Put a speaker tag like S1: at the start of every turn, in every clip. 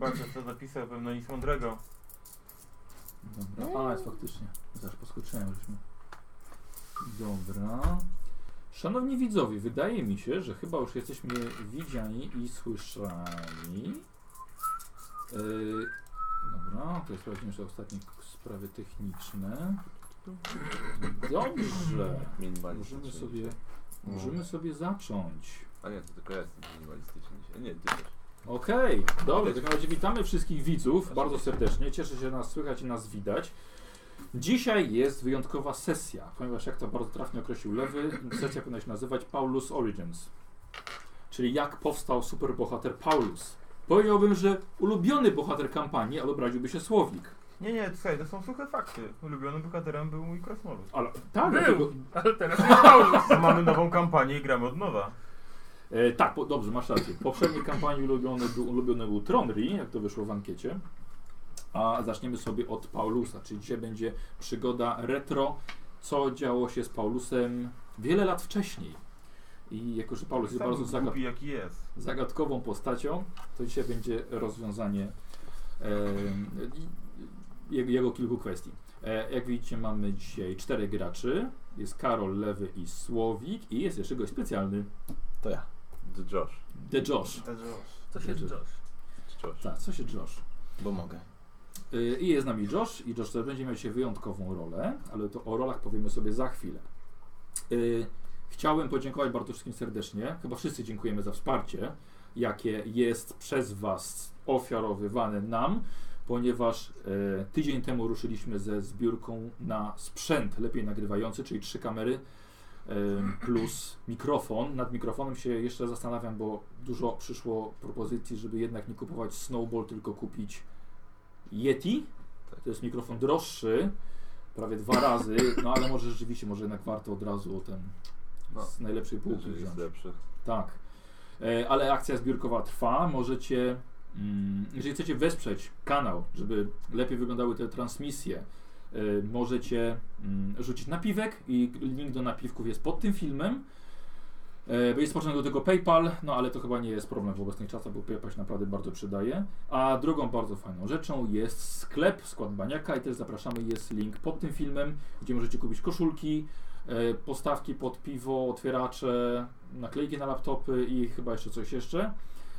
S1: patrzę co zapisał, pewno nic mądrego.
S2: Dobra, a jest faktycznie. Zaraz poskoczyłem żeśmy. Dobra. Szanowni widzowie, wydaje mi się, że chyba już jesteśmy widziani i słyszani. Yy, dobra, to jest ważniejsze ostatnie sprawy techniczne. Dobrze. Możemy
S3: Minimalistyczny.
S2: sobie,
S3: dzisiaj.
S2: możemy sobie zacząć.
S3: A nie, to tylko ja jestem minimalistyczny dzisiaj. A Nie, ty też.
S2: Okej, dobrze. W takim razie witamy wszystkich widzów bardzo serdecznie. Cieszę się, że nas słychać i nas widać. Dzisiaj jest wyjątkowa sesja, ponieważ jak to bardzo trafnie określił Lewy, sesja powinna się nazywać Paulus Origins. Czyli jak powstał superbohater Paulus. Powiedziałbym, że ulubiony bohater kampanii, ale obraziłby się Słowik.
S1: Nie, nie, słuchaj, to są suche fakty. Ulubionym bohaterem był mój krasnolud.
S2: Ale tak,
S4: Był.
S2: dlatego,
S4: Ale teraz jest Paulus.
S1: Mamy nową kampanię i gramy od nowa.
S2: E, tak, po, dobrze, masz rację. W poprzedniej kampanii ulubiony był, ulubiony był Tronry, jak to wyszło w ankiecie. A zaczniemy sobie od Paulusa, czyli dzisiaj będzie przygoda retro, co działo się z Paulusem wiele lat wcześniej. I jako, że Paulus jest
S1: Sam
S2: bardzo zaga
S1: głupi jaki jest.
S2: zagadkową postacią, to dzisiaj będzie rozwiązanie em, i- jego, jego kilku kwestii. E, jak widzicie, mamy dzisiaj czterech graczy. Jest Karol, Lewy i Słowik i jest jeszcze gość specjalny,
S3: To ja. The Josh.
S2: The Josh.
S1: Także już.
S4: To się Josh.
S3: Josh.
S2: Tak, co się Josh?
S3: Bo mogę.
S2: Y, I jest z nami Josh i Josh też będzie miał dzisiaj wyjątkową rolę, ale to o rolach powiemy sobie za chwilę. Y, Chciałem podziękować bardzo wszystkim serdecznie. Chyba wszyscy dziękujemy za wsparcie, jakie jest przez Was ofiarowywane nam, ponieważ y, tydzień temu ruszyliśmy ze zbiórką na sprzęt lepiej nagrywający, czyli trzy kamery em, plus mikrofon. Nad mikrofonem się jeszcze zastanawiam, bo dużo przyszło propozycji, żeby jednak nie kupować Snowball, tylko kupić Yeti.
S3: Tak.
S2: To jest mikrofon droższy, prawie dwa razy, no ale może rzeczywiście, może jednak warto od razu ten
S3: No.
S2: z najlepszej półki
S3: Jeżeli jest
S2: wziąć.
S3: lepszy.
S2: Tak. E, Ale akcja zbiórkowa trwa. Możecie, mm, jeżeli chcecie wesprzeć kanał, żeby lepiej wyglądały te transmisje, e, możecie mm, rzucić napiwek i link do napiwków jest pod tym filmem. E, Bo jest potrzebny do tego PayPal, no ale to chyba nie jest problem w obecnych czasach, bo PayPal się naprawdę bardzo przydaje. A drugą bardzo fajną rzeczą jest sklep Skład Baniaka i też zapraszamy, jest link pod tym filmem, gdzie możecie kupić koszulki, E, postawki pod piwo, otwieracze, naklejki na laptopy i chyba jeszcze coś jeszcze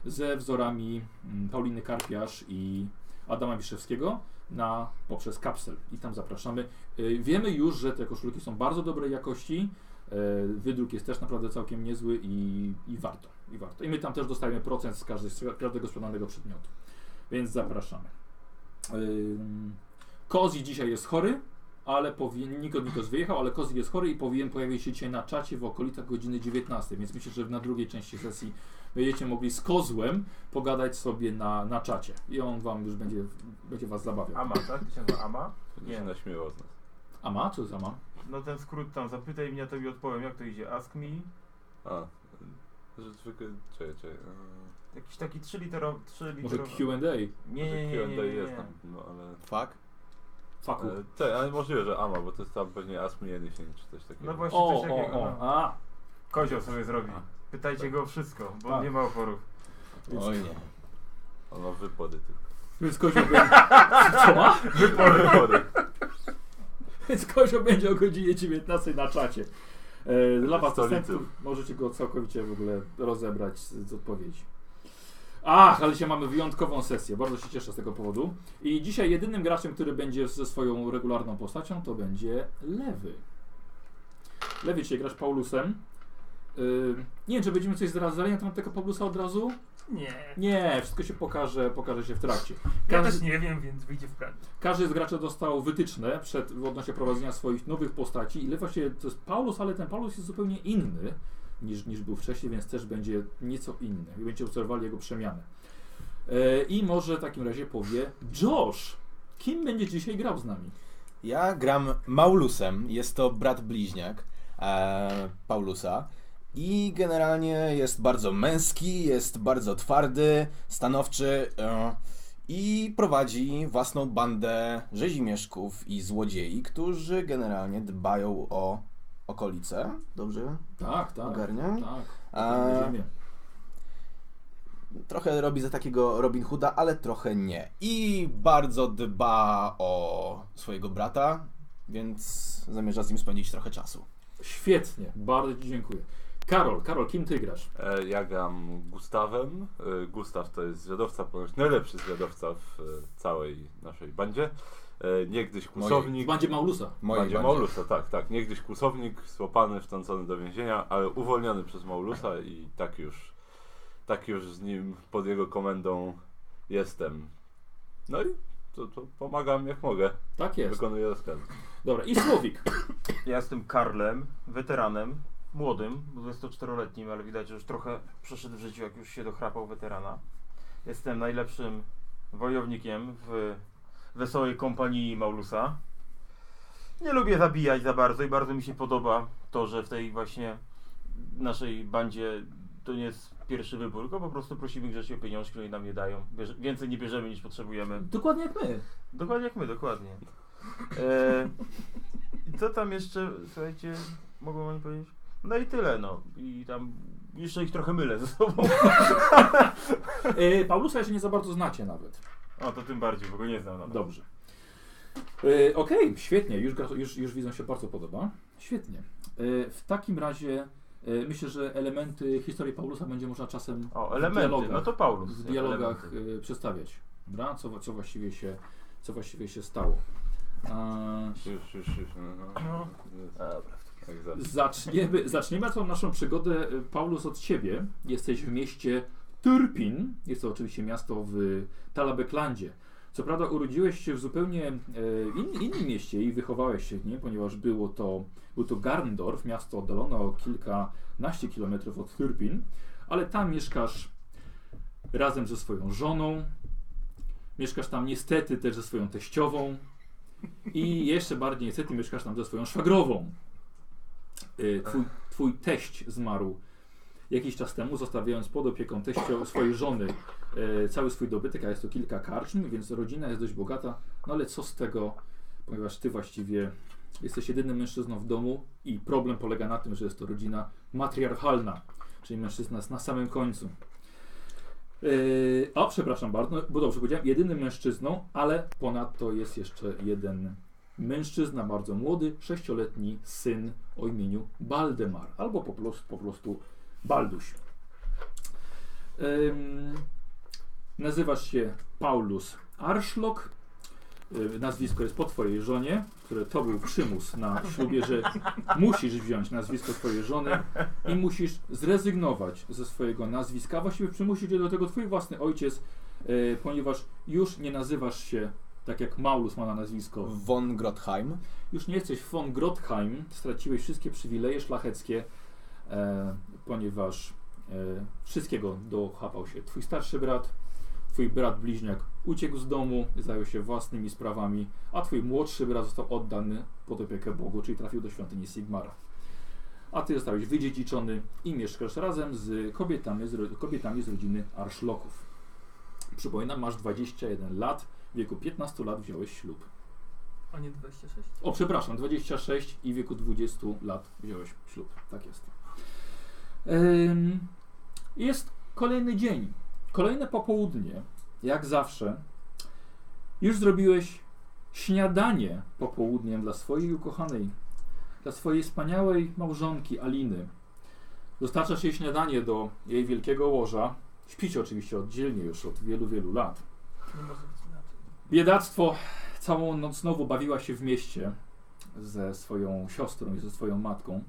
S2: ze wzorami mm, Pauliny Karpiarz i Adama Wiszewskiego na, poprzez kapsel i tam zapraszamy. E, Wiemy już, że te koszulki są bardzo dobrej jakości, e, wydruk jest też naprawdę całkiem niezły i, i warto, i warto. I my tam też dostajemy procent z, każdej, z każdego sprzedanego przedmiotu, więc zapraszamy. Ym, Kozi dzisiaj jest chory, ale powinien, Nikos, Nikos wyjechał, ale Kozik jest chory i powinien pojawić się dzisiaj na czacie w okolicach godziny 19, więc myślę, że na drugiej części sesji będziecie mogli z Kozłem pogadać sobie na, na czacie i on wam już będzie, będzie was zabawiał.
S1: Ama, tak? To się nazywa Ama?
S3: Będzie
S1: Nie.
S3: się naśmiewał z nas.
S2: A ma? Co za ma?
S1: No ten skrót tam, zapytaj mnie, a tobie odpowiem, jak to idzie. Ask me.
S3: A. Że zwykle... Czekaj, czekaj. eee,
S1: Jakiś taki trzyliterowy...
S2: Może
S1: trzyliterowy...
S2: Q&A?
S1: Nie, nie, nie,
S3: Może
S1: nie,
S3: Q&A
S1: nie,
S3: jest
S1: nie.
S3: tam, no ale...
S5: Fuck.
S2: Faku.
S1: E,
S3: ale tak, ale możliwe, że Ama, bo to jest tam pewnie Ask Me Anything czy coś takiego.
S1: No właśnie
S2: O,
S1: coś
S2: o,
S1: takiego.
S2: o,
S1: no.
S2: a.
S1: Kozioł sobie zrobi.
S3: A.
S1: Pytajcie go o wszystko, bo
S2: Tak.
S1: nie ma oporów.
S5: Oj nie.
S3: On ma no, wypody tylko.
S2: Więc Kozio będzie... Co ma?
S3: Wypody!
S2: Więc Kozio będzie o godzinie 19 na czacie. E, Dla Was
S3: Stolicy.
S2: dostępny. Możecie go całkowicie w ogóle rozebrać z, z odpowiedzi. Ach, ale się mamy wyjątkową sesję. Bardzo się cieszę z tego powodu. I dzisiaj jedynym graczem, który będzie ze swoją regularną postacią, to będzie Lewy. Lewy dzisiaj grasz Paulusem. Y, nie wiem, czy będziemy coś zaraz zalenia tam tego Paulusa od razu?
S4: Nie.
S2: Nie, wszystko się pokaże, pokaże się w trakcie.
S4: Ja
S2: Każdy-
S4: też nie wiem, więc wyjdzie w prawdę.
S2: każdy z graczy dostał wytyczne przed, w odnośnie prowadzenia swoich nowych postaci. Ile właśnie to jest Paulus, ale ten Paulus jest zupełnie inny niż, niż był wcześniej, więc też będzie nieco inny. I będziecie obserwowali jego przemianę. E, I może w takim razie powie Josh, kim będziesz dzisiaj grał z nami?
S5: Ja gram Maulusem, jest to brat bliźniak e, Paulusa. I generalnie jest bardzo męski, jest bardzo twardy, stanowczy e, i prowadzi własną bandę rzezimieszków i złodziei, którzy generalnie dbają o okolice. Dobrze
S2: Tak, tak.
S5: ogarniam?
S2: Tak.
S5: E,
S2: Ziemię.
S5: Trochę robi za takiego Robin Hooda, ale trochę nie. I bardzo dba o swojego brata, więc zamierza z nim spędzić trochę czasu.
S2: Świetnie, bardzo Ci dziękuję. Karol, Karol, kim ty grasz?
S3: E, Ja gram Gustawem. E, Gustaw to jest zwiadowca, ponoć najlepszy zwiadowca w e, całej naszej bandzie. E, Niegdyś
S2: W
S3: kłusownik.
S2: bandzie Maulusa.
S5: Mojej
S3: Bandzie
S5: bandzie.
S3: Maulusa, tak, tak. Niegdyś kłusownik, złapany, wtrącony do więzienia, ale uwolniony przez Maulusa i tak już, tak już z nim, pod jego komendą jestem. No i to, to pomagam jak mogę.
S2: Tak jest.
S3: Wykonuję rozkaz.
S2: Dobra, i Słowik.
S1: Ja jestem Karlem, weteranem, młodym, 24-letnim, ale widać, że już trochę przeszedł w życiu, jak już się dochrapał weterana. Jestem najlepszym wojownikiem w wesołej kompanii Maulusa. Nie lubię zabijać za bardzo i bardzo mi się podoba to, że w tej właśnie naszej bandzie to nie jest pierwszy wybór, tylko po prostu prosimy grzecznie o pieniążki, które nam nie dają. Bierze, więcej nie bierzemy niż potrzebujemy.
S2: Dokładnie jak my.
S1: Dokładnie jak my, dokładnie. E, I co tam jeszcze, słuchajcie, mogą oni powiedzieć? No i tyle, no. I tam jeszcze ich trochę mylę ze sobą.
S2: E, Paulusa jeszcze nie za bardzo znacie nawet.
S1: O, to tym bardziej, bo go nie znam. nawet.
S2: Dobrze. E, Okej, świetnie, już, gra- już, już widzą się bardzo podoba. Świetnie. E, w takim razie e, myślę, że elementy historii Paulusa będzie można czasem
S1: O,
S2: w
S1: elementy.
S2: dialogach,
S1: No to Paulus.
S2: w
S1: jako
S2: dialogach
S1: elementy.
S2: e, przedstawiać. Dobra? Co, co, właściwie się, co właściwie się stało. E,
S3: Już, już, już. No.
S1: No. Dobra.
S3: Jak zawsze.
S2: Zaczniemy, zaczniemy tą naszą przygodę, y, Paulus, od ciebie. Jesteś w mieście Turpin. Jest to oczywiście miasto w Talabeklandzie. Co prawda urodziłeś się w zupełnie e, in, innym mieście i wychowałeś się w nim, ponieważ było to, był to Garndorf, miasto oddalone o kilkanaście kilometrów od Turpin, ale tam mieszkasz razem ze swoją żoną, mieszkasz tam niestety też ze swoją teściową i jeszcze bardziej niestety mieszkasz tam ze swoją szwagrową. Y, twój, twój teść zmarł jakiś czas temu, zostawiając pod opieką teścio swojej żony y, cały swój dobytek, a jest to kilka karczm, więc rodzina jest dość bogata. No ale co z tego, ponieważ ty właściwie jesteś jedynym mężczyzną w domu i problem polega na tym, że jest to rodzina matriarchalna, czyli mężczyzna jest na samym końcu. Yy, o, przepraszam bardzo, no, bo dobrze powiedziałem, jedynym mężczyzną, ale ponadto jest jeszcze jeden mężczyzna, bardzo młody, sześcioletni syn o imieniu Baldemar, albo po prostu, po prostu Balduś. Ym, nazywasz się Paulus Arszlok. Yy, Nazwisko jest po twojej żonie, które to był przymus na ślubie, że musisz wziąć nazwisko twojej żony i musisz zrezygnować ze swojego nazwiska. A Właściwie przymusi cię do tego twój własny ojciec, yy, ponieważ już nie nazywasz się tak jak Maulus ma na nazwisko
S5: Von Grotheim.
S2: już nie jesteś von Grotheim, straciłeś wszystkie przywileje szlacheckie, e, ponieważ e, wszystkiego dochapał się twój starszy brat, twój brat bliźniak uciekł z domu, zajął się własnymi sprawami, a twój młodszy brat został oddany pod opiekę Bogu, czyli trafił do świątyni Sigmara. A ty zostałeś wydziedziczony i mieszkasz razem z kobietami z, ro- kobietami z rodziny Arszloków. Przypominam, masz 21 lat, w wieku 15 lat wziąłeś ślub.
S4: A nie 26?
S2: O, przepraszam, 26 i w wieku 20 lat wziąłeś ślub. Tak jest. Ym, jest kolejny dzień, kolejne popołudnie, jak zawsze. Już zrobiłeś śniadanie popołudniem dla swojej ukochanej, dla swojej wspaniałej małżonki Aliny. Dostarczasz jej śniadanie do jej wielkiego łoża. Śpicie oczywiście oddzielnie już od wielu, wielu lat.
S4: Nie może być inaczej.
S2: Biedactwo całą noc znowu bawiła się w mieście ze swoją siostrą i ze swoją matką.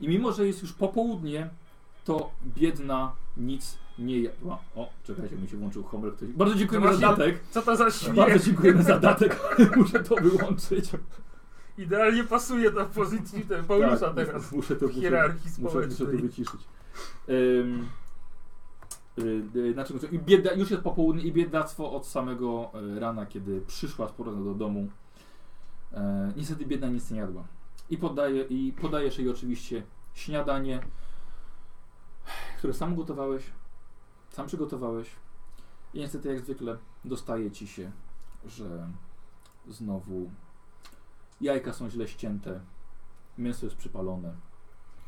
S2: I mimo, że jest już popołudnie, to biedna nic nie jadła. O, czekajcie, mi się włączył Homer. Ktoś... Bardzo dziękujemy za
S4: No Właśnie-
S2: datek.
S4: Co to za śmiech?
S2: Bardzo dziękujemy za datek, ale muszę to wyłączyć.
S4: Idealnie pasuje ta pozycja ten Paulusa
S1: Tak.
S4: teraz.
S2: Tak, Muszę to
S4: w hierarchii
S2: muszę, muszę, muszę to
S4: społecznej.
S2: wyciszyć. Ym, y, y, na czym, i bieda, już jest popołudnie i biedactwo od samego y, rana, kiedy przyszła z powrotem do domu. E, niestety biedna nic nie jadła. I, podaje, I podajesz jej oczywiście śniadanie, które sam gotowałeś, sam przygotowałeś. I niestety jak zwykle dostaje ci się, że znowu jajka są źle ścięte, mięso jest przypalone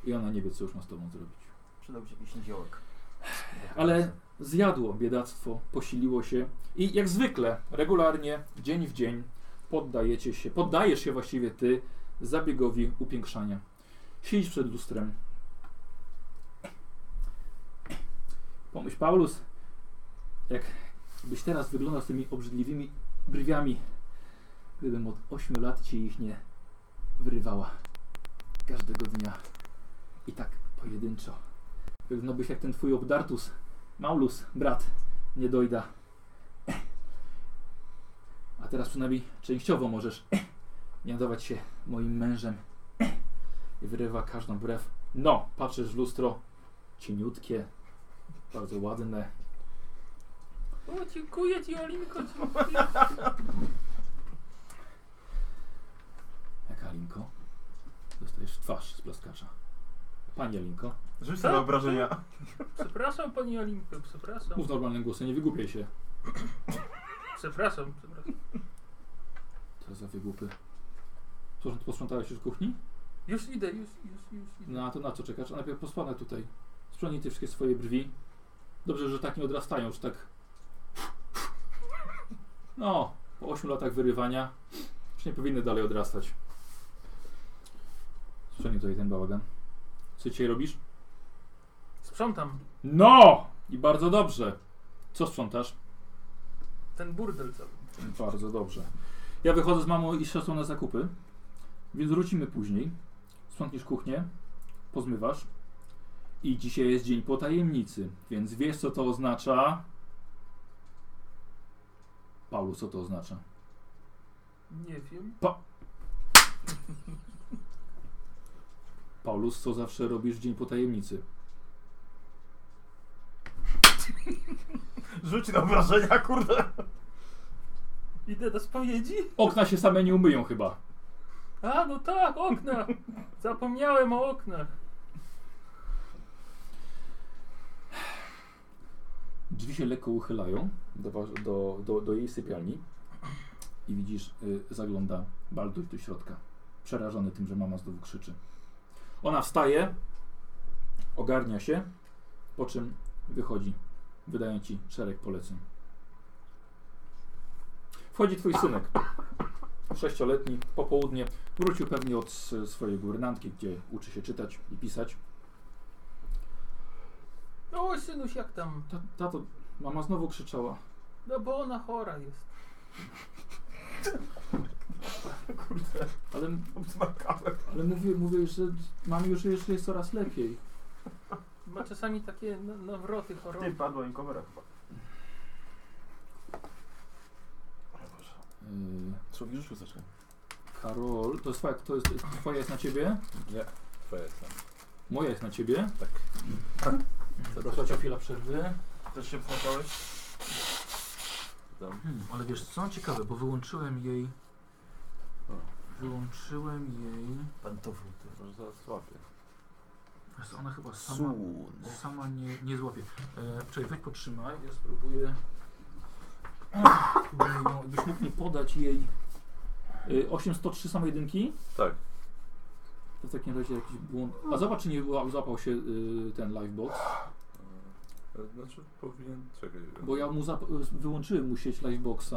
S2: i ona nie wie, co już ma z tobą zrobić.
S1: Przydałby się jakiś niziołek.
S2: Ale zjadło biedactwo, posiliło się i jak zwykle, regularnie, dzień w dzień poddajecie się, poddajesz się właściwie ty zabiegowi upiększania. Siedzisz przed lustrem. Pomyśl, Paulus, jakbyś teraz wyglądał z tymi obrzydliwymi brwiami, gdybym od 8 lat ci ich nie wyrywała każdego dnia i tak pojedynczo. Wyglądałbyś jak ten twój obdartus, Maulus, brat, nie dojda. A teraz przynajmniej częściowo możesz mianować się moim mężem. I wyrywa każdą brew. No, patrzysz w lustro, cieniutkie, bardzo ładne.
S4: O, dziękuję ci, Olinko.
S2: Jaka Linko? Dostajesz w twarz z plaskacza. Pani Linko,
S1: Rzuć
S4: Co?
S1: sobie obrażenia.
S4: Przepraszam, pani Olinko, przepraszam.
S2: mów normalnym głosem, nie wygłupiaj się.
S4: Przepraszam, przepraszam.
S2: Co za wygłupy. Posprząt- Posprzątałeś już w kuchni?
S4: Już idę, już, już, już idę.
S2: No a to na co czekasz? A najpierw pospanę tutaj. Sprzątnij te wszystkie swoje brwi. Dobrze, że tak nie odrastają, że tak... No, po 8 latach wyrywania już nie powinny dalej odrastać. Sprzątnij tutaj ten bałagan. Co dzisiaj robisz?
S4: Sprzątam
S2: No! I bardzo dobrze. Co sprzątasz?
S4: ten burdel cały.
S2: Bardzo dobrze. Ja wychodzę z mamą i siostrą na zakupy, więc wrócimy później. Sprzątniesz kuchnię, pozmywasz. I dzisiaj jest dzień po tajemnicy, więc wiesz co to oznacza. Paulu, co to oznacza?
S4: Nie wiem.
S2: Paulus, co zawsze robisz w dzień po tajemnicy?
S1: Rzuć na obrażenia, kurde.
S4: Idę do spowiedzi?
S2: Okna się same nie umyją chyba.
S4: A, no tak, okna. Zapomniałem o oknach.
S2: Drzwi się lekko uchylają do, wa- do, do, do jej sypialni i widzisz, y, zagląda Baldur do środka, przerażony tym, że mama znowu krzyczy. Ona wstaje, ogarnia się, po czym wychodzi, wydają ci szereg poleceń. Wchodzi twój synek, sześcioletni, popołudnie, wrócił pewnie od s- swojej guwernantki, gdzie uczy się czytać i pisać.
S4: O, No, synuś, jak tam?
S2: Ta- Tato, mama znowu krzyczała.
S4: No bo ona chora jest.
S2: Ale, ale mówię, mówię, że mam już, już jest coraz lepiej.
S4: Ma czasami takie n- nawroty choroby.
S1: Ty, padła im kamera chyba.
S2: Yy,
S5: Człowiek rzucił zaczkę.
S2: Karol, to jest twoja, to jest, twoja jest na ciebie?
S3: Twoja jest tam.
S2: Moja jest na ciebie?
S3: Tak.
S2: Proszę cię chwila przerwy.
S1: Też się wsłuchałeś?
S3: Tam.
S2: ale wiesz co, ciekawe, bo wyłączyłem jej...
S3: O.
S2: Wyłączyłem jej...
S5: Pantoflu. ty.
S3: Może zaraz złapię.
S2: Ona chyba
S5: Sun.
S2: sama nie, nie złapie. E, czekaj, weź potrzymaj, ja spróbuję... No, byś mógł mi podać jej... Y, 803 same jedynki?
S3: Tak.
S2: To w takim razie jakiś błąd. A zobacz, czy nie była- złapał się y, ten livebox.
S3: E, Znaczy powinien... Czekaj.
S2: Bo ja mu zap- y, wyłączyłem mu sieć liveboxa.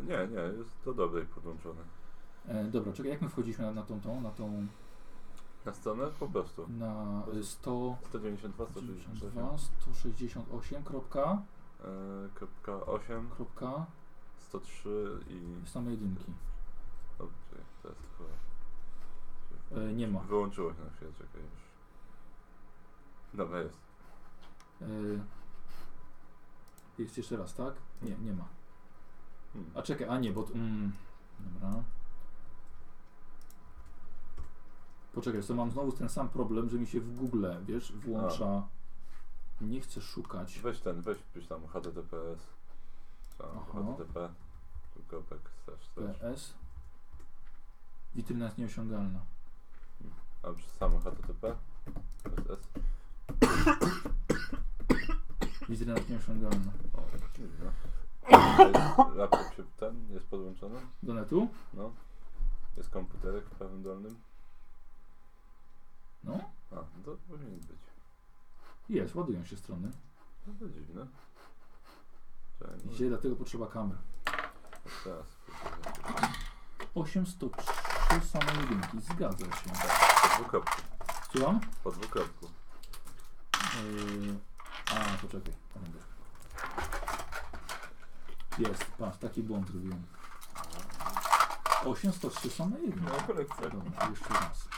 S3: Nie, nie, jest do dobrej podłączone.
S2: E, dobra, czekaj, jak my wchodziliśmy na, na tą, tą, na tą,
S3: Na stronę po prostu.
S2: na y, 100.
S3: 192, 162.
S2: 92, 168, kropka,
S3: E, kropka 8,
S2: kropka,
S3: 103 i...
S2: same jedynki.
S3: O, czekaj, to jest chyba...
S2: E, nie ma.
S3: Wyłączyło się na chwilę, czekaj już. Dobra, jest.
S2: E, jest jeszcze raz, tak? Nie, nie ma.
S3: Hmm.
S2: A czekaj, a nie, bo. t- Mm, dobra. Poczekaj, to mam znowu ten sam problem, że mi się w Google, wiesz, włącza. Nie chcę szukać.
S3: Weź ten, weź pisz tam HTTPS. Tam,
S2: Aha. E,
S3: HTTP. tu Kropek, slash, slash.
S2: PS. Witryna jest nieosiągalna.
S3: A czy samo HTTP? SS?
S2: Witryna jest nieosiągalna.
S3: O, dziwne. Jest Laptop się ten jest podłączony?
S2: Do netu?
S3: No. Jest komputerek w prawym dolnym?
S2: No.
S3: A, to powinien być.
S2: Jest, ładują się strony.
S3: No to dziwne. Czekaj,
S2: I się dlatego potrzeba kamer.
S3: może teraz.
S2: 803 same jedynki, zgadza się.
S3: Po dwukropku.
S2: Słucham?
S3: Po dwukropku.
S2: Yy, a, poczekaj. pamiętam. Jest, patrz, taki błąd robiłem. 803 same jedynki.
S1: No, kolekcja.
S2: Dobra, jeszcze raz.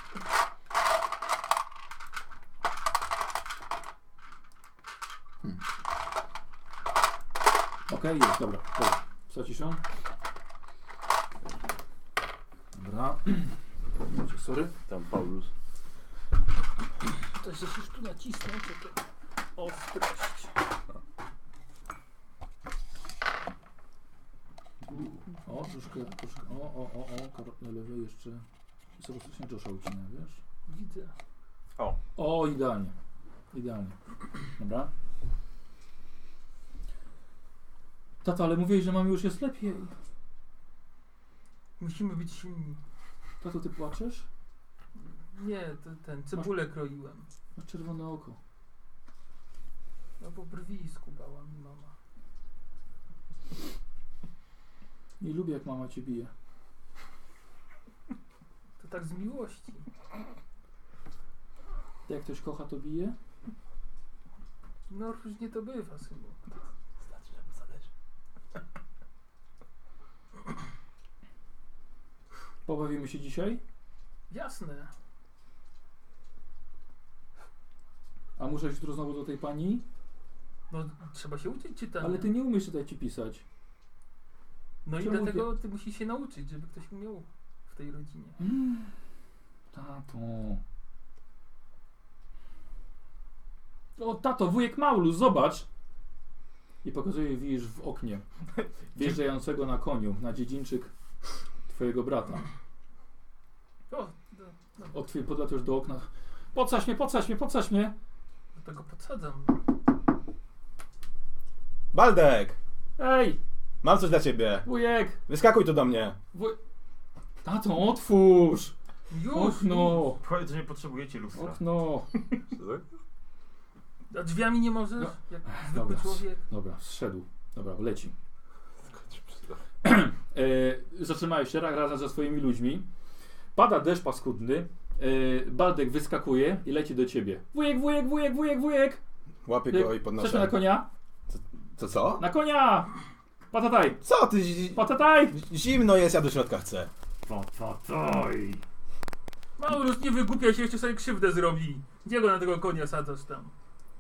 S2: Hmm. Okej, jest, dobra. dobra. Zaciszam. Dobra. Sorry.
S3: Tam Paulus.
S4: To żeś już tu nacisnął, co to... Ostrość.
S2: O, troszkę, troszkę. O, o, o, o, Karol na lewej jeszcze. Sobie strasznie Josha ucina, wiesz?
S4: Widzę.
S2: O, idealnie. Idealnie. Dobra. Tato, ale mówiłeś, że mamy już jest lepiej.
S4: Musimy być silni.
S2: Tato, ty płaczesz?
S4: Nie, to ten, cebulę kroiłem.
S2: Masz czerwone oko.
S4: No bo brwi skubała mi mama.
S2: Nie lubię, jak mama cię bije.
S4: To tak z miłości.
S2: To jak ktoś kocha, to bije?
S4: No różnie to bywa, synu.
S5: Znaczy, że mu zależy.
S2: Pobawimy się dzisiaj?
S4: Jasne.
S2: A muszę iść jutro znowu do tej pani?
S4: No trzeba się uczyć czytania.
S2: Ale ty nie umiesz tutaj ci pisać.
S4: No i
S2: czemu
S4: dlatego ty musisz się nauczyć, żeby ktoś umiał w tej rodzinie.
S2: Mm. Tato. O, tato, wujek Maulu, zobacz! I pokazuje, widzisz w oknie wjeżdżającego na koniu, na dziedzińczyk twojego brata.
S4: O, do,
S2: Od twojej podlatu już do okna. Podsadź mnie, podsadź mnie, podsadź mnie!
S4: do tego podsadzam.
S5: Baldek!
S2: Ej,
S5: Mam coś dla ciebie.
S2: wujek!
S5: Wyskakuj tu do mnie.
S2: Wuj... Tato, otwórz!
S4: Już!
S2: Okno!
S1: Powiedz, że nie potrzebujecie lustra.
S2: Okno!
S3: Czy
S4: A drzwiami nie możesz?
S2: No.
S4: Jak
S2: Ech,
S4: zwykły
S2: dobra.
S4: człowiek.
S2: Dobra, zszedł. Dobra, leci.
S3: tak? Tylko ci przyda.
S2: E, zatrzymają się ra- razem ze swoimi ludźmi. Pada deszcz paskudny. E, Baldek wyskakuje i leci do ciebie. Wujek, wujek, wujek, wujek, wujek!
S5: Łapię
S2: Wujek,
S5: go i
S1: No
S2: Chcesz mnie na
S1: tak.
S5: podnoszę.
S2: konia?
S5: Co, co?
S2: Na konia! Patataj!
S5: Co ty? zi-
S2: Patataj!
S5: Zimno jest, ja do środka chcę.
S2: Patataj!
S4: Maurus, nie wygłupia się, jeszcze sobie krzywdę zrobi. Gdzie go na tego konia sadzasz tam?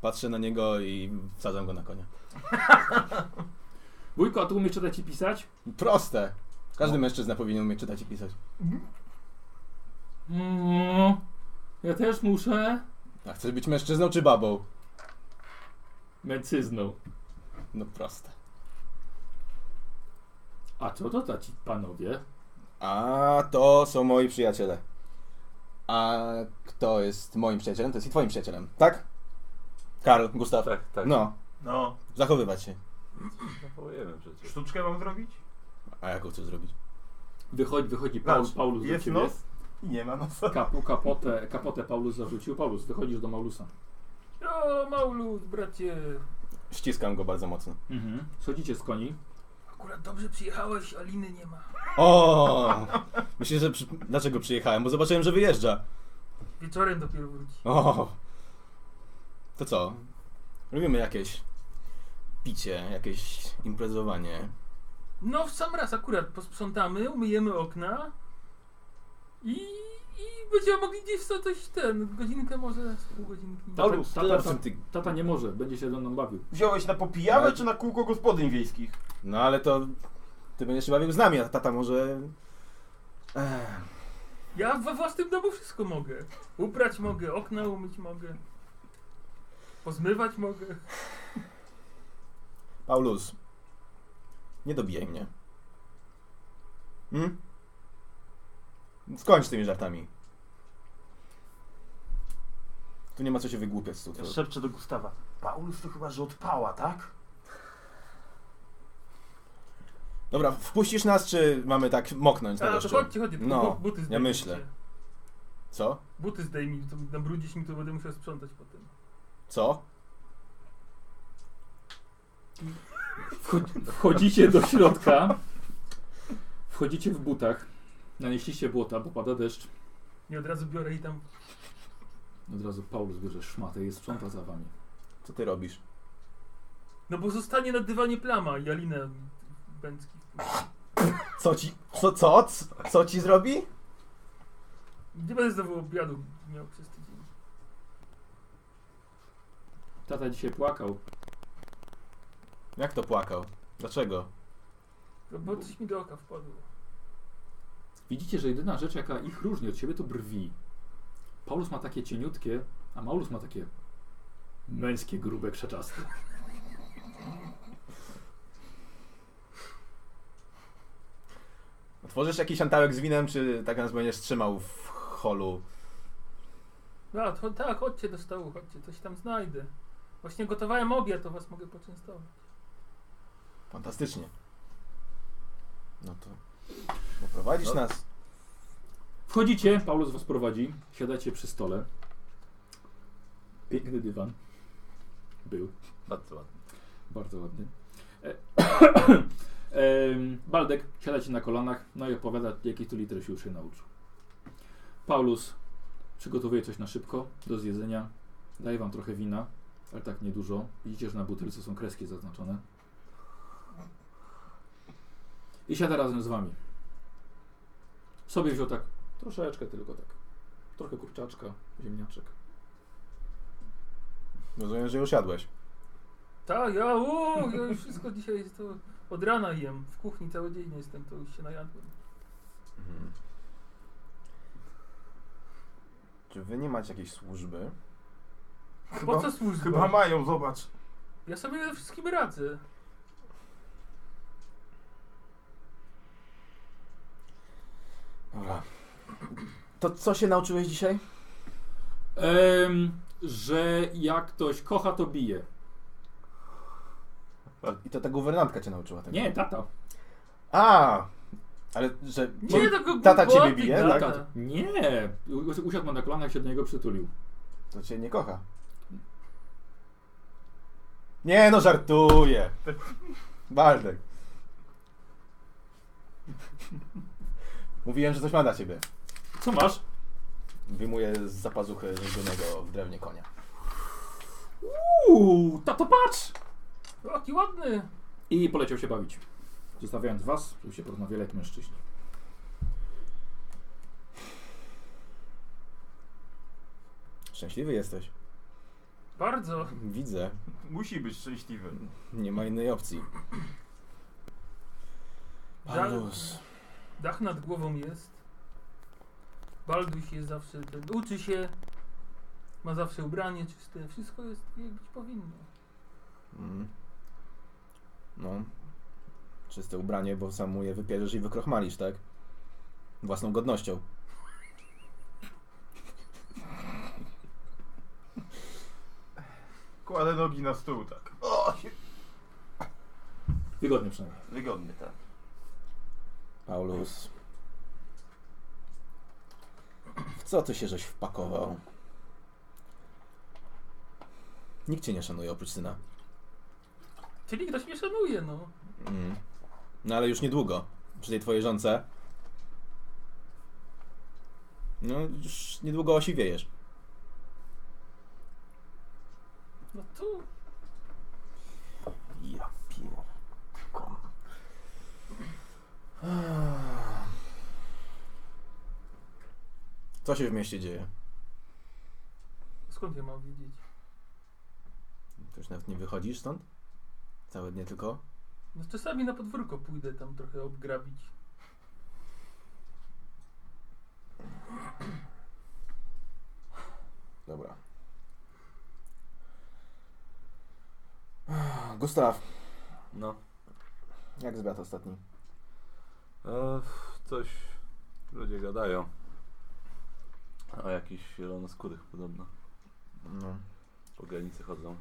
S5: Patrzę na niego i wsadzam go na konia.
S2: Wujko, a tu umiesz czytać i pisać?
S5: Proste. Każdy mężczyzna powinien umieć czytać i pisać.
S2: Mm, ja też muszę.
S5: A chcesz być mężczyzną czy babą?
S2: Męcyzną.
S5: No proste.
S2: A co to taci panowie?
S5: A to są moi przyjaciele. A kto jest moim przyjacielem? To jest i twoim przyjacielem, tak? Karl, Gustaw.
S3: Tak, tak.
S5: No,
S1: No,
S5: zachowywać się.
S3: Zawołujemy przecież.
S1: sztuczkę mam zrobić?
S5: A jaką chcesz zrobić?
S2: Wychodzi, wychodzi Paul,
S1: Patrz,
S2: Paulus do
S1: jest
S2: ciebie.
S1: nos i nie ma nosa.
S2: Kapu, kapotę, kapotę Paulus zarzucił. Paulus, wychodzisz do Maulusa.
S4: O, Maulus, bracie.
S5: Ściskam go bardzo mocno.
S2: Mhm. Schodzicie z koni.
S4: Akurat dobrze przyjechałeś, Aliny nie ma.
S5: O! Myślę, że przy... dlaczego przyjechałem? Bo zobaczyłem, że wyjeżdża.
S4: Wieczorem dopiero wróci.
S5: O! To co? Robimy jakieś picie, jakieś imprezowanie.
S4: No w sam raz akurat posprzątamy, umyjemy okna i, i będziemy mogli gdzieś sobie coś ten, godzinkę może, z pół godzinki. Tak.
S2: Tata,
S1: Paulus,
S2: tata,
S5: Tyle, czym ty...
S2: tata nie może, będzie się ze mną bawił.
S1: Wziąłeś na popijawę
S5: Ale-
S1: czy na kółko gospodyń wiejskich?
S5: No ale to ty będziesz się bawił z nami, a tata może... Ech.
S4: Ja we własnym domu wszystko mogę. Uprać mogę, okna umyć mogę. Pozmywać mogę.
S5: Paulus, nie dobijaj mnie. Hmm? Skończ z tymi żartami. Tu nie ma co się wygłupiać z
S1: Ja
S5: tego.
S1: szepczę do Gustawa. Paulus to chyba, że odpała, tak?
S5: Dobra, wpuścisz nas, czy mamy tak moknąć na
S4: A, to
S5: deszczu?
S4: chodźcie, chodźcie,
S5: No,
S4: bu- buty zdejmijcie.
S5: myślę. Co?
S4: Buty zdejmij, to nabrudzisz mi, to będę musiał sprzątać potem.
S5: Co?
S2: Wcho- Wchodzicie do środka. Wchodzicie w butach. Nanieśliście błota, bo pada deszcz.
S4: I od razu biorę i tam
S2: Od razu Paulus bierze szmatę i sprząta za wami.
S5: Co ty robisz?
S4: No bo zostanie na dywanie plama i Alinę Bęcki.
S5: Co ci. Co, co? Co ci zrobi?
S4: Nie będę znowu obiadu miał przez tydzień.
S2: Tata dzisiaj płakał.
S5: Jak to płakał? Dlaczego?
S4: No bo coś mi do oka wpadło.
S2: Widzicie, że jedyna rzecz, jaka ich różni od siebie, to brwi. Paulus ma takie cieniutkie, a Maulus ma takie męskie, grube, krzaczaste.
S5: Otworzysz jakiś antałek z winem, czy tak nas będziesz trzymał w holu?
S4: A, to, tak, chodźcie do stołu, chodźcie, coś tam znajdę. Właśnie gotowałem obiad, to was mogę poczęstować.
S5: Fantastycznie. No to. Poprowadzisz
S3: No.
S5: nas.
S2: Wchodzicie, Paulus was prowadzi, siadacie przy stole. Piękny dywan. Był.
S3: Bardzo ładnie.
S2: Bardzo ładny. E, Em, Baldek siada ci na kolanach, no i opowiada, jakiej tu litery się już się nauczył. Paulus przygotowuje coś na szybko do zjedzenia. Daje wam trochę wina, ale tak niedużo. Widzicie, że na butelce są kreski zaznaczone. I siada razem z wami. Sobie wziął tak troszeczkę tylko tak. Trochę kurczaczka, ziemniaczek.
S5: Rozumiem, że już jadłeś.
S4: Tak, ja, o, ja już wszystko dzisiaj jest to... Od rana jem, w kuchni cały dzień jestem, to już się najadłem.
S5: Czy wy nie macie jakiejś służby?
S1: Chyba,
S4: Po co służba?
S1: chyba mają, zobacz.
S4: Ja sobie ze wszystkim radzę.
S5: Dobra. To co się nauczyłeś dzisiaj?
S2: Em, że jak ktoś kocha, to bije.
S5: I to ta guwernantka cię nauczyła tego.
S2: Nie, tata.
S5: A! Ale że.
S4: Nie, tego
S5: tata
S4: głupoty,
S5: ciebie bije,
S4: tata.
S5: tak?
S2: Nie! U- Usiadł mu na kolanach, się do niego przytulił.
S5: To cię nie kocha. Nie no, żartuję. Baldek. Mówiłem, że coś ma dla ciebie.
S2: Co masz?
S5: Wyjmuję z zapazuchy zgubionego w drewnie konia.
S2: Uuu, tato patrz!
S4: O, Jaki ładny!
S2: I poleciał się bawić. Zostawiając was, żeby się porozmawiali jak mężczyźni.
S5: Szczęśliwy jesteś.
S4: Bardzo.
S5: Widzę.
S1: Musi być szczęśliwy.
S5: Nie ma innej opcji.
S4: Żal-
S5: Paulus.
S4: Dach nad głową jest. Balduś jest zawsze ten. Uczy się. Ma zawsze ubranie czyste. Wszystko jest jak być powinno.
S5: Mm. No. Czyste ubranie, bo sam mu je wypierzesz i wykrochmalisz, tak? Własną godnością.
S1: Kładę nogi na stół, tak.
S2: Wygodnie przynajmniej.
S1: Wygodny, tak.
S5: Paulus. W co ty się żeś wpakował? Nikt cię nie szanuje oprócz syna.
S4: Czyli ktoś mnie szanuje, no.
S5: Mm. No ale już niedługo. Przy tej twojej żonce. No, już niedługo osiwiejesz.
S4: No to.
S5: Ja pierdolę. Co się w mieście dzieje?
S4: Skąd ja mam wiedzieć?
S5: Ty już nawet nie wychodzisz stąd? Całe dnie tylko?
S4: No czasami na podwórko pójdę tam trochę obgrabić.
S5: Dobra. Gustaw,
S3: No.
S5: jak zwiat ostatni?
S3: E, coś ludzie gadają. O jakichś zielonoskórych podobno.
S5: No.
S3: Po granicy chodzą.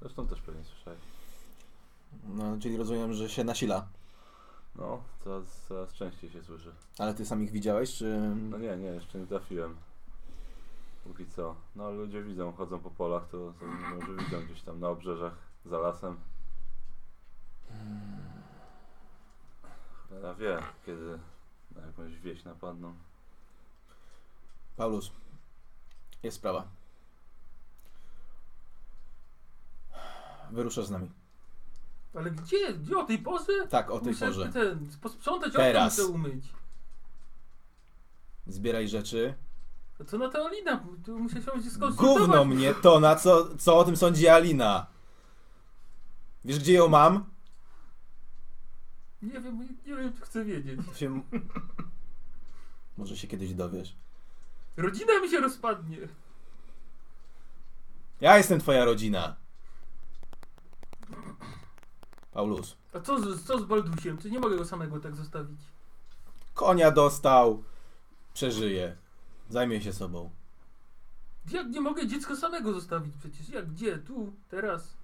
S3: Zresztą też pewnie słyszałeś.
S5: no, czyli rozumiem, że się nasila.
S3: No, coraz, coraz częściej się słyszy.
S5: Ale ty sam ich widziałeś, czy...
S3: No nie, nie, jeszcze nie trafiłem. Póki co. No ludzie widzą, chodzą po polach, to, to może widzą gdzieś tam na obrzeżach, za lasem. Cholera wie, kiedy na jakąś wieś napadną.
S5: Paulus, jest sprawa. Wyruszasz z nami.
S4: Ale gdzie? Gdzie o tej porze?
S5: Tak, o tej
S4: Muszę
S5: porze.
S4: ten, posprzątać okno
S5: Teraz.
S4: muszę umyć.
S5: Zbieraj rzeczy.
S4: A co na to Alina? Tu muszę się będzie skonsultować.
S5: Gówno mnie to, na co, co o tym sądzi Alina. Wiesz, gdzie ją mam?
S4: Nie wiem, nie wiem, czy chcę wiedzieć.
S5: Się... Może się kiedyś dowiesz.
S4: Rodzina mi się rozpadnie.
S5: Ja jestem twoja rodzina. Paulus,
S4: A co z, co z Baldusiem? Czy nie mogę go samego tak zostawić?
S5: konia dostał. Przeżyje. Zajmie się sobą.
S4: Jak nie mogę dziecko samego zostawić przecież? Jak gdzie? Tu, teraz.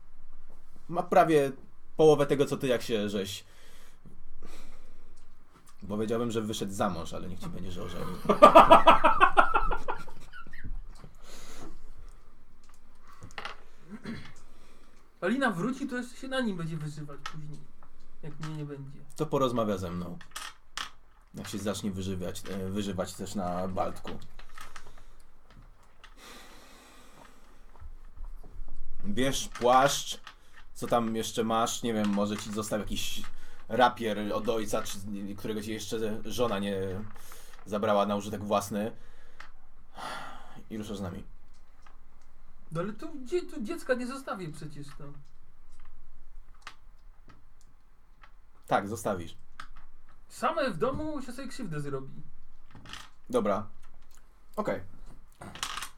S5: Ma prawie połowę tego, co ty, jak się żeś. Powiedziałbym, że wyszedł za mąż, ale niech ci będzie, że ożenił.
S4: Alina wróci, to jeszcze się na nim będzie wyzywać później. Jak mnie nie będzie.
S5: To porozmawia ze mną. Jak się zacznie wyżywiać, e, wyżywać też na Baltku. Bierz płaszcz, co tam jeszcze masz, nie wiem, może ci został jakiś rapier od ojca, czy, którego ci jeszcze żona nie zabrała na użytek własny. I ruszasz z nami.
S4: No ale tu, gdzie, tu dziecka nie zostawię przecież no. tam.
S5: Tak, zostawisz.
S4: Same w domu się sobie krzywdę zrobi.
S5: Dobra. Okej.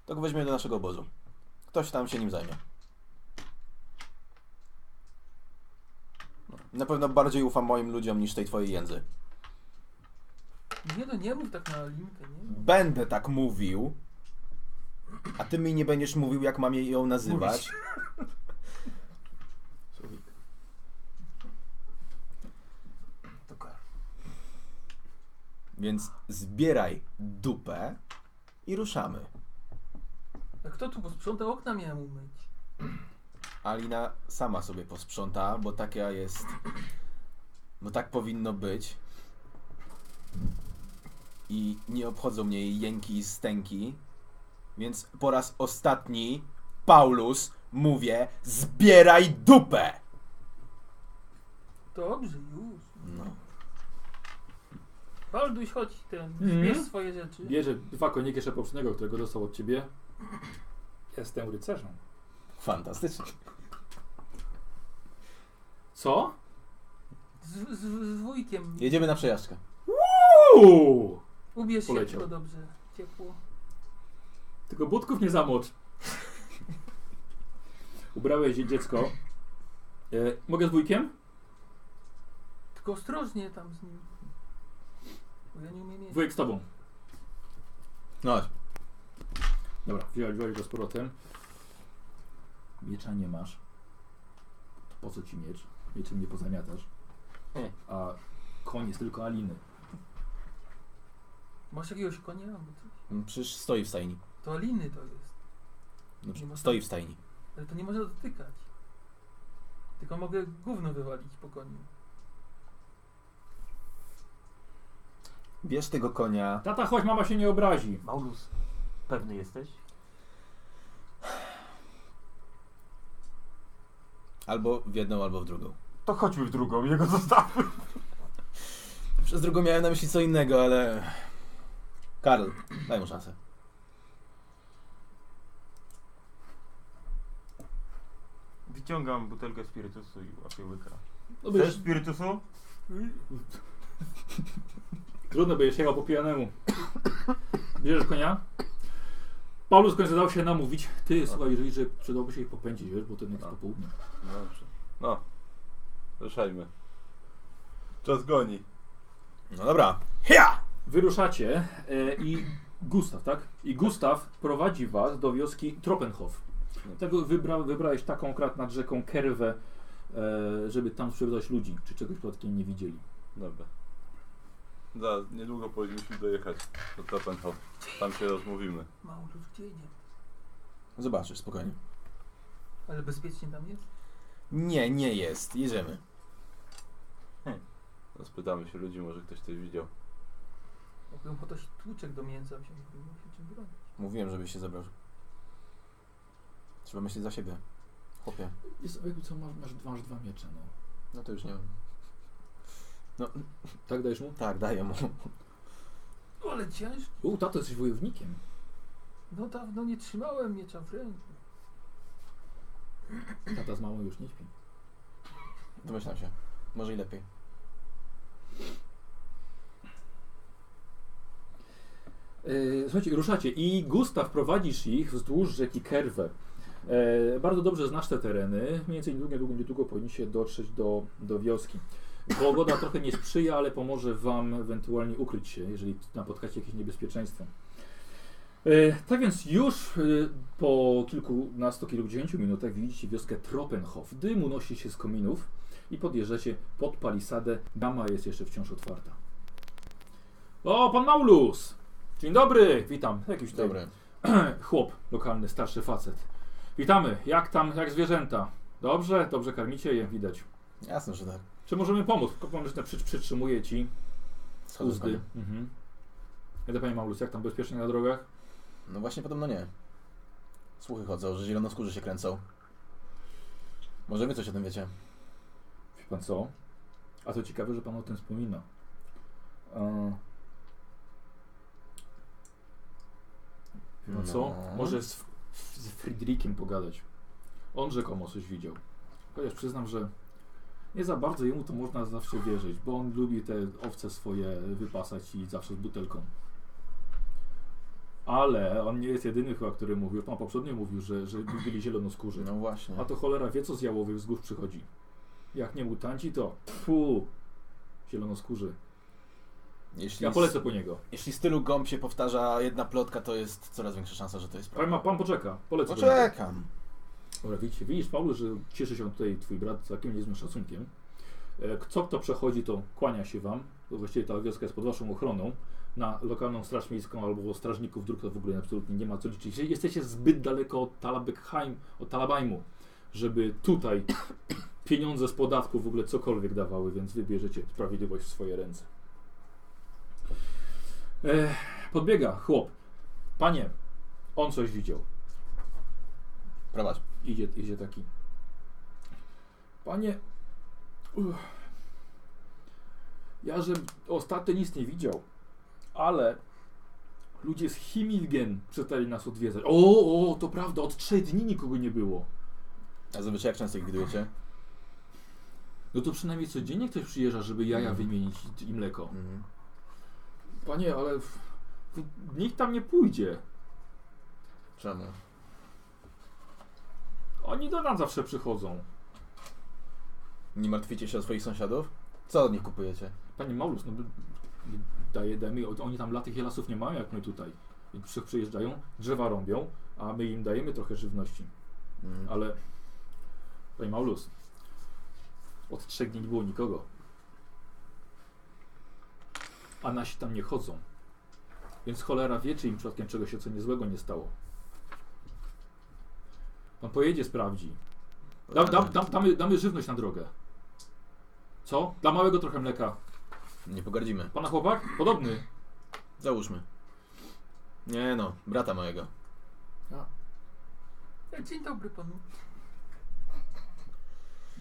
S5: To go weźmiemy do naszego obozu. Ktoś tam się nim zajmie. Na pewno bardziej ufam moim ludziom niż tej twojej jędzy.
S4: Nie no, nie mów tak na Alinkę, nie?
S5: Będę tak mówił, a ty mi nie będziesz mówił, jak mam jej ją nazywać.
S1: To kar.
S5: Więc zbieraj dupę i ruszamy.
S4: A kto tu posprzątał okna miałem umyć?
S5: Alina sama sobie posprząta, bo taka jest. Bo tak powinno być. I nie obchodzą mnie jej jęki i stęki. Więc po raz ostatni, Paulus, mówię: zbieraj dupę!
S4: Dobrze, już.
S5: No.
S4: Balduś, chodź ten,
S2: Mhm.
S4: bierz swoje rzeczy.
S2: Bierze dwa koniki szepoprznego, którego dostał od ciebie. Jestem rycerzem.
S5: Fantastycznie.
S2: Co?
S4: Z, z, z wujkiem.
S5: Jedziemy na przejażdżkę.
S2: Uuu!
S4: Ubierz się
S2: Poleciał.
S4: tylko dobrze, ciepło.
S2: Tylko budków nie zamocz. Ubrałeś je dziecko. E, mogę z wujkiem?
S4: Tylko ostrożnie tam z nim. Bo ja nie umiem jeść.
S2: Wujek z tobą.
S5: No chodź.
S2: Dobra, wziąłeś, wziąłeś go z powrotem. Miecza nie masz. To po co ci miecz? Mieczem nie pozamiatasz.
S1: Nie.
S2: A koniec tylko Aliny.
S4: Masz jakiegoś konia albo coś?
S5: No Przecież stoi w stajni.
S4: To Aliny to jest.
S5: No, przecież stoi w stajni.
S4: Ale to nie można dotykać. Tylko mogę gówno wywalić po koniu.
S5: Bierz tego konia.
S2: Tata, chodź, mama się nie obrazi.
S1: Maulus, pewny jesteś?
S5: Albo w jedną, albo w drugą.
S1: To chodźmy w drugą, jego zostawmy.
S5: Przez drugą miałem na myśli co innego, ale. Karl, daj mu szansę.
S1: Wyciągam butelkę spirytusu i łapię łyka.
S2: No
S1: Chcesz
S2: byś,
S1: spirytusu?
S2: trudno by jechał po pijanemu. Bierzesz konia? Paulus w końcu dał się namówić. Ty,
S1: Tak.
S2: słuchaj, jeżeli że przydałoby się ich popędzić, wiesz, bo to jest
S3: Tak.
S2: popołudnie.
S3: No Dobrze. No. Ruszajmy. Czas goni.
S5: No dobra.
S2: Wyruszacie e, i Gustaw, tak? I Gustaw prowadzi was do wioski Tropenhof. Tego wybra, wybrałeś taką krat nad rzeką Kerwę, e, żeby tam sprzedawać ludzi, czy czegoś przypadkiem nie widzieli.
S3: Dobra. Za niedługo powinniśmy dojechać do Toppenhof. Tam się rozmówimy.
S4: Mało ludzi gdzie nie.
S5: Zobaczysz, spokojnie.
S4: Ale bezpiecznie tam jest?
S5: Nie, nie jest. Jedziemy.
S3: No, Pytamy się ludzi, może ktoś coś widział.
S4: Mógłbym po to się tłuczek do mięsa wziąć, bo nie się czym bronić.
S5: Mówiłem, żebyś się zebrał. Trzeba myśleć za siebie. Chłopie,
S2: Jest, jakby co, masz, masz, dwa, masz dwa miecze, no.
S5: no to już nie wiem.
S2: Tak dajesz mu?
S5: Tak, daję mu.
S4: O, Ale ciężko.
S2: U, tato, jesteś wojownikiem.
S4: No dawno nie trzymałem miecza w ręku.
S2: Tata z mamą już nie śpi.
S5: Domyślam się. Może i lepiej.
S2: E, Słuchajcie, ruszacie i Gustaw prowadzisz ich wzdłuż rzeki Kerwe. E, Bardzo dobrze znasz te tereny. Mniej więcej niedługo, niedługo, niedługo powinniście dotrzeć do, do wioski. Pogoda trochę nie sprzyja, ale pomoże Wam ewentualnie ukryć się, jeżeli napotkacie jakieś niebezpieczeństwo. E, Tak więc już e, po kilkunastu, kilkudziesięciu minutach widzicie wioskę Tropenhof. Dym unosi się z kominów i podjeżdżacie pod palisadę. Dama jest jeszcze wciąż otwarta. O, pan Maulus! Dzień dobry, witam. Jakiś tutaj
S5: Dobre.
S2: chłop lokalny, starszy facet. Witamy, jak tam, jak zwierzęta? Dobrze, dobrze karmicie je, widać.
S5: Jasne, że tak.
S2: Czy możemy pomóc? Koponeczne przy, przytrzymuje ci
S5: Schodzę z
S2: uzdy.
S5: konia.
S2: Mhm. Ja do Pani Maulus, jak tam bezpiecznie na drogach?
S5: No właśnie podobno nie. Słuchy chodzą, że zielonoskórzy się kręcą. Może wy coś o tym wiecie.
S2: Wie Pan co? A to ciekawe, że Pan o tym wspomina. E... Wie Pan co?
S5: No.
S2: Może z, z Friedrikiem pogadać. On rzekomo coś widział. Chociaż przyznam, że nie za bardzo jemu to można zawsze wierzyć, bo on lubi te owce swoje wypasać i zawsze z butelką. Ale on nie jest jedyny chyba, który mówił. Pan poprzednio mówił, że, że byli zielonoskórzy.
S5: No właśnie.
S2: A to cholera wie, co z jałowych wzgórz przychodzi. Jak nie mutanci, to pfu, zielonoskórzy.
S5: Jeśli,
S2: Ja polecę po niego.
S5: jeśli z tylu gąb się powtarza jedna plotka, to jest coraz większa szansa, że to jest
S2: Pan, ma,
S5: prawda.
S2: pan poczeka, polecę po niego.
S5: Poczekam.
S2: Dobra, widzicie, widzisz, Paulu, że cieszy się tutaj twój brat całkiem niezłym szacunkiem. E, Co kto przechodzi, to kłania się wam. bo Właściwie ta wioska jest pod waszą ochroną. Na lokalną straż miejską albo strażników dróg to w ogóle absolutnie nie ma co liczyć. Jesteście zbyt daleko od Talabekheim, od Talabajmu, żeby tutaj pieniądze z podatku w ogóle cokolwiek dawały, więc wybierzecie sprawiedliwość w swoje ręce. E, podbiega chłop. Panie, on coś widział.
S5: Prowadź.
S2: Idzie, idzie taki. Panie. Uff. Ja, że ostatnio nic nie widział, ale ludzie z Himilgen przestali nas odwiedzać. O, o, to prawda, od trzech dni nikogo nie było.
S5: A zazwyczaj jak często ich widujecie?
S2: No to przynajmniej codziennie ktoś przyjeżdża, żeby jaja wymienić i mleko.
S5: Mhm.
S2: Panie, ale w, w, nikt tam nie pójdzie.
S5: Czemu?
S2: Oni do nas zawsze przychodzą.
S5: Nie martwicie się o swoich sąsiadów? Co od nich kupujecie?
S2: Panie Maulus, no by- daje, daje mi, oni tam latych jelasów nie mają jak my tutaj. I przy- Przyjeżdżają, drzewa rąbią, a my im dajemy trochę żywności.
S5: Mhm.
S2: Ale, panie Maulus, od trzech dni nie było nikogo. A nasi tam nie chodzą. Więc cholera wie, czy im przypadkiem czegoś się co niezłego nie stało. Pan pojedzie, sprawdzi. Dam, dam, dam, damy, damy żywność na drogę. Co? Dla małego trochę mleka.
S5: Nie pogardzimy.
S2: Pana chłopak? Podobny.
S5: Załóżmy. Nie no, brata mojego.
S4: E, Dzień dobry panu.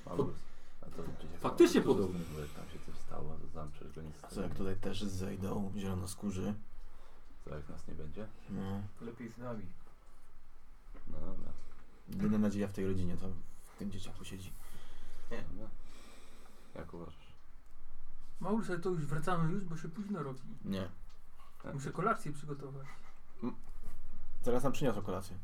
S3: Maulus. A to widzicie,
S2: Faktycznie
S3: to, to,
S2: podobny.
S3: Tam się coś stało, to znam, przecież go nic z
S5: A co
S3: tego
S5: jak
S3: nie-
S5: tutaj też zejdą zielonoskórzy?
S3: Co jak nas nie będzie?
S5: No.
S1: Lepiej z nami.
S3: No dobra.
S5: Jedyna nadzieja w tej rodzinie to w tym dzieciaku siedzi.
S3: dobra. Jak uważasz?
S4: Maulus, ale to już wracamy już, bo się późno robi.
S5: Nie.
S4: Muszę kolację przygotować.
S5: Teraz nam przyniosło kolację.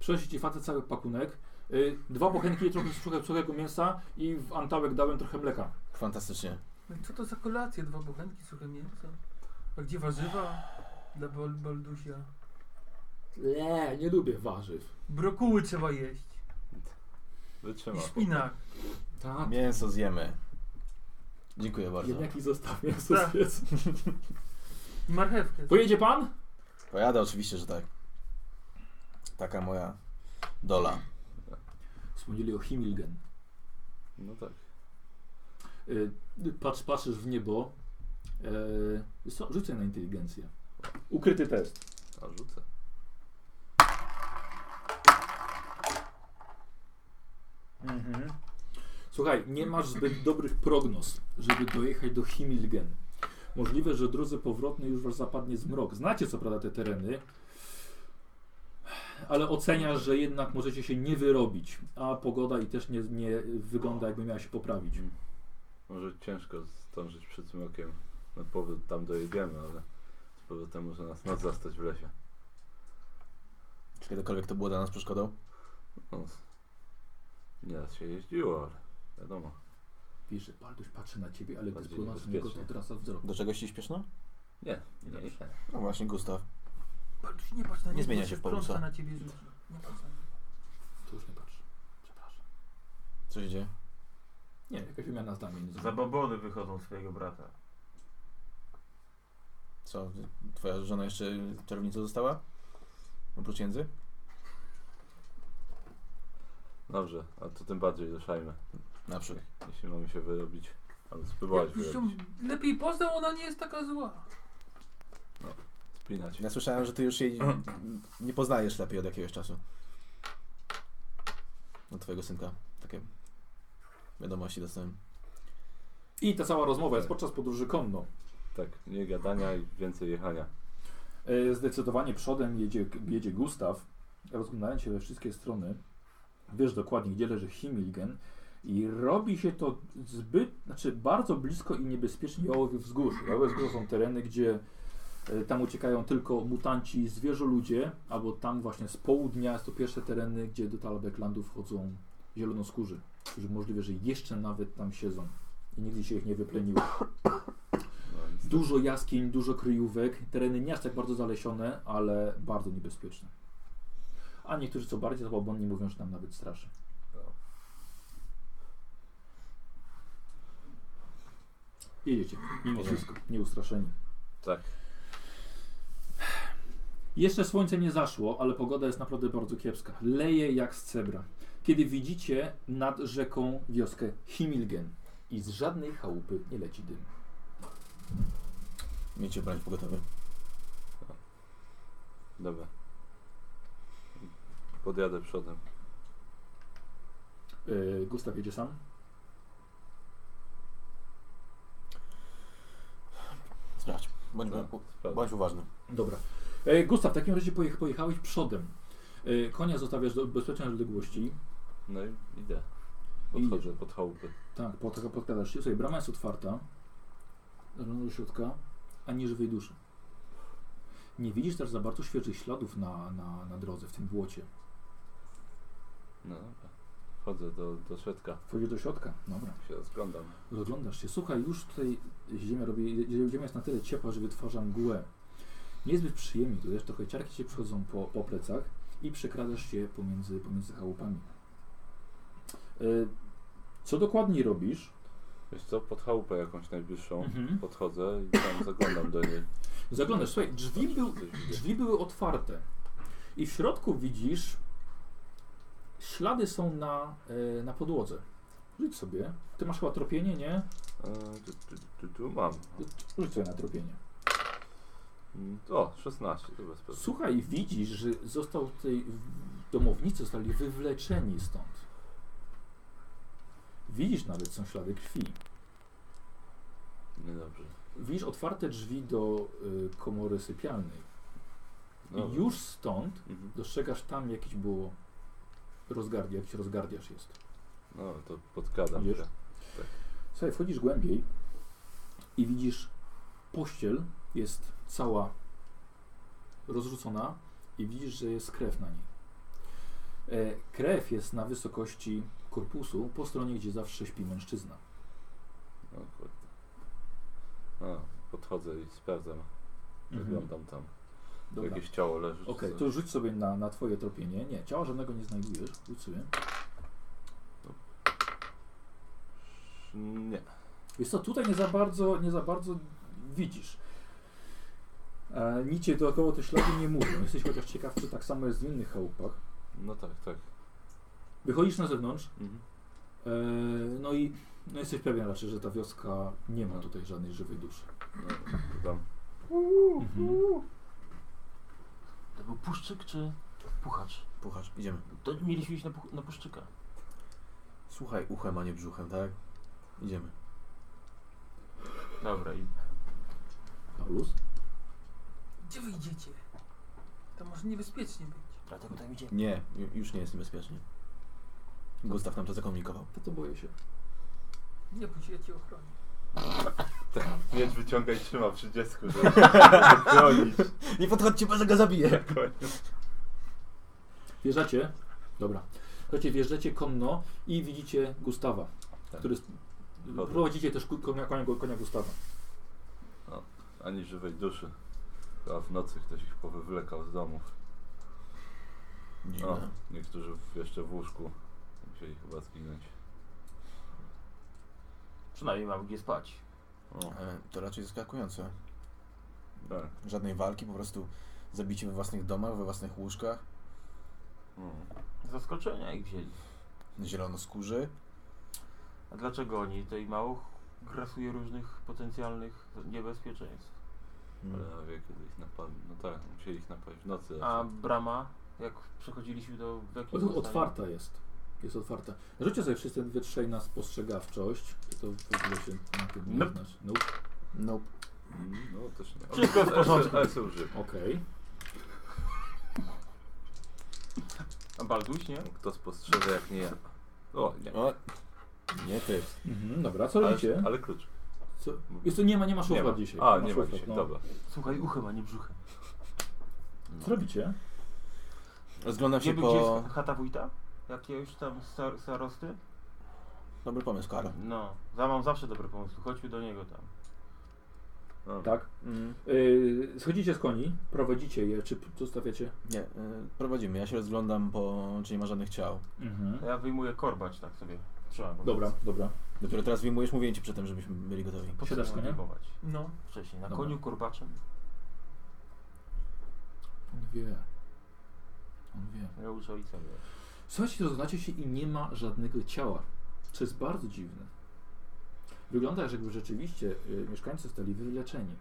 S2: Przynosi ci facet cały pakunek. y, dwa bochenki, trochę suche- suchego mięsa i w antałek dałem trochę mleka.
S5: Fantastycznie.
S4: No i Co to za kolacje? Dwa bochenki, suche mięso. A gdzie warzywa? Dla bal baldusia.
S2: Nie, nie lubię warzyw.
S4: Brokuły trzeba jeść. I
S3: Wytrzymasz.
S4: szpinak.
S2: Tak,
S5: Mięso zjemy. Dziękuję bardzo.
S2: jednak i zostaw mięso
S4: Tak.
S2: zjedz.
S4: I marchewkę.
S2: Pojedzie pan?
S5: Pojada oczywiście, że tak. Taka moja dola.
S2: Wspomnieli o Himilgen.
S3: No tak.
S2: E, patrz, patrzysz w niebo. E, wiesz co, rzucaj na inteligencję. Ukryty test.
S3: A rzucę.
S2: Słuchaj, nie masz zbyt dobrych prognoz, żeby dojechać do Himilgen. Możliwe, że drodze powrotnej już was zapadnie zmrok. Znacie co prawda te tereny, ale oceniasz, że jednak możecie się nie wyrobić, a pogoda i też nie, nie wygląda jakby miała się poprawić.
S3: Może ciężko zdążyć przed zmrokiem. Na powrót tam dojedziemy, ale z powrotem może nas noc zastać w lesie.
S5: Czy kiedykolwiek to było dla nas przeszkodą?
S3: No, s- nieraz się jeździło, ale wiadomo.
S2: Wiesz, że Balduś patrzy na ciebie, ale gdy
S3: Bardziej
S2: spływasz w niego, to
S3: niebezpiecznie.
S2: odraca wzrok.
S5: Do czegoś ci śpieszno?
S3: Nie, nie, nie.
S5: No właśnie, Gustaw.
S4: Patrz, nie patrz na
S5: Nie
S4: niego.
S5: zmienia
S4: bo
S5: się w
S4: wtrąca
S5: Paulusa.
S4: na ciebie rzuci. Nie patrz na niego.
S2: To już nie patrzy. Przepraszam.
S5: Co się dzieje?
S2: Nie, jakaś wymiana zdań. między-
S1: Zabobony wychodzą z twojego brata.
S5: Co, twoja żona jeszcze czarownicą została? Oprócz jędzy?
S3: Dobrze, a to tym bardziej ruszajmy.
S5: Na przód.
S3: Jeśli mamy się wyrobić, albo spróbować
S4: Jakbyś ją
S3: wyrobić.
S4: lepiej poznał, ona nie jest taka zła.
S3: Spinać.
S5: Ja słyszałem, że ty już jej nie poznajesz lepiej od jakiegoś czasu. Od twojego synka. Takie wiadomości dostałem.
S2: I ta cała rozmowa jest podczas podróży konno.
S3: Tak, nie gadania i więcej jechania.
S2: E, Zdecydowanie przodem jedzie, jedzie Gustaw, rozglądając się we wszystkie strony. Wiesz dokładnie, gdzie leży Himilgen. I robi się to zbyt, znaczy bardzo blisko i niebezpiecznie jałowych wzgórz. Jałowe wzgórz są tereny, gdzie e, tam uciekają tylko mutanci i zwierzoludzie, albo tam właśnie z południa są pierwsze tereny, gdzie do Talabeklandu wchodzą zielonoskórzy, którzy możliwe, że jeszcze nawet tam siedzą i nigdy się ich nie wypleniło.
S3: No, nic
S2: Dużo jaskiń, dużo kryjówek, tereny nie aż tak bardzo zalesione, ale bardzo niebezpieczne. A niektórzy co bardziej zabobonni mówią, że tam nawet straszy. Jedziecie, mimo wszystko, nieustraszeni.
S3: Tak.
S2: Jeszcze słońce nie zaszło, ale pogoda jest naprawdę bardzo kiepska. Leje jak z cebra. Kiedy widzicie nad rzeką wioskę Himilgen i z żadnej chałupy nie leci dym.
S5: Miejcie broń pogotowy.
S3: Dobra. Podjadę przodem.
S2: Yy, Gustaw jedzie sam?
S5: Sprawdź. Bądź,
S3: No,
S5: u-
S3: sprawdzę.
S5: bądź uważny.
S2: Dobra. E, Gustaw, w takim razie pojech, pojechałeś przodem. E, konia zostawiasz do bezpiecznej odległości.
S3: No i idę.
S2: I
S3: Podchodzę pod chałupy.
S2: Tak, pod, podkładasz się. Słuchaj, brama jest otwarta. Zaglądasz do środka, ani żywej duszy. Nie widzisz też za bardzo świeżych śladów na, na, na drodze, w tym błocie.
S3: No dobra. Wchodzę do, do środka.
S2: Wchodzisz do środka. Dobra.
S3: Się rozglądam.
S2: Rozglądasz się. Słuchaj, już tutaj ziemia robi, ziemia jest na tyle ciepła, że wytwarza mgłę. Niezbyt przyjemnie tu też trochę ciarki ci przychodzą po, po plecach i przekradasz się pomiędzy, pomiędzy chałupami. Y, Co dokładnie robisz?
S3: Wiesz co, pod chałupę jakąś najbliższą.
S2: Mhm.
S3: Podchodzę i tam zaglądam do niej.
S2: Zaglądasz, słuchaj, drzwi, był,
S3: Coś widzę.
S2: drzwi były otwarte i w środku widzisz ślady są na, y, na podłodze. Rzuć sobie. Ty masz chyba tropienie, nie?
S3: E, Tu, tu, tu, tu mam.
S2: Rzuć sobie na tropienie.
S3: Mm, O, 16, to bez problemu.
S2: Słuchaj, widzisz, że został tej domownicy zostali wywleczeni stąd. Widzisz nawet są ślady krwi.
S3: Niedobrze.
S2: Widzisz otwarte drzwi do y, komory sypialnej. I
S3: Dobra.
S2: już stąd
S3: Mhm.
S2: dostrzegasz tam jakieś było rozgardia, jakiś rozgardiasz jest.
S3: No to podkradam
S2: Idziesz?
S3: się.
S2: Słuchaj, wchodzisz głębiej i widzisz pościel jest cała rozrzucona i widzisz, że jest krew na niej. E, krew jest na wysokości korpusu po stronie, gdzie zawsze śpi mężczyzna.
S3: No kurde. A, podchodzę i sprawdzam.
S2: Mhm.
S3: Wyglądam tam.
S2: Dobra.
S3: Mhm. Jakieś ciało leży. czy
S2: Okej,
S3: coś.
S2: to rzuć sobie na, na twoje tropienie. Nie, ciała żadnego nie znajdujesz. Rzuć sobie.
S3: Nie.
S2: Jest to tutaj nie za bardzo, nie za bardzo widzisz. E, nic cię dookoła te ślady nie mówią. Jesteś chociaż ciekaw, czy tak samo jest w innych chałupach.
S3: No tak, tak.
S2: Wychodzisz na zewnątrz,
S3: Mhm.
S2: e, no i No jesteś pewien raczej, że ta wioska nie ma tutaj żadnej żywej duszy.
S3: No, Tam.
S1: To był puszczyk czy puchacz?
S5: Puchasz, idziemy.
S1: To mieliśmy iść na, puch- na puszczyka.
S5: Słuchaj uchem, a nie brzuchem, tak? Idziemy.
S1: Dobra, i
S2: Paulus?
S4: Gdzie wy idziecie? To może niebezpiecznie być.
S1: dlatego tam idziemy.
S5: Nie, ju- już nie jest niebezpiecznie. Gustaw nam to zakomunikował.
S2: To to boję się.
S4: Nie bój się, ja cię ochronię.
S3: Miecz wyciąga i trzyma przy dziecku, żeby żeby chronić.
S5: Nie podchodźcie, bo go zabiję!
S2: Wjeżdżacie? Dobra. Słuchajcie, wjeżdżacie konno i widzicie Gustawa,
S3: Tak.
S2: który... sp- Prowadzicie też ku- konia, konia, konia Gustawa.
S3: Ani żywej duszy. A w nocy ktoś ich powywlekał z domów. O,
S5: Dziwne.
S3: niektórzy w- jeszcze w łóżku musieli chyba zginąć.
S1: Przynajmniej mamy gdzie spać.
S3: O,
S5: E, To raczej zaskakujące.
S3: tak.
S5: Żadnej walki, po prostu zabicie we własnych domach, we własnych łóżkach,
S3: O.
S1: Zaskoczenia ich wzięli.
S5: zielono skórzy.
S1: A dlaczego oni tutaj mało grasuje różnych potencjalnych niebezpieczeństw?
S3: Ale na wie, kiedy ich napadli. No tak, musieli ich napaść w nocy.
S1: A brama, jak przechodziliśmy do... do jakiego
S2: Od,
S1: stanu?
S2: otwarta jest. Jest otwarta. Rzućcie sobie wszyscy dwie trzej na spostrzegawczość. To w ogóle się na tym nie
S1: Nope.
S2: znasz. Nope.
S5: Nope.
S3: Mm, No też nie.
S1: Wszystko w porządku.
S3: Ale są żywi.
S2: Okej.
S1: A Balduś, nie?
S3: Kto spostrzeże jak nie ja. O, nie.
S5: O, nie ty.
S2: Mhm, dobra, co
S3: Ale,
S2: robicie?
S3: ale klucz.
S2: Co? Jest to nie ma, nie ma
S3: Nie
S2: szuflad
S3: ma.
S2: dzisiaj.
S3: A, nie ma
S2: szuflad,
S3: dzisiaj,
S2: no.
S3: dobra.
S1: Słuchaj uchem, a nie brzuchem.
S3: No.
S2: Co robicie?
S5: Rozglądam się
S1: Wiemy, gdzie
S5: po...
S1: jest chata wójta? Jakiegoś tam star starosty?
S5: Dobry pomysł, Karol.
S1: No, za mam zawsze dobre pomysły. Chodźmy do niego tam.
S3: No.
S2: Tak. Yy, schodzicie z koni, prowadzicie je, czy p- zostawiacie?
S5: Nie, y, prowadzimy. Ja się rozglądam, bo czy nie ma żadnych ciał.
S2: Mhm.
S1: Ja wyjmuję korbacz tak sobie. Trzymam. go.
S2: Dobra, dobra.
S5: Dopiero teraz wyjmujesz, mówię ci przy tym, żebyśmy byli gotowi.
S1: Po co
S2: Siadasz
S1: mam
S2: konia?
S1: wyjmować?
S4: No.
S1: Wcześniej, na
S2: Dobra.
S1: koniu korbaczem.
S2: On wie. On wie.
S1: Miał już ojca, wiesz.
S2: Słuchajcie, rozglądacie się i nie ma żadnego ciała, co jest bardzo dziwne. Wygląda, jakby rzeczywiście y, mieszkańcy zostali wyleczeni.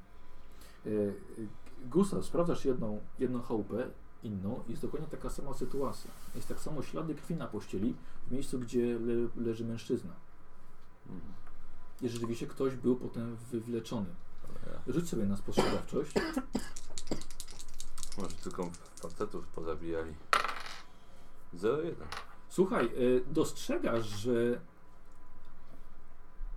S2: Y, y, Gustaw, sprawdzasz jedną, jedną chałupę, inną, jest dokładnie taka sama sytuacja. Jest tak samo ślady krwi na pościeli w miejscu, gdzie le, leży mężczyzna.
S3: Mm.
S2: I rzeczywiście ktoś był potem wywleczony.
S3: Ale ja.
S2: Rzuć sobie na spostrzegawczość.
S3: Może tylko facetów pozabijali. 0-1.
S2: Słuchaj, y, dostrzegasz, że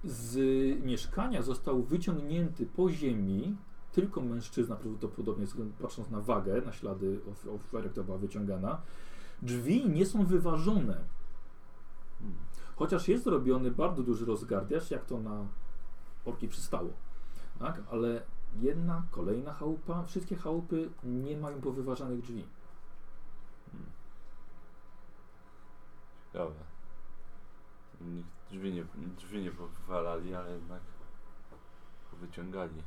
S2: z mieszkania został wyciągnięty po ziemi tylko mężczyzna, prawdopodobnie wzglę- patrząc na wagę, na ślady of- ofiary, która była wyciągana. Drzwi nie są wyważone.
S3: Mm.
S2: Chociaż jest zrobiony bardzo duży rozgardiaż, jak to na orki przystało. Tak? Ale jedna, kolejna chałupa, wszystkie chałupy nie mają powyważanych drzwi.
S3: Ciekawe. Nikt drzwi nie, drzwi nie powalali, ale jednak wyciągali.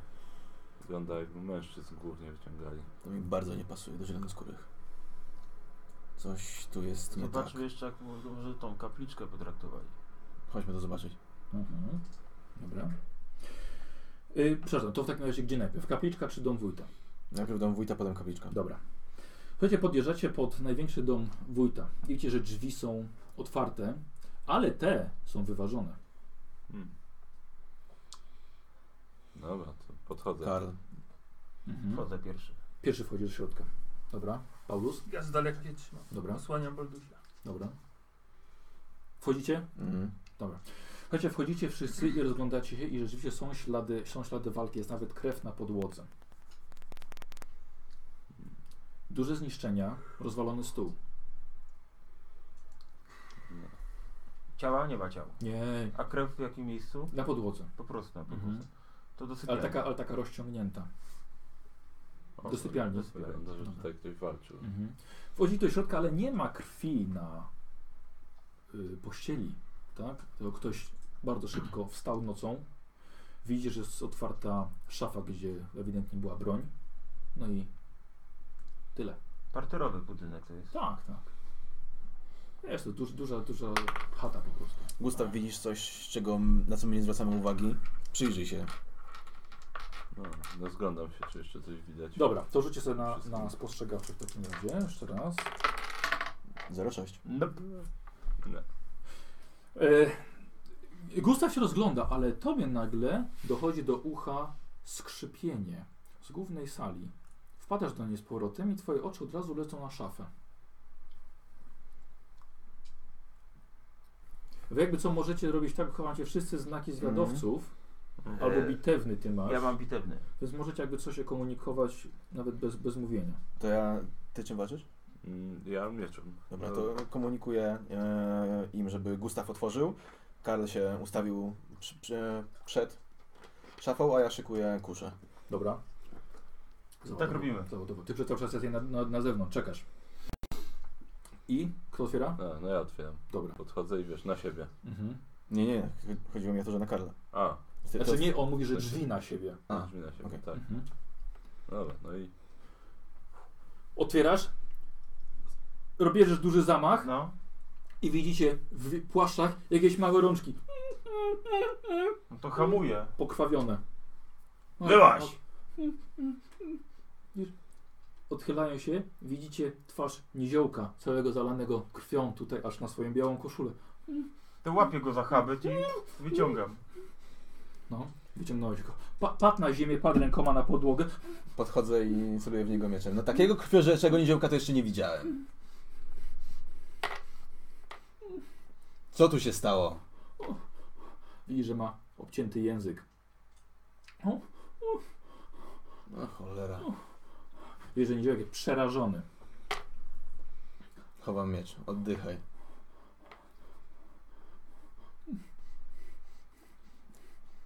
S3: Wygląda jakby mężczyzn głównie wyciągali.
S5: To mi bardzo nie pasuje do zielonoskórych. Coś tu jest nie tak.
S1: Zobaczmy jeszcze, jak mo- może tą kapliczkę potraktowali.
S5: Chodźmy to zobaczyć.
S2: Mhm. Dobra. Yy, przepraszam, to w takim razie gdzie najpierw? Kapliczka czy dom wójta?
S5: Najpierw dom wójta, potem kapliczka.
S2: Dobra. Słuchajcie, podjeżdżacie pod największy dom wójta. I Widzicie, że drzwi są otwarte, ale te są wyważone.
S3: Hmm. Dobra, to podchodzę.
S5: Karl,
S2: Mhm.
S1: Wchodzę pierwszy.
S2: Pierwszy wchodzi do środka. Dobra. Paulus?
S4: Ja z daleka się trzymam.
S2: Dobra.
S4: Osłaniam Baldusia.
S2: Dobra. Wchodzicie?
S5: mhm.
S2: Słuchajcie, wchodzicie wszyscy i rozglądacie się i rzeczywiście są ślady, są ślady walki, jest nawet krew na podłodze. Duże zniszczenia, rozwalony stół.
S1: Ciała? Nie ma ciała.
S2: Nie,
S1: A krew w jakim miejscu?
S2: na podłodze.
S1: Po prostu na podwórzu.
S2: Mhm.
S1: To dosyć.
S2: Ale taka, ale taka rozciągnięta.
S3: O,
S2: Do sypialni.
S1: do sypialni.
S3: Wygląda, że
S2: Dobra.
S3: tutaj ktoś walczył.
S2: Wchodzi do środka, ale nie ma krwi na y, pościeli. Tak? To ktoś bardzo szybko wstał nocą. Widzi, że jest otwarta szafa, gdzie ewidentnie była broń. No i tyle.
S1: Parterowy budynek to jest.
S2: Tak, tak. Jest to duż, duża, duża chata po prostu.
S5: Gustaw, widzisz coś, czego, na co my nie zwracamy uwagi? Przyjrzyj się.
S3: No, rozglądam się, czy jeszcze coś widać.
S2: Dobra, to rzućcie sobie na, na spostrzegawczy w takim razie, jeszcze raz.
S5: 06.
S1: Nope.
S2: E, Gustaw się rozgląda, ale tobie nagle dochodzi do ucha skrzypienie z głównej sali. Wpadasz do niej z powrotem i twoje oczy od razu lecą na szafę. Wy jakby co możecie robić tak, kocham cię wszyscy znaki zwiadowców, albo
S1: E,
S2: bitewny ty masz,
S1: Ja mam bitewny.
S2: więc możecie jakby coś się komunikować nawet bez, bez mówienia.
S5: To ja... Ty czym walczysz?
S3: Mm, Ja mieczem.
S5: Dobra,
S3: No,
S5: to komunikuję e, im, żeby Gustaw otworzył. Karl się ustawił przy, przy, przed szafą, a ja szykuję kuszę.
S2: Dobra. Zobacz,
S1: Tak robimy.
S2: Zobacz, zobacz. Ty przez cały czas jesteś na, na, na zewnątrz, czekasz. I? Kto otwiera?
S3: A, no ja otwieram.
S2: Dobra.
S3: Podchodzę i wiesz, na siebie.
S2: Mhm.
S5: Nie, nie, chodziło mi o to, że na Karla.
S3: A,
S5: Ty,
S2: Znaczy
S5: to-
S2: nie, on mówi, że drzwi na siebie.
S5: A,
S3: drzwi na siebie,
S5: okej.
S3: tak.
S2: Mhm.
S3: Dobra, no i
S2: Otwierasz, robierzesz duży zamach
S1: No.
S2: i widzicie w płaszczach jakieś małe rączki
S1: no to hamuję.
S2: pokrwawione. No,
S1: Byłaś!
S2: Widzisz? Odchylają się, widzicie twarz niziołka, całego zalanego krwią tutaj aż na swoją białą koszulę.
S1: To łapię go za habyt i wyciągam.
S2: Wyciągnąłeś go. Pa, padł na ziemię, padł rękoma na podłogę.
S5: Podchodzę i celuję w niego mieczem. No takiego krwiożerczego niziołka to jeszcze nie widziałem. Co tu się stało?
S2: Widzi, że ma obcięty język.
S5: No cholera.
S2: Widzi, że niziołek jest przerażony.
S5: Chowam miecz, oddychaj.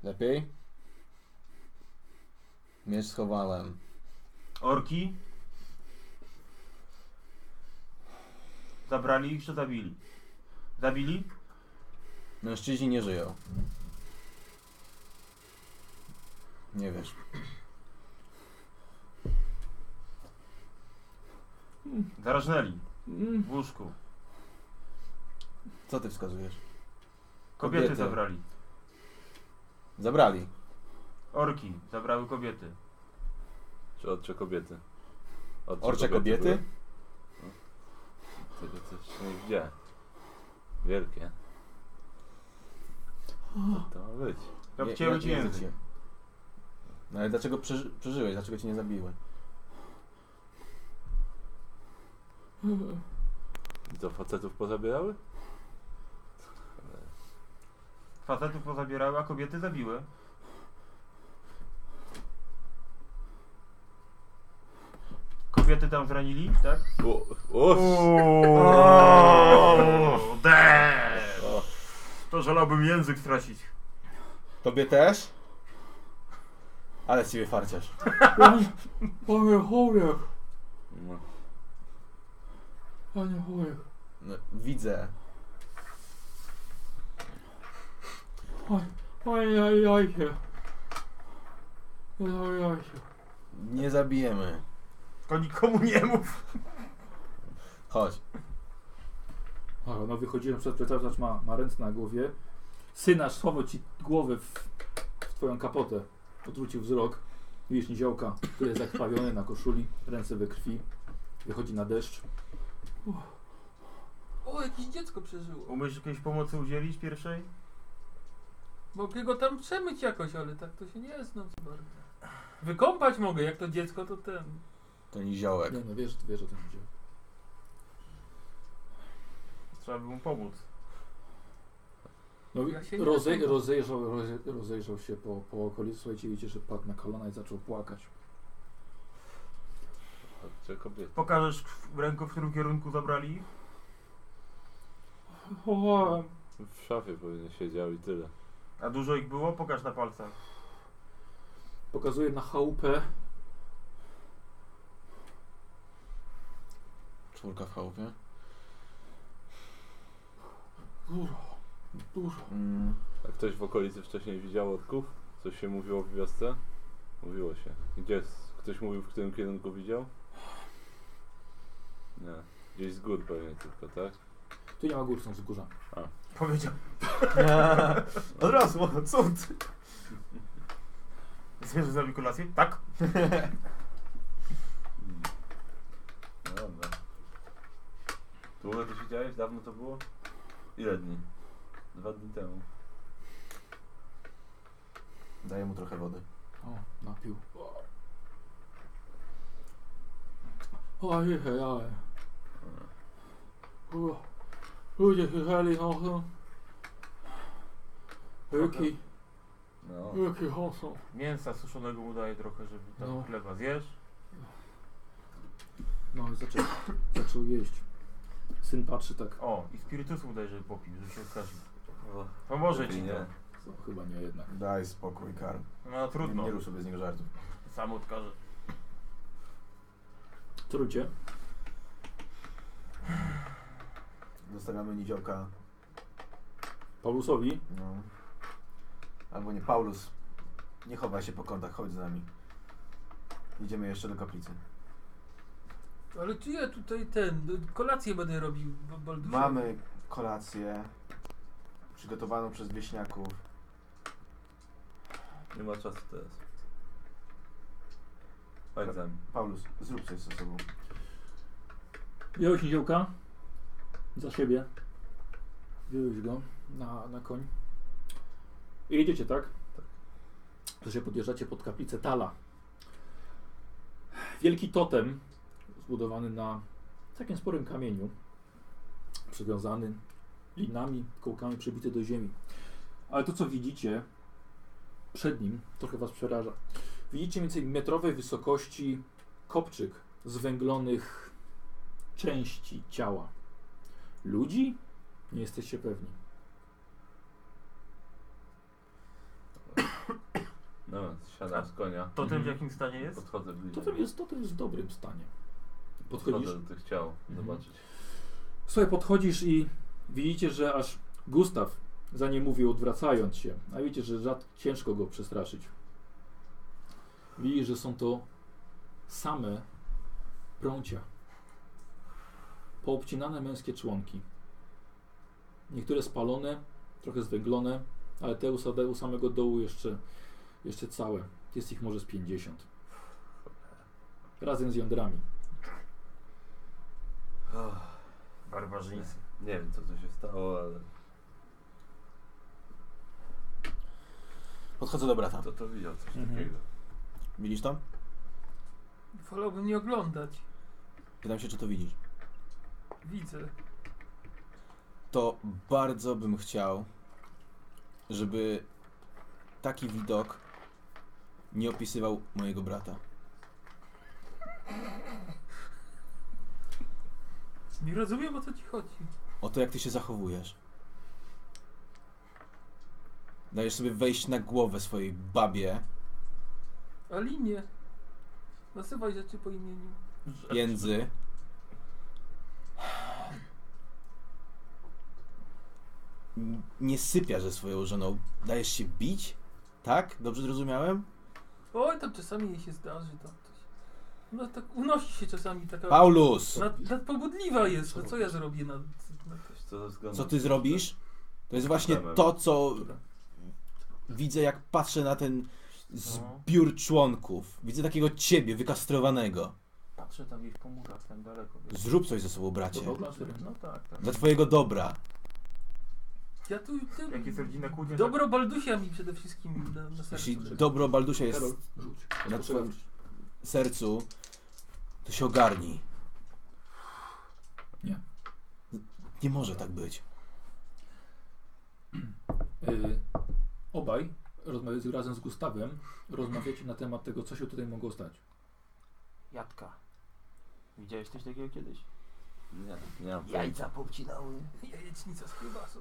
S5: Lepiej? Miecz schowałem.
S1: Orki. Zabrali ich czy zabili? Zabili?
S5: Mężczyźni nie żyją. Nie wiesz.
S1: Zarażnęli.
S2: Mm.
S1: W łóżku.
S5: Co ty wskazujesz?
S1: Kobiety,
S5: Kobiety.
S1: zabrali.
S5: Zabrali.
S1: Orki zabrały kobiety.
S3: czy odcze kobiety? Odcze
S5: Orcze kobiety?
S3: były? Tego też nie widziałem. Wielkie. Co to ma być?
S1: Ja
S5: Je-
S1: wcięły
S5: ja-
S1: ci
S5: ja
S1: język.
S5: wróciłem. No ale dlaczego przeży- przeżyłeś? Dlaczego cię nie zabiły?
S3: I co, facetów pozabierały?
S1: Facetów pozabierały, a kobiety zabiły. Kobiety tam zranili, tak?
S3: O, o,
S1: Oooo, To żalałbym język stracić.
S5: Tobie też? Ale z ciebie farciarz.
S2: Panie, panie Chorek,
S3: No,
S2: panie Chorek,
S5: No, widzę.
S2: panie Jajajcie. Jajajcie.
S5: Nie zabijemy.
S1: To nikomu nie mów.
S5: Chodź.
S2: Ale no wychodziłem przed plecacz, ma, ma ręce na głowie. Synasz schował ci głowę w, w twoją kapotę. Odwrócił wzrok. Widzisz niziołka, który jest zakrwawiony na koszuli, ręce we krwi. Wychodzi na deszcz.
S4: O, jakieś dziecko przeżyło.
S1: Umiesz jakiejś pomocy udzielić pierwszej?
S4: Mogę go tam przemyć jakoś, ale tak to się nie znam za bardzo. Wykąpać mogę, jak to dziecko, to ten.
S5: To niziołek.
S4: Tak.
S2: Nie no, wiesz, wiesz o tym niziołku.
S1: Trzeba by mu pomóc.
S2: No,
S4: Ja się nie
S2: rozej,
S4: rozumiem.
S2: rozejrzał, roze, rozejrzał się po, po okolicy, słuchajcie, widzicie, że padł na kolana i zaczął płakać.
S3: odcze kobiety.
S1: Pokażesz w- ręką, w którym kierunku zabrali ich?
S3: W szafie pewnie siedział i tyle.
S1: A dużo ich było? Pokaż na palcach.
S2: Pokazuje na chałupę,
S5: Czwórka w chałupie.
S2: dużo, dużo.
S5: Mm.
S3: A ktoś w okolicy wcześniej widział orków? Coś się mówiło w wiosce? Mówiło się. Gdzie jest? Ktoś mówił, w którym kierunku widział? Nie. Gdzieś z gór pewnie tylko, tak?
S2: Tu nie ma gór, są wzgórza.
S4: Powiedział.
S1: Odrosło,
S5: no,
S1: cud. Zwierzę zrobi kolację? Tak.
S3: Hmm. No dobra. Długo to siedziałeś? Dawno to było? Ile dni? Dwa dni temu.
S5: Daję mu trochę wody.
S2: O, napił. Ojej, ale. Kurwa. Ludzie no, chychali nosem. Jaki,
S3: No.
S2: jaki hosą.
S1: Mięsa suszonego mu daje trochę, żeby tam
S2: No.
S1: chleba zjesz.
S2: No i zaczął, zaczął jeść. Syn patrzy tak.
S1: O, i spirytusu mu daje, żeby popił, żeby się odkaził.
S3: O,
S1: Pomoże
S3: lepiej
S1: ci to.
S3: nie.
S2: Co, chyba nie jednak.
S5: Daj spokój, Karl.
S1: No trudno,
S5: Nie, nie ruszę bez niego żartów.
S1: sam odkaże.
S2: Trucie.
S5: Dostawiamy niziołka.
S2: Paulusowi.
S5: No. Albo nie, Paulus. Nie chowaj się po kątach, chodź z nami. Idziemy jeszcze do kaplicy.
S4: Ale czy ja tutaj ten, kolację będę robił w Baldurze?
S5: Mamy kolację przygotowaną przez wieśniaków.
S3: Nie ma czasu teraz. Chodź za mną.
S5: Paulus, zrób coś ze sobą.
S2: Wziąłeś niziołka. Za siebie. Wziąłeś go na, na koń. I jedziecie, tak? To się podjeżdżacie pod kaplicę Tala. Wielki totem zbudowany na takim sporym kamieniu. Przywiązany linami, kołkami przybity do ziemi. Ale to, co widzicie przed nim, trochę Was przeraża. Widzicie mniej więcej metrowej wysokości kopczyk z węglonych części ciała. Ludzi? Nie jesteście pewni.
S3: No, siadam z konia.
S1: To tym w
S2: Mhm.
S1: jakim stanie jest?
S3: Podchodzę bliżej.
S2: To tam jest, to tam jest w dobrym stanie. Podchodzisz?
S3: Podchodzę do tych ciał.
S2: Mhm.
S3: Zobaczyć.
S2: Słuchaj, podchodzisz i widzicie, że aż Gustaw za nie mówił, odwracając się. A widzicie, że rzad ciężko go przestraszyć. Widzisz, że są to same prącia. Poobcinane męskie członki. Niektóre spalone, trochę zwęglone, ale te u same- u samego dołu jeszcze, jeszcze całe. Jest ich może z 50. Razem z jądrami.
S3: Och,
S1: Barbarzyńcy.
S3: Ah, Nie wiem, co tu się stało, ale
S5: Podchodzę do brata.
S3: kto to widział coś
S2: Mhm.
S3: takiego.
S5: Widzisz to?
S4: Wolałbym nie oglądać.
S5: Pytam się, czy to widzisz.
S4: Widzę.
S5: To bardzo bym chciał, żeby taki widok nie opisywał mojego brata.
S4: Nie rozumiem o co ci chodzi.
S5: O to, jak ty się zachowujesz. Dajesz sobie wejść na głowę swojej babie
S4: Alinie. Nazywaj rzeczy po imieniu.
S5: między. Nie sypiasz ze swoją żoną. Dajesz się bić? Tak? Dobrze zrozumiałem?
S4: Oj, tam czasami jej się zdarzy tam coś. No tak unosi się czasami taka...
S5: Paulus!
S4: nad, nadpobudliwa jest, no co ja zrobię na, na coś.
S3: Coś, co ze względu
S5: Co ty zrobisz? To jest właśnie
S3: Problemem.
S5: to, co widzę, jak patrzę na ten
S1: No.
S5: zbiór członków. Widzę takiego ciebie wykastrowanego.
S1: Patrzę tam gdzieś po murach, tam daleko. wiesz.
S5: Zrób coś ze sobą, bracie.
S1: No tak, tak.
S5: Dla twojego dobra.
S4: Ja tu... Ty,
S1: Jak jest rodzina kłótnia,
S4: Dobro Baldusia mi przede wszystkim na, na sercu.
S5: Jeśli
S4: leży.
S5: dobro Baldusia jest
S2: Karol, rzuć.
S5: na
S2: Proszę
S5: twoim
S2: rzuć.
S5: sercu, to się ogarnij.
S2: Nie.
S5: Nie może tak być.
S2: Y, obaj rozmawiacie razem z Gustawem, rozmawiacie na temat tego, co się tutaj mogło stać.
S1: Jadka. Widziałeś coś takiego kiedyś?
S3: Nie, nie mam
S1: Jajca popcinały.
S4: Jajecznica z kiełbasą.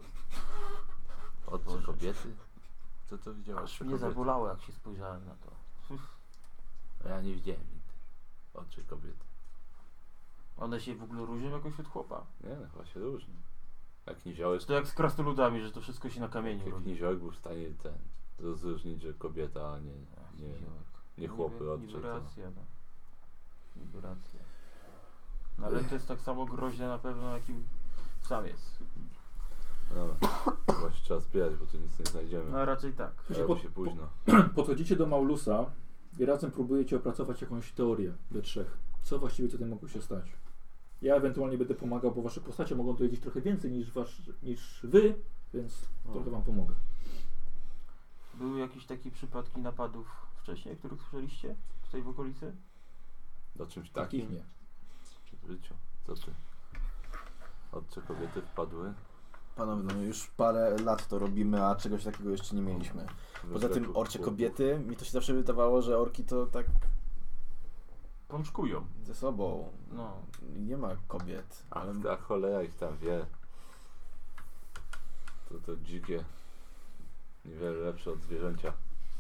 S3: Od co kobiety? Co to widziałaś?
S1: Aż
S3: Te
S1: mnie
S3: kobiety?
S1: zabolało, jak się spojrzałem na to.
S3: A Ja nie widziałem nigdy. Oczy kobiety.
S1: One się w ogóle różnią jakoś od chłopa.
S3: Nie, no chyba się różni. Jak niziołek,
S1: Jest to jak z krasnoludami, że to wszystko się na kamieniu
S3: jak
S1: robi.
S3: niziołek był w stanie ten rozróżnić, że kobieta, a nie,
S1: Ach,
S3: nie,
S1: niziołek.
S3: nie chłopy
S1: Niby-
S3: odczyta.
S1: Niby racja, no. Niby racja. No ale to jest tak samo groźne na pewno, jakim sam jest.
S3: Dobra. Chyba się trzeba zbierać, bo tu nic nie znajdziemy.
S1: No raczej tak.
S2: Słuchajcie,
S3: Robi
S2: po-
S3: się późno.
S2: Podchodzicie do Maulusa i razem próbujecie opracować jakąś teorię we trzech. Co właściwie tutaj mogło się stać? Ja ewentualnie będę pomagał, bo wasze postacie mogą tu wiedzieć trochę więcej niż, wasz, niż wy, więc
S3: O.
S2: trochę wam pomogę.
S1: No. Były jakieś takie przypadki napadów wcześniej, o których słyszeliście tutaj w okolicy?
S3: Do czymś
S2: Takich
S3: takim
S2: Tak, nie.
S3: w życiu. Co ty? Od czy kobiety wpadły?
S5: Panowie, no już parę lat to robimy, a czegoś takiego jeszcze nie mieliśmy. Poza tym orcie kobiety, mi to się zawsze wydawało, że orki to tak
S1: Pączkują.
S5: ze sobą.
S1: No.
S5: Nie ma kobiet.
S3: A,
S5: Ale
S3: a cholera ich tam wie. To to dzikie. Niewiele lepsze od zwierzęcia.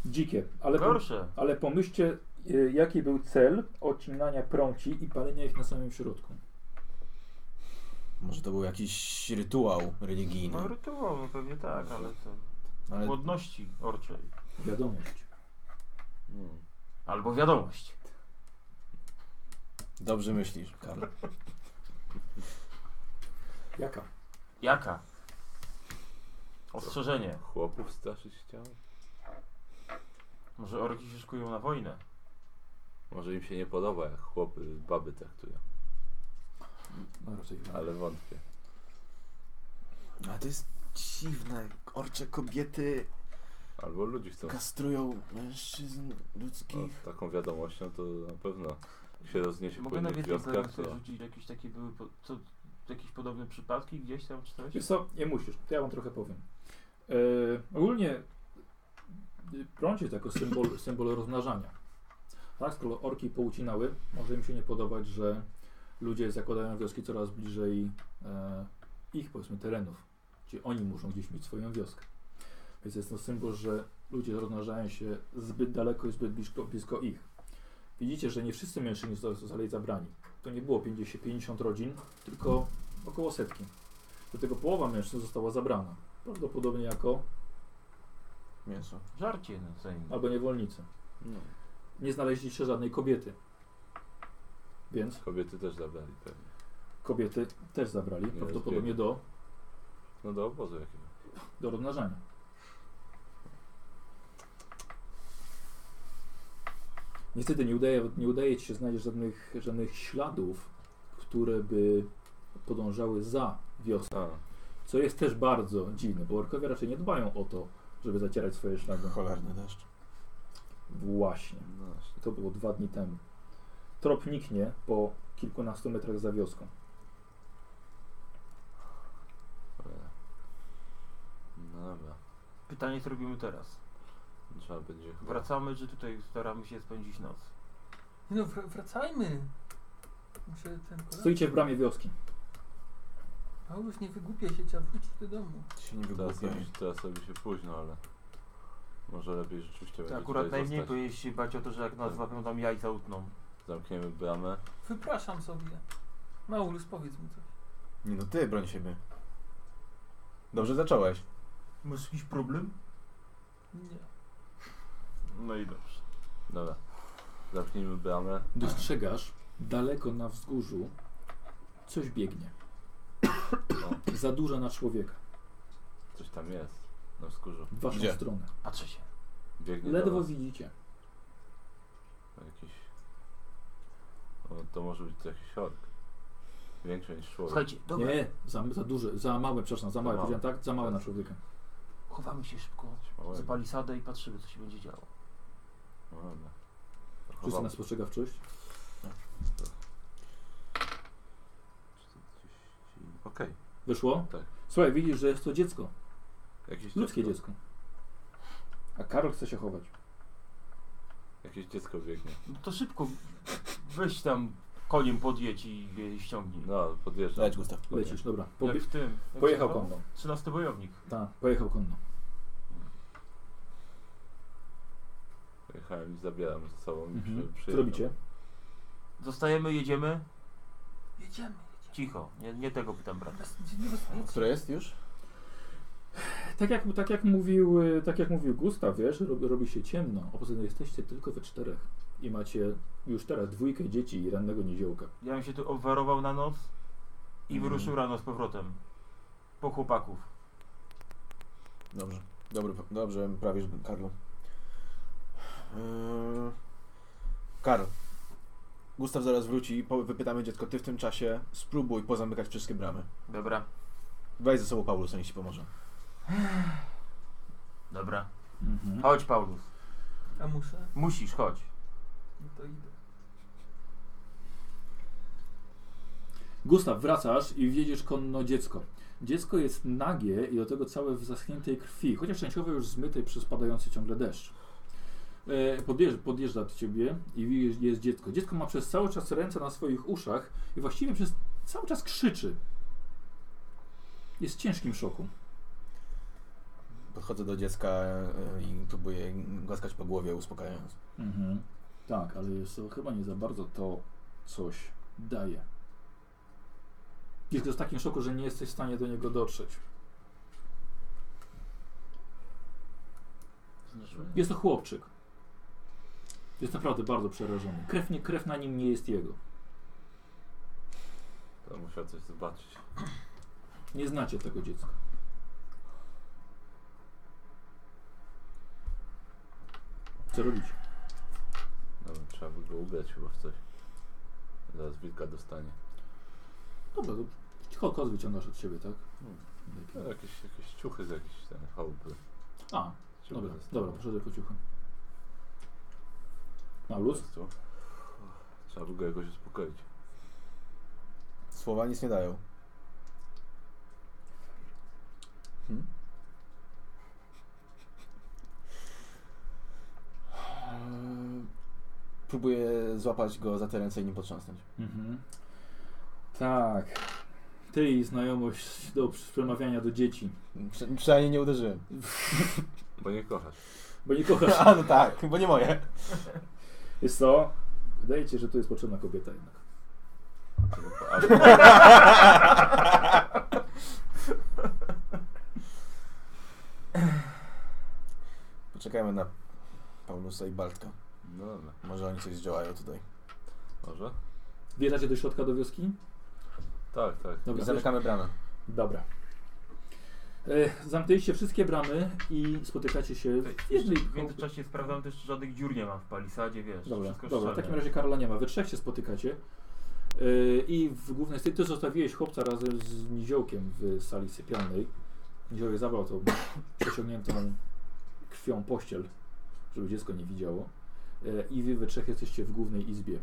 S2: Dzikie, ale, pom-
S1: Gorsze.
S2: ale pomyślcie, y, jaki był cel odcinania prąci i palenia ich na samym środku.
S5: może to był jakiś rytuał religijny.
S1: No rytuał, no pewnie tak, ale to...
S5: Ale
S1: Głodności orczej.
S2: Wiadomość.
S3: Mm.
S1: Albo wiadomość.
S5: dobrze myślisz, Karl.
S2: Jaka?
S1: Jaka? Ostrzeżenie.
S3: Chłopów straszyć chciał?
S1: Może orki się szkują na wojnę.
S3: Może im się nie podoba, jak chłopy baby traktują.
S2: No raczej chyba.
S3: Ale wątpię.
S5: A to jest dziwne. Orcze kobiety
S3: Albo ludzi chcą.
S5: kastrują mężczyzn
S3: No,
S5: ludzkich.
S3: z taką wiadomością to na pewno się rozniesie po
S1: Mogę na
S3: innych
S1: wiedzę
S3: wioskach.
S1: sobie
S3: To...
S1: rzucić jakieś takie były... Po... Co... Jakieś podobne przypadki gdzieś tam czy coś?
S2: Wiesz co, nie musisz, to ja wam trochę powiem. E, ogólnie y, prąd jest jako symbol, symbol rozmnażania. Tak, skoro orki poucinały, może im się nie podobać, że ludzie zakładają wioski coraz bliżej e, ich, powiedzmy, terenów, gdzie oni muszą gdzieś mieć swoją wioskę. Więc jest to symbol, że ludzie rozmnażają się zbyt daleko i zbyt blisko, blisko ich. Widzicie, że nie wszyscy mężczyźni zo- zostali zabrani. To nie było 50, 50 rodzin, tylko około setki. Do tego połowa mężczyzn została zabrana. Prawdopodobnie jako
S5: Mięso.
S1: Żarcie no, za nim.
S2: albo niewolnicy.
S5: No.
S2: Nie znaleźliście żadnej kobiety. Więc
S3: Kobiety też zabrali pewnie.
S2: kobiety też zabrali,
S3: Nie,
S2: prawdopodobnie
S3: zbieg.
S2: do,
S3: No do obozu jakiego.
S2: do rozmnażania. Niestety nie udaje, nie udaje ci się znaleźć żadnych, żadnych śladów, które by podążały za wiosną.
S3: A,
S2: Co jest też bardzo dziwne, bo orkowie raczej nie dbają o to, żeby zacierać swoje ślady.
S5: Cholerny deszcz.
S2: Właśnie.
S3: no właśnie.
S2: To było dwa dni temu. Trop niknie po kilkunastu metrach za wioską.
S3: Cholera. No dobra.
S1: Pytanie co robimy teraz?
S3: Trzeba będzie chyba...
S1: Wracamy czy tutaj staramy się spędzić noc?
S4: Nie No wr- wracajmy. Muszę ten kolor.
S2: Stoicie w bramie wioski.
S4: Paulus nie wygłupia się, trzeba wrócić do domu.
S5: Się nie
S3: Teraz
S5: wygłupiaj.
S3: robi, teraz robi się późno, ale... Może lepiej rzeczywiście będzie
S1: To akurat
S3: tutaj
S1: najmniej
S3: zostać.
S1: powinien się bać o to, że jak nas
S3: Tak.
S1: złapią tam jajca utną.
S3: Zamkniemy bramę.
S4: Wypraszam sobie. Maulus, powiedz mi coś.
S5: Nie no, ty broń siebie. Dobrze zacząłeś.
S1: Masz jakiś problem?
S4: Nie.
S1: No i dobrze.
S3: Dobra. Zamknijmy bramę.
S2: Dostrzegasz daleko na wzgórzu coś biegnie.
S3: O.
S2: Za duże na człowieka.
S3: Coś tam jest. Na wzgórzu.
S2: W waszą
S5: Gdzie?
S2: stronę.
S1: Patrzę się.
S3: Biegnie do
S2: Ledwo
S3: nas.
S2: widzicie.
S3: Jakiś... O, to może być jakiś ork. Większy niż człowiek.
S1: Słuchajcie, dobra,
S2: Nie, za, za duże, za małe, przepraszam, za małe,
S3: małe.
S2: powiedziałem tak? Za małe na człowieka.
S1: chowamy się szybko
S3: Małego.
S1: za palisadę i patrzymy, co się będzie działo.
S3: No dobra.
S2: Wszyscy
S3: Chowam
S2: na
S3: się.
S2: spostrzegawczość.
S3: 40. Okej.
S2: Wyszło?
S3: Tak.
S2: Słuchaj, widzisz, że jest to dziecko.
S3: Jakieś
S2: Ludzkie dziecko. A Karol chce się chować.
S3: Jakieś dziecko biegnie.
S1: No to szybko, weź tam koniem podjedź i je ściągnij.
S3: No, podjeżdżam.
S5: Leć, Gustaw.
S3: Dobra.
S2: Lecisz, dobra.
S1: Jak
S2: Pobie-
S1: w tym. no. jak
S2: pojechał
S1: się nazywa?
S2: konno.
S1: 13 wojownik.
S2: Tak, pojechał konno.
S3: Pojechałem i zabieram ze sobą i
S2: Mhm.
S3: przy,
S2: Co
S3: przyjeżdżam.
S2: robicie?
S1: Zostajemy, jedziemy?
S4: Jedziemy, jedziemy.
S1: Cicho, nie, nie tego pytam, brat.
S4: Bez, niebezpiecznie.
S5: Które jest już?
S2: Tak jak, tak jak mówił, y, tak jak mówił Gustaw, wiesz, robi, robi się ciemno, a poza tym jesteście tylko we czterech i macie już teraz dwójkę dzieci i rannego niziołka.
S1: Ja bym się tu obwarował na noc i
S5: Mhm.
S2: Mm.
S1: wyruszył rano z powrotem. Po chłopaków.
S5: Dobrze. Dobry, dobrze, prawisz, Karlu. Yy... Karl. Gustaw zaraz wróci i po- wypytamy dziecko, ty w tym czasie spróbuj pozamykać wszystkie bramy.
S1: Dobra,
S5: Weź ze sobą Paulusa, niech ci pomoże.
S1: dobra.
S2: Mhm.
S1: Chodź, Paulus.
S4: A muszę?
S1: Musisz, chodź.
S4: No to idę.
S2: Gustaw, wracasz i wiedziesz konno dziecko. Dziecko jest nagie i do tego całe w zaschniętej krwi, chociaż częściowo już zmytej przez padający ciągle deszcz. E, Podjeżdża, podjeżdża do ciebie i widzisz, jest dziecko. Dziecko ma przez cały czas ręce na swoich uszach i właściwie przez cały czas krzyczy. Jest w ciężkim szoku.
S5: Podchodzę do dziecka yy, i próbuję głaskać po głowie, uspokajając.
S2: Mhm. Tak, ale jest to chyba nie za bardzo to coś daje. Jest w takim szoku, że nie jesteś w stanie do niego dotrzeć. Jest to chłopczyk. Jest naprawdę bardzo przerażony. Krew, nie, krew na nim nie jest jego.
S3: To musiał coś zobaczyć.
S2: Nie znacie tego dziecka. Co robić?
S3: Dobra, No, trzeba by go ubrać chyba w coś. Zaraz wilka dostanie.
S2: Dobra, to ko- koc wyciągasz od siebie, tak?
S3: No, jakieś, jakieś ciuchy z jakiejś ten chałupy.
S2: A,
S3: Ciuchy
S2: dobra,
S3: ze stołu.
S2: dobra, proszę do kociucha.
S3: Po
S2: Maulus?
S3: prostu. Trzeba by go jakoś uspokoić.
S5: Słowa nic nie dają. Hmm? Eee, Próbuję złapać go za te ręce i nim potrząsnąć.
S2: Mhm. Tak. Ty i znajomość do przemawiania do dzieci.
S5: Prze- przynajmniej nie uderzyłem.
S3: Bo nie kochasz.
S2: Bo nie kochasz.
S5: A no tak, bo nie moje.
S2: Jest co? Wydaje ci się, że tu jest potrzebna kobieta jednak.
S3: Albo,
S5: Poczekajmy na Paulusa i Baltka.
S3: no dobra,
S5: Może oni coś zdziałają tutaj.
S3: może?
S2: Wjeżdżacie do środka do wioski?
S3: Tak, tak.
S5: I
S2: Dobra.
S5: zamykamy bramę.
S2: Dobra. E, zamknęliście wszystkie bramy i spotykacie się
S1: Ty,
S2: w
S1: jeszcze
S2: jednej...
S1: w międzyczasie sprawdzam też, czy żadnych dziur nie ma w palisadzie, wiesz.
S2: Dobra,
S1: wszystko
S2: dobra, w
S1: szczelnie.
S2: takim razie Karola nie ma. Wy trzech się spotykacie. E, I w głównej stylu ty zostawiłeś chłopca razem z Niziołkiem w sali sypialnej. Niziołek zabrał tą przeciągniętą krwią pościel, żeby dziecko nie widziało. E, I wy we trzech jesteście w głównej izbie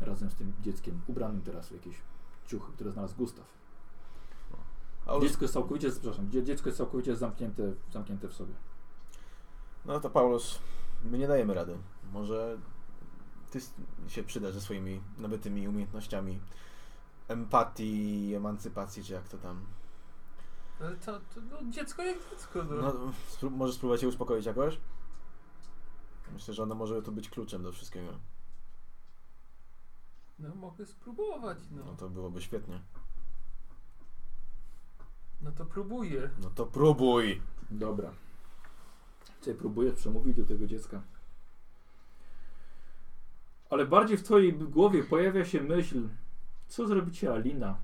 S2: razem z tym dzieckiem, ubranym teraz w jakieś ciuchy, które znalazł Gustaw.
S5: Paulus,
S2: Dziecko jest całkowicie, przepraszam, dzie- dziecko jest całkowicie zamknięte, zamknięte w sobie.
S5: no to Paulus, my nie dajemy rady. Może ty s- się przydasz ze swoimi nabytymi umiejętnościami empatii, emancypacji, czy jak to tam.
S4: Ale to, to no, dziecko jak dziecko. No.
S5: No, spró- może spróbować się uspokoić jakoś? Myślę, że ono może tu być kluczem do wszystkiego.
S4: no mogę spróbować,
S5: No
S4: no.
S5: to byłoby świetnie.
S4: No to próbuję.
S5: No to próbuj!
S2: Dobra. Ty próbujesz przemówić do tego dziecka. Ale bardziej w twojej głowie pojawia się myśl, co zrobicie Alina,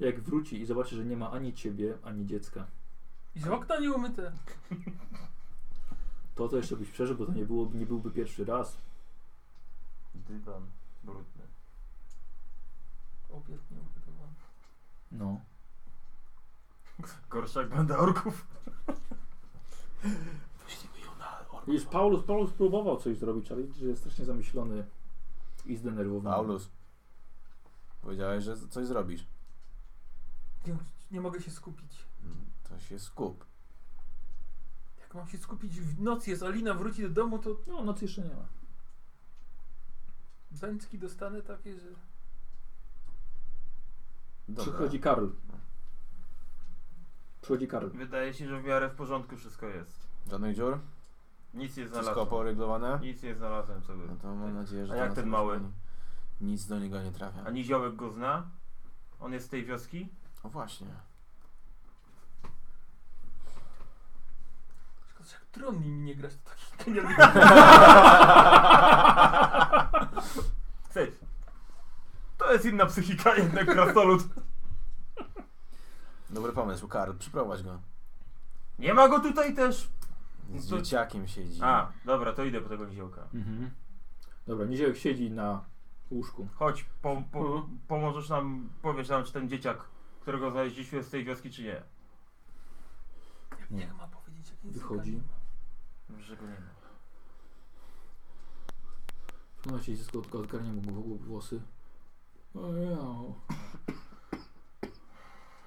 S2: jak wróci i zobaczy, że nie ma ani ciebie, ani dziecka.
S4: I z okna nie umyte.
S2: To to jeszcze byś przeżył, bo to nie, było, nie byłby pierwszy raz.
S1: Dywan brudny.
S4: Obiad nie ugotowany.
S2: No.
S1: Gorszak banda orków.
S2: Widzisz, Paulus, Paulus próbował coś zrobić, ale widzisz, że jest strasznie zamyślony i zdenerwowany.
S5: Paulus, powiedziałeś, że coś zrobisz.
S4: Nie, nie mogę się skupić.
S5: Mm, To się skup.
S4: Jak mam się skupić w nocy, jest Alina wróci do domu, to
S2: No, nocy jeszcze nie ma.
S4: bęcki dostanę takie, że...
S5: Dobra.
S2: Przychodzi Karl. Przychodzi Karl.
S1: Wydaje się, że w miarę w porządku wszystko jest.
S5: Żadnych dziur?
S1: Nic nie
S5: Wszystko
S1: znalazłem.
S5: poryglowane?
S1: Nic nie znalazłem co by.
S5: No to mam nadzieję, że
S1: A
S5: to
S1: jak
S5: nas
S1: ten
S5: nie
S1: mały?
S5: szkodzi. Nic do niego nie trafia.
S1: Ani ziołek go zna. On jest z tej wioski.
S5: O No właśnie.
S4: Szkoda, że jak tron nimi nie grać, to taki genialny.
S1: Chcesz. To jest inna psychika, jednak krasnolud.
S5: Dobry pomysł, Karl, przyprowadź go.
S1: Nie ma go tutaj też!
S5: Z
S1: To-
S5: dzieciakiem siedzi.
S1: A, dobra, to idę po tego niziołka.
S2: Mhm. Dobra, Niziołek siedzi na łóżku.
S1: Chodź, po, po,
S2: Mhm.
S1: pomożesz nam, powiesz nam, czy ten dzieciak, którego znaleźliśmy z tej wioski, czy nie.
S4: Jak ma powiedzieć? Jak języka
S2: Wychodzi.
S4: nie ma?
S1: Dobrze, go nie ma.
S2: Przynosi dziecko tylko odgarnia mu gło- włosy. Ojej.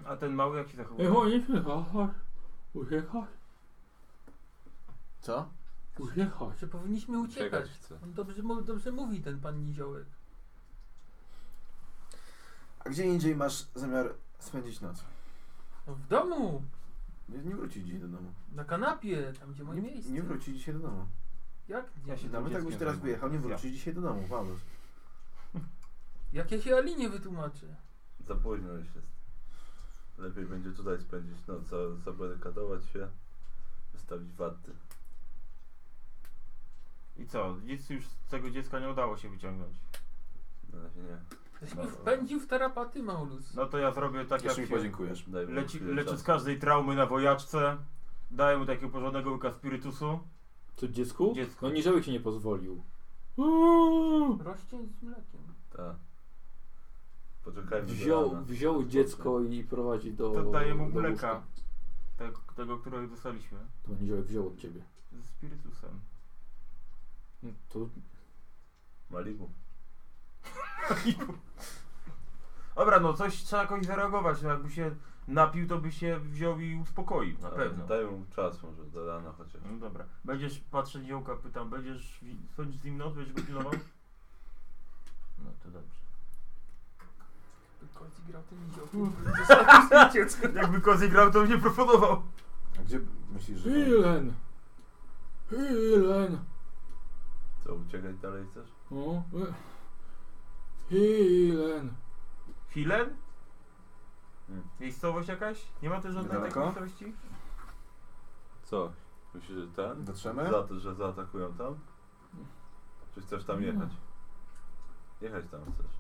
S1: A ten mały jak się zachował?
S2: Ej, chodź, nie przyjechać. Uciekać,
S5: Co?
S2: uciekać.
S4: Że powinniśmy uciekać.
S3: chce.
S4: On dobrze, mu- dobrze mówi ten pan Niziołek.
S5: A gdzie indziej masz zamiar spędzić noc?
S4: No w domu,
S5: Nie, nie wrócić dzisiaj do domu.
S4: na kanapie, tam gdzie moje
S5: Nie,
S4: miejsce.
S5: nie wróci dzisiaj do domu.
S4: Jak?
S1: Ja się
S5: Nawet jakbyś
S1: dzieckiem
S5: teraz
S1: zajmę.
S5: wyjechał, nie
S1: Ja.
S5: wróci dzisiaj do domu, Paulus.
S4: Jak ja się Alinie wytłumaczę?
S3: Za późno już jest. Lepiej będzie tutaj spędzić noc, za- zabarykadować się, wystawić warty.
S1: I co? Nic już z tego dziecka nie udało się wyciągnąć.
S3: Na razie nie.
S4: Żeś
S3: No.
S4: mi wpędził w tarapaty, Maulus.
S1: No to ja zrobię tak jak
S5: Jeszcze mi
S1: się...
S5: podziękujesz.
S3: Daj mi
S1: Leci,
S3: chwilę
S1: leczę
S3: czasu.
S1: z każdej traumy na wojaczce. Daję mu takiego porządnego łyka spirytusu.
S2: Co, dziecku?
S1: Dziecku.
S2: No Niziołek się nie pozwolił. Uuu.
S4: Roścień z mlekiem.
S3: Tak. Poczekajmy do
S2: Wziął,
S3: rana.
S2: wziął dziecko i prowadzi do
S1: To daję mu
S2: do
S1: mleka.
S2: łóżka.
S1: Tego, tego, którego dostaliśmy.
S2: To Niziołek wziął od ciebie.
S1: Ze spirytusem.
S2: No To
S3: Malibu.
S1: Dobra, no coś trzeba jakoś zareagować. No jakby się napił, to by się wziął i uspokoił. Na
S3: Ale
S1: pewno.
S3: Daj mu czas może, do rana chociaż.
S1: No dobra. Będziesz, patrzę dziełka, pytam, będziesz wi- spędzić z nim noc, będziesz go pilnował? No to dobrze.
S4: Kozi grał tym Niziołkiem. Zostawił sobie dziecko.
S1: Jakby kozy grał, to mnie proponował.
S5: A gdzie myślisz, że...
S2: Hilen! Hilen!
S3: Co, uciekać dalej chcesz?
S2: No. e. Hilen!
S1: Filen?
S3: Hmm.
S1: Miejscowość jakaś? Nie ma też żadnej takiej
S5: Niedaleko?
S1: miejscowości?
S3: Co? Myślisz, że ten?
S5: Dotrzemy?
S3: Za to, że zaatakują tam? Czy chcesz tam jechać? Jechać tam chcesz.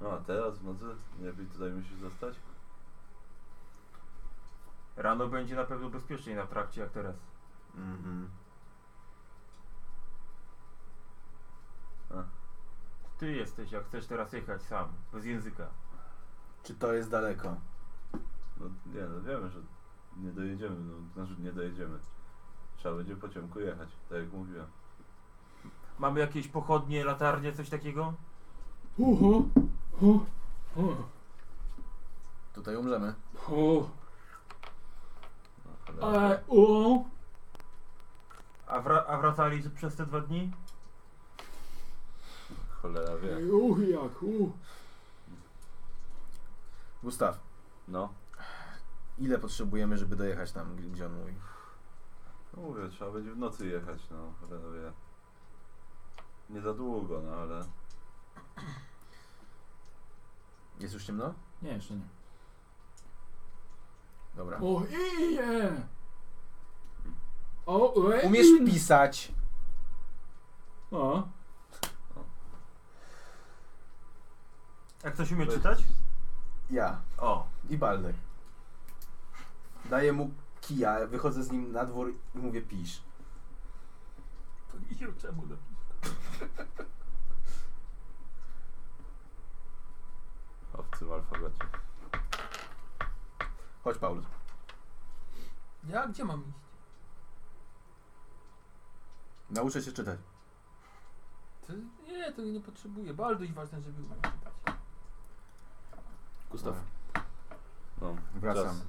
S3: No a teraz w nocy? Nie lepiej tutaj musisz zostać?
S1: Rano będzie na pewno bezpieczniej na trakcie jak teraz.
S5: Mhm.
S1: Ty jesteś, jak chcesz teraz jechać sam, bez języka.
S5: Czy to jest daleko?
S3: No nie, no wiemy, że nie dojedziemy, no znaczy nie dojedziemy. Trzeba będzie pociągu jechać, tak jak mówiłem.
S1: Mamy jakieś pochodnie, latarnie, coś takiego?
S2: Uhu! Uhu!
S5: Tutaj umrzemy.
S2: Uhu!
S3: No, ale-
S2: Ale E, u!
S1: A, wra- a wracali przez te dwa dni?
S3: Cholera wie.
S2: Uch jak, u!
S5: Gustaw,
S3: No.
S5: ile potrzebujemy, żeby dojechać tam, gdzie- gdzie on mówi?
S3: no mówię, trzeba będzie w nocy jechać, no cholera wie. Nie za długo, no ale...
S5: Jest już ciemno?
S2: Nie, jeszcze nie.
S5: Dobra.
S2: O ije! O, e,
S5: Umiesz
S2: in-
S5: pisać?
S2: A,
S1: Jak ktoś umie
S3: Weź-
S1: czytać?
S5: Ja.
S1: O,
S5: I Baldek. Daję mu kija, wychodzę z nim na dwór i mówię pisz.
S4: To Nizioł czemu do...
S3: Obcym alfabecie.
S5: Chodź Paulus.
S4: Ja? Gdzie mam iść?
S5: Nauczę cię czytać.
S4: To, nie, to nie potrzebuję. Balduś ważne, żeby umiał czytać.
S2: Gustaw.
S3: No,
S5: E, Wracam.
S3: czas.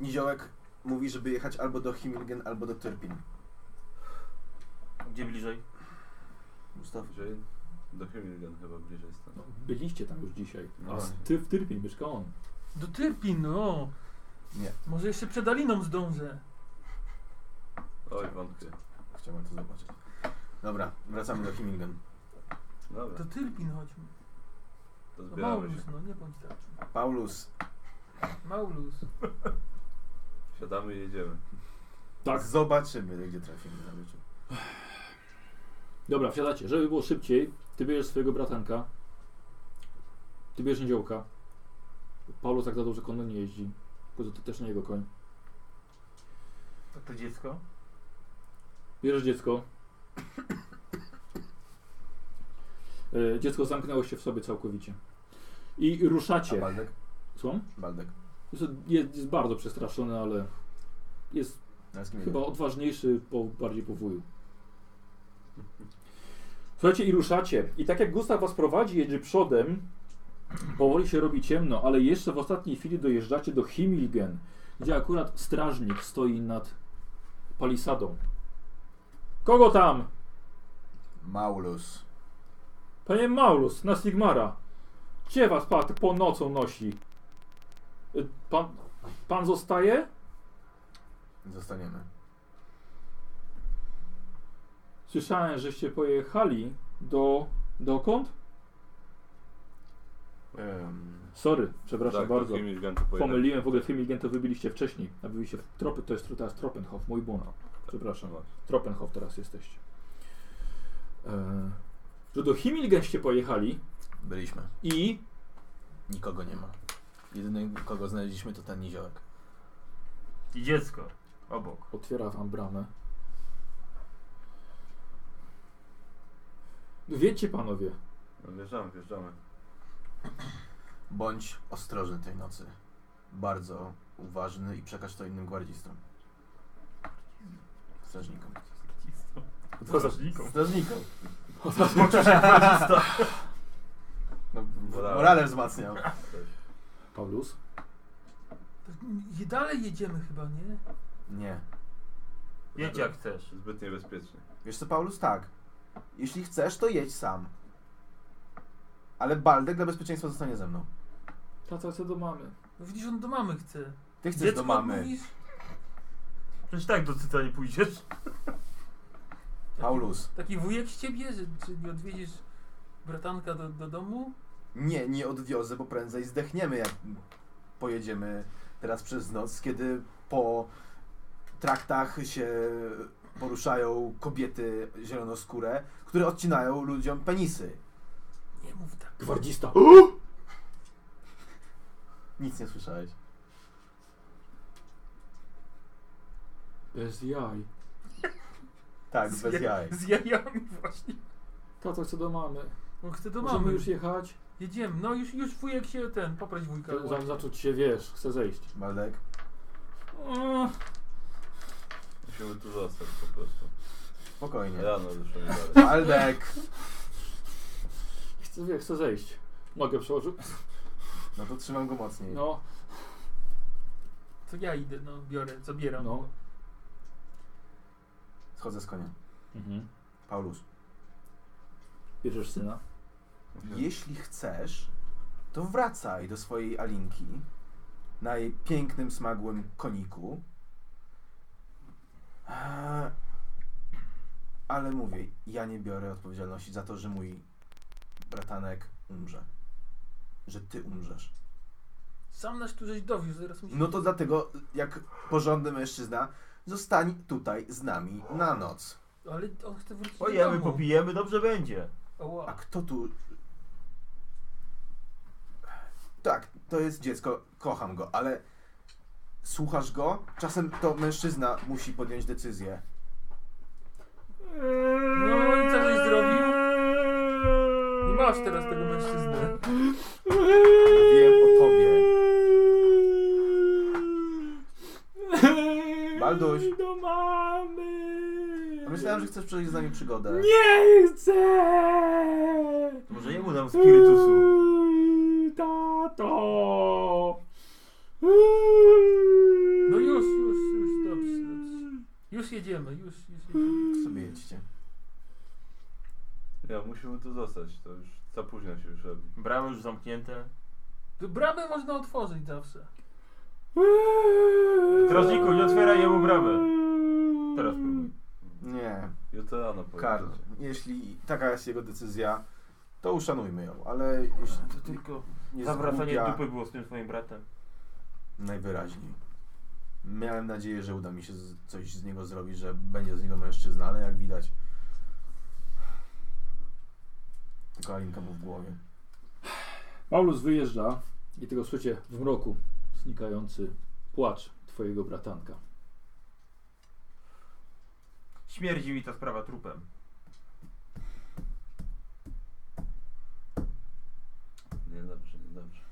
S5: Niziołek mówi, żeby jechać albo do Himmelgen, albo do Tyrpin.
S1: gdzie bliżej?
S5: Gustaw.
S3: Bliżej? Do Himmelgen chyba bliżej stąd.
S2: No, byliście tam już dzisiaj.
S3: No.
S2: A z ty w Tyrpin mieszka on.
S4: Do Tyrpin, no.
S5: Nie.
S4: Może jeszcze przed Aliną zdążę.
S3: Oj, wątpię.
S5: Chciałbym to zobaczyć. Dobra, wracamy do Himmelgen.
S3: Dobra,
S4: Do Tyrpin chodźmy.
S3: to
S4: No,
S3: zbieramy się.
S4: Maulus, no nie bądź taki.
S5: Paulus,
S4: Maulus.
S3: Siadamy i jedziemy.
S2: Tak.
S5: zobaczymy, gdzie trafimy na wieczór.
S2: Dobra, wsiadacie. Żeby było szybciej, ty bierzesz swojego bratanka. Ty bierzesz niedziałka. Paulus tak za dobrze konno nie jeździ. Tylko to, to też nie jego koń.
S1: To, to dziecko?
S2: Bierzesz dziecko. E, Dziecko zamknęło się w sobie całkowicie. I
S5: A
S2: ruszacie.
S5: Baldek?
S2: Słucham?
S5: Baldek.
S2: Jest, jest, jest bardzo przestraszony, ale jest
S5: No, z kim
S2: chyba odważniejszy, po, bardziej po wuju. Słuchajcie, i ruszacie. I tak jak Gustaw was prowadzi, jedzie przodem, powoli się robi ciemno, ale jeszcze w ostatniej chwili dojeżdżacie do Himilgen, gdzie akurat strażnik stoi nad palisadą. Kogo tam?
S5: Maulus.
S2: Panie Maulus, na Sigmara. Gdzie was pan po nocą nosi? Y, Pan, pan zostaje?
S5: Zostaniemy.
S2: Słyszałem, żeście pojechali do... dokąd?
S5: Um,
S2: Sorry, przepraszam
S3: tak,
S2: bardzo.
S3: Pomyli.
S2: Pomyliłem, w ogóle Fimilgen to wybiliście wcześniej. A byliście w tropy, to jest teraz Tropenhof, mój błąd. Przepraszam, Tropenhof teraz jesteście. Eee, że do Himilgenście pojechali
S5: byliśmy.
S2: i
S5: Nikogo nie ma. Jedyny, kogo znaleźliśmy, to ten niziołek.
S1: I dziecko. Obok.
S2: otwiera wam bramę. Wiecie panowie,
S3: No, wjeżdżamy, wjeżdżamy.
S5: Bądź ostrożny tej nocy. Bardzo uważny i przekaż to innym gwardzistom. Strażnikom.
S1: Strażnikom.
S5: Strażnikom. No,
S3: Morale.
S5: morale wzmacniał.
S2: Paulus,
S4: I dalej jedziemy chyba, nie?
S5: Nie.
S1: Jedź jak chcesz.
S3: Zbyt niebezpiecznie.
S5: Wiesz co, Paulus, tak. Jeśli chcesz, to jedź sam. Ale Baldek dla bezpieczeństwa zostanie ze mną.
S2: tata co do mamy.
S4: No widzisz, on do mamy chce.
S5: Ty chcesz
S4: Dziecko
S5: do mamy.
S4: mówisz?
S1: Przecież tak do cyta nie pójdziesz.
S5: Paulus.
S4: Taki wujek z ciebie, że czy nie odwiedzisz bratanka do, do domu?
S5: Nie, nie odwiozę, bo prędzej zdechniemy, jak pojedziemy teraz przez noc, kiedy po traktach się poruszają kobiety zielonoskóre, które odcinają ludziom penisy.
S4: Nie mów tak.
S2: Gwardzista.
S5: Nic nie słyszałeś.
S2: Bez jaj.
S5: Tak, bez jaj.
S4: Z jajami właśnie.
S2: Tata co do mamy.
S4: No chce do
S2: Możemy
S4: mamy.
S2: już jechać.
S4: Jedziemy. No już, już wujek się ten, poprać wujka.
S2: Za- Zacząć się, wiesz, chcę zejść.
S5: Baldek,
S2: Mm.
S3: Musimy tu zostać po prostu.
S5: spokojnie.
S3: Rano ruszymy dalej.
S5: Baldek!
S2: Chcę, wie, chcę zejść. Mogę przełożyć?
S5: No to trzymam go mocniej.
S2: No,
S4: To ja idę, no biorę, zabieram.
S2: no.
S5: Schodzę z konia.
S2: Mhm.
S5: Paulus,
S2: Bierzesz syna.
S5: jeśli chcesz, to wracaj do swojej Alinki na jej pięknym, smagłym koniku. Eee, Ale mówię, ja nie biorę odpowiedzialności za to, że mój bratanek umrze. Że ty umrzesz.
S4: Sam nas tu żeś dowiózł, zaraz mi się...
S5: No to dlatego, jak porządny mężczyzna, zostań tutaj z nami na noc.
S4: Ale on chce wrócić do
S1: Pojemy,
S4: domu.
S1: popijemy, dobrze będzie.
S4: Oła.
S5: A kto tu. Tak, to jest dziecko, kocham go, ale słuchasz go? Czasem to mężczyzna musi podjąć decyzję.
S4: No i co żeś zrobił? Nie masz teraz tego mężczyznę.
S5: Wiem o tobie. Balduś.
S2: Do mamy.
S5: A Myślałem, że chcesz przeżyć z nami przygodę.
S2: Nie chcę.
S1: To może jemu dam spirytusu.
S2: Tato.
S4: No już, już, już, dobrze, dobrze. Już jedziemy, już, już jedziemy.
S5: Sobie jedźcie.
S3: Nie, musimy tu zostać. To już za późno się już robi.
S1: Bramy już zamknięte.
S4: Tu Bramę można otworzyć zawsze.
S1: Strażniku, nie otwieraj jemu bramy. Teraz próbuj.
S5: Nie,
S3: Jutro rano pojedziecie.
S5: Karl, jeśli taka jest jego decyzja, to uszanujmy ją, ale jeśli to tylko nie
S1: Zawracanie
S5: zgubia-
S1: dupy było z tym swoim bratem.
S5: Najwyraźniej. Miałem nadzieję, że uda mi się z, coś z niego zrobić, że będzie z niego mężczyzna, ale jak widać. Tylko Alinka mu w głowie.
S2: Paulus wyjeżdża i tego słyszycie w mroku znikający płacz twojego bratanka.
S1: Śmierdzi mi ta sprawa trupem.
S3: Niedobrze, niedobrze.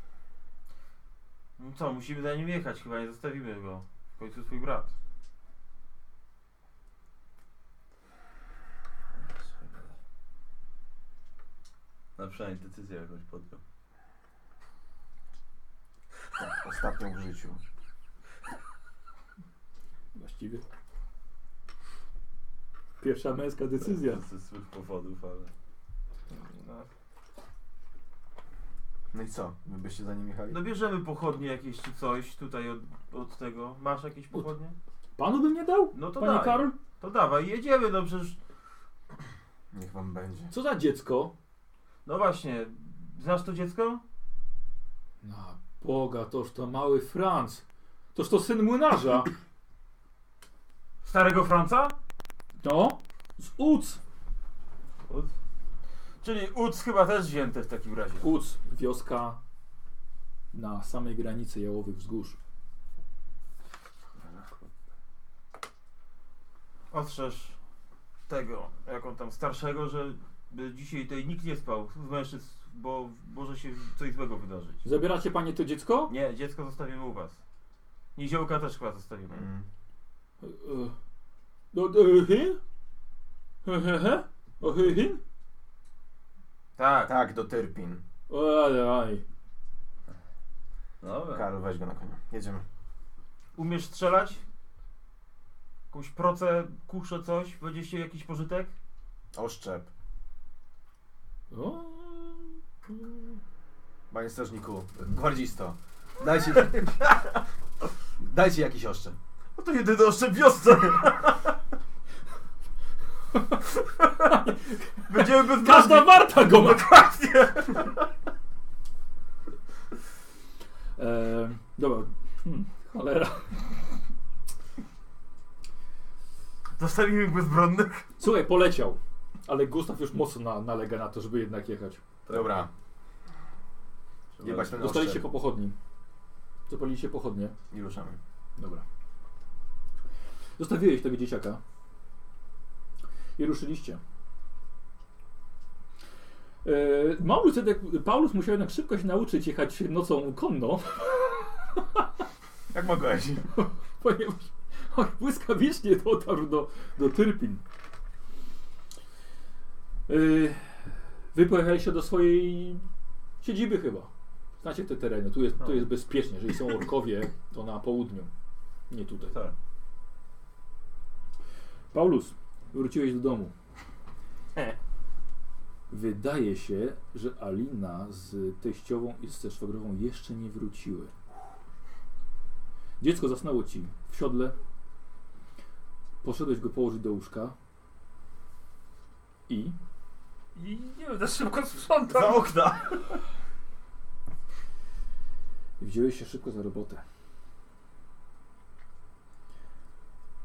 S1: No co, musimy za nim jechać, chyba nie zostawimy go. W końcu swój brat.
S3: Na przynajmniej decyzję jakąś podjął.
S1: Ostatnią w życiu.
S2: Właściwie. Pierwsza męska decyzja.
S3: Ze złych powodów, ale...
S5: No i co? Wy byście za nim jechali?
S1: No bierzemy pochodnie jakieś czy coś tutaj od, od tego. Masz jakieś pochodnie?
S2: Panu bym nie dał?
S1: No to
S2: Panie
S1: daj.
S2: Karol?
S1: To dawaj, jedziemy, no przecież...
S5: Niech wam będzie.
S2: Co za dziecko?
S1: No właśnie, znasz to dziecko?
S2: Na Boga, toż to mały Franc. Toż to syn młynarza.
S1: Starego Franca?
S2: No, z Uc.
S1: Ud. Czyli Udz chyba też wzięte w takim razie.
S2: Uc, wioska na samej granicy Jałowych Wzgórz.
S1: Ostrzeż tego, jak on tam starszego, że by dzisiaj tutaj nikt nie spał z mężczyzn, bo może się coś złego wydarzyć.
S2: Zabieracie panie to dziecko?
S1: Nie, dziecko zostawimy u was. Niziołka też chyba zostawimy.
S5: Mm.
S2: E, e, Do, do, hin? He, he, he? O, hy, hin?
S1: Tak.
S5: Tak, do Tyrpin.
S2: O, ale, aj.
S3: No Dobra.
S5: Karol, weź go na konia. Jedziemy.
S1: Umiesz strzelać? Jakąś procę, kuszę coś? Będzie się jakiś pożytek?
S5: Oszczep.
S2: O,
S5: Panie strażniku, gwardzisto. Dajcie... Dajcie jakiś oszczep.
S1: No to jedyny oszczep wiosce! Będziemy bez
S2: Każda warta go ma!
S1: Właśnie!
S2: E, dobra. Hmm, cholera.
S1: Zostawimy ich bezbronnych.
S2: Słuchaj, poleciał. Ale Gustaw już mocno na, nalega na to, żeby jednak jechać.
S5: Dobra. Jebać ten
S2: Dostaliście
S5: oszczep.
S2: po pochodni. Zapaliliście pochodnie.
S5: I ruszamy.
S2: Dobra. Zostawiłeś tego dzieciaka i ruszyliście. Yy, Maulus, jednak, Paulus musiał jednak szybko się nauczyć jechać nocą konno,
S5: Jak mogłeś?
S2: ponieważ on błyskawicznie dotarł do, do Tyrpin. Yy, wy pojechaliście do swojej siedziby chyba. Znacie te tereny, tu jest, tu jest bezpiecznie, jeżeli są orkowie, to na południu, nie tutaj.
S3: Tak.
S2: Paulus, wróciłeś do domu.
S1: E.
S2: Wydaje się, że Alina z teściową i ze szwagrową jeszcze nie wróciły. Dziecko zasnęło ci w siodle. Poszedłeś go położyć do łóżka. I
S4: I nie wiem, za szybko sprzątam.
S1: Za okna!
S2: wziąłeś się szybko za robotę.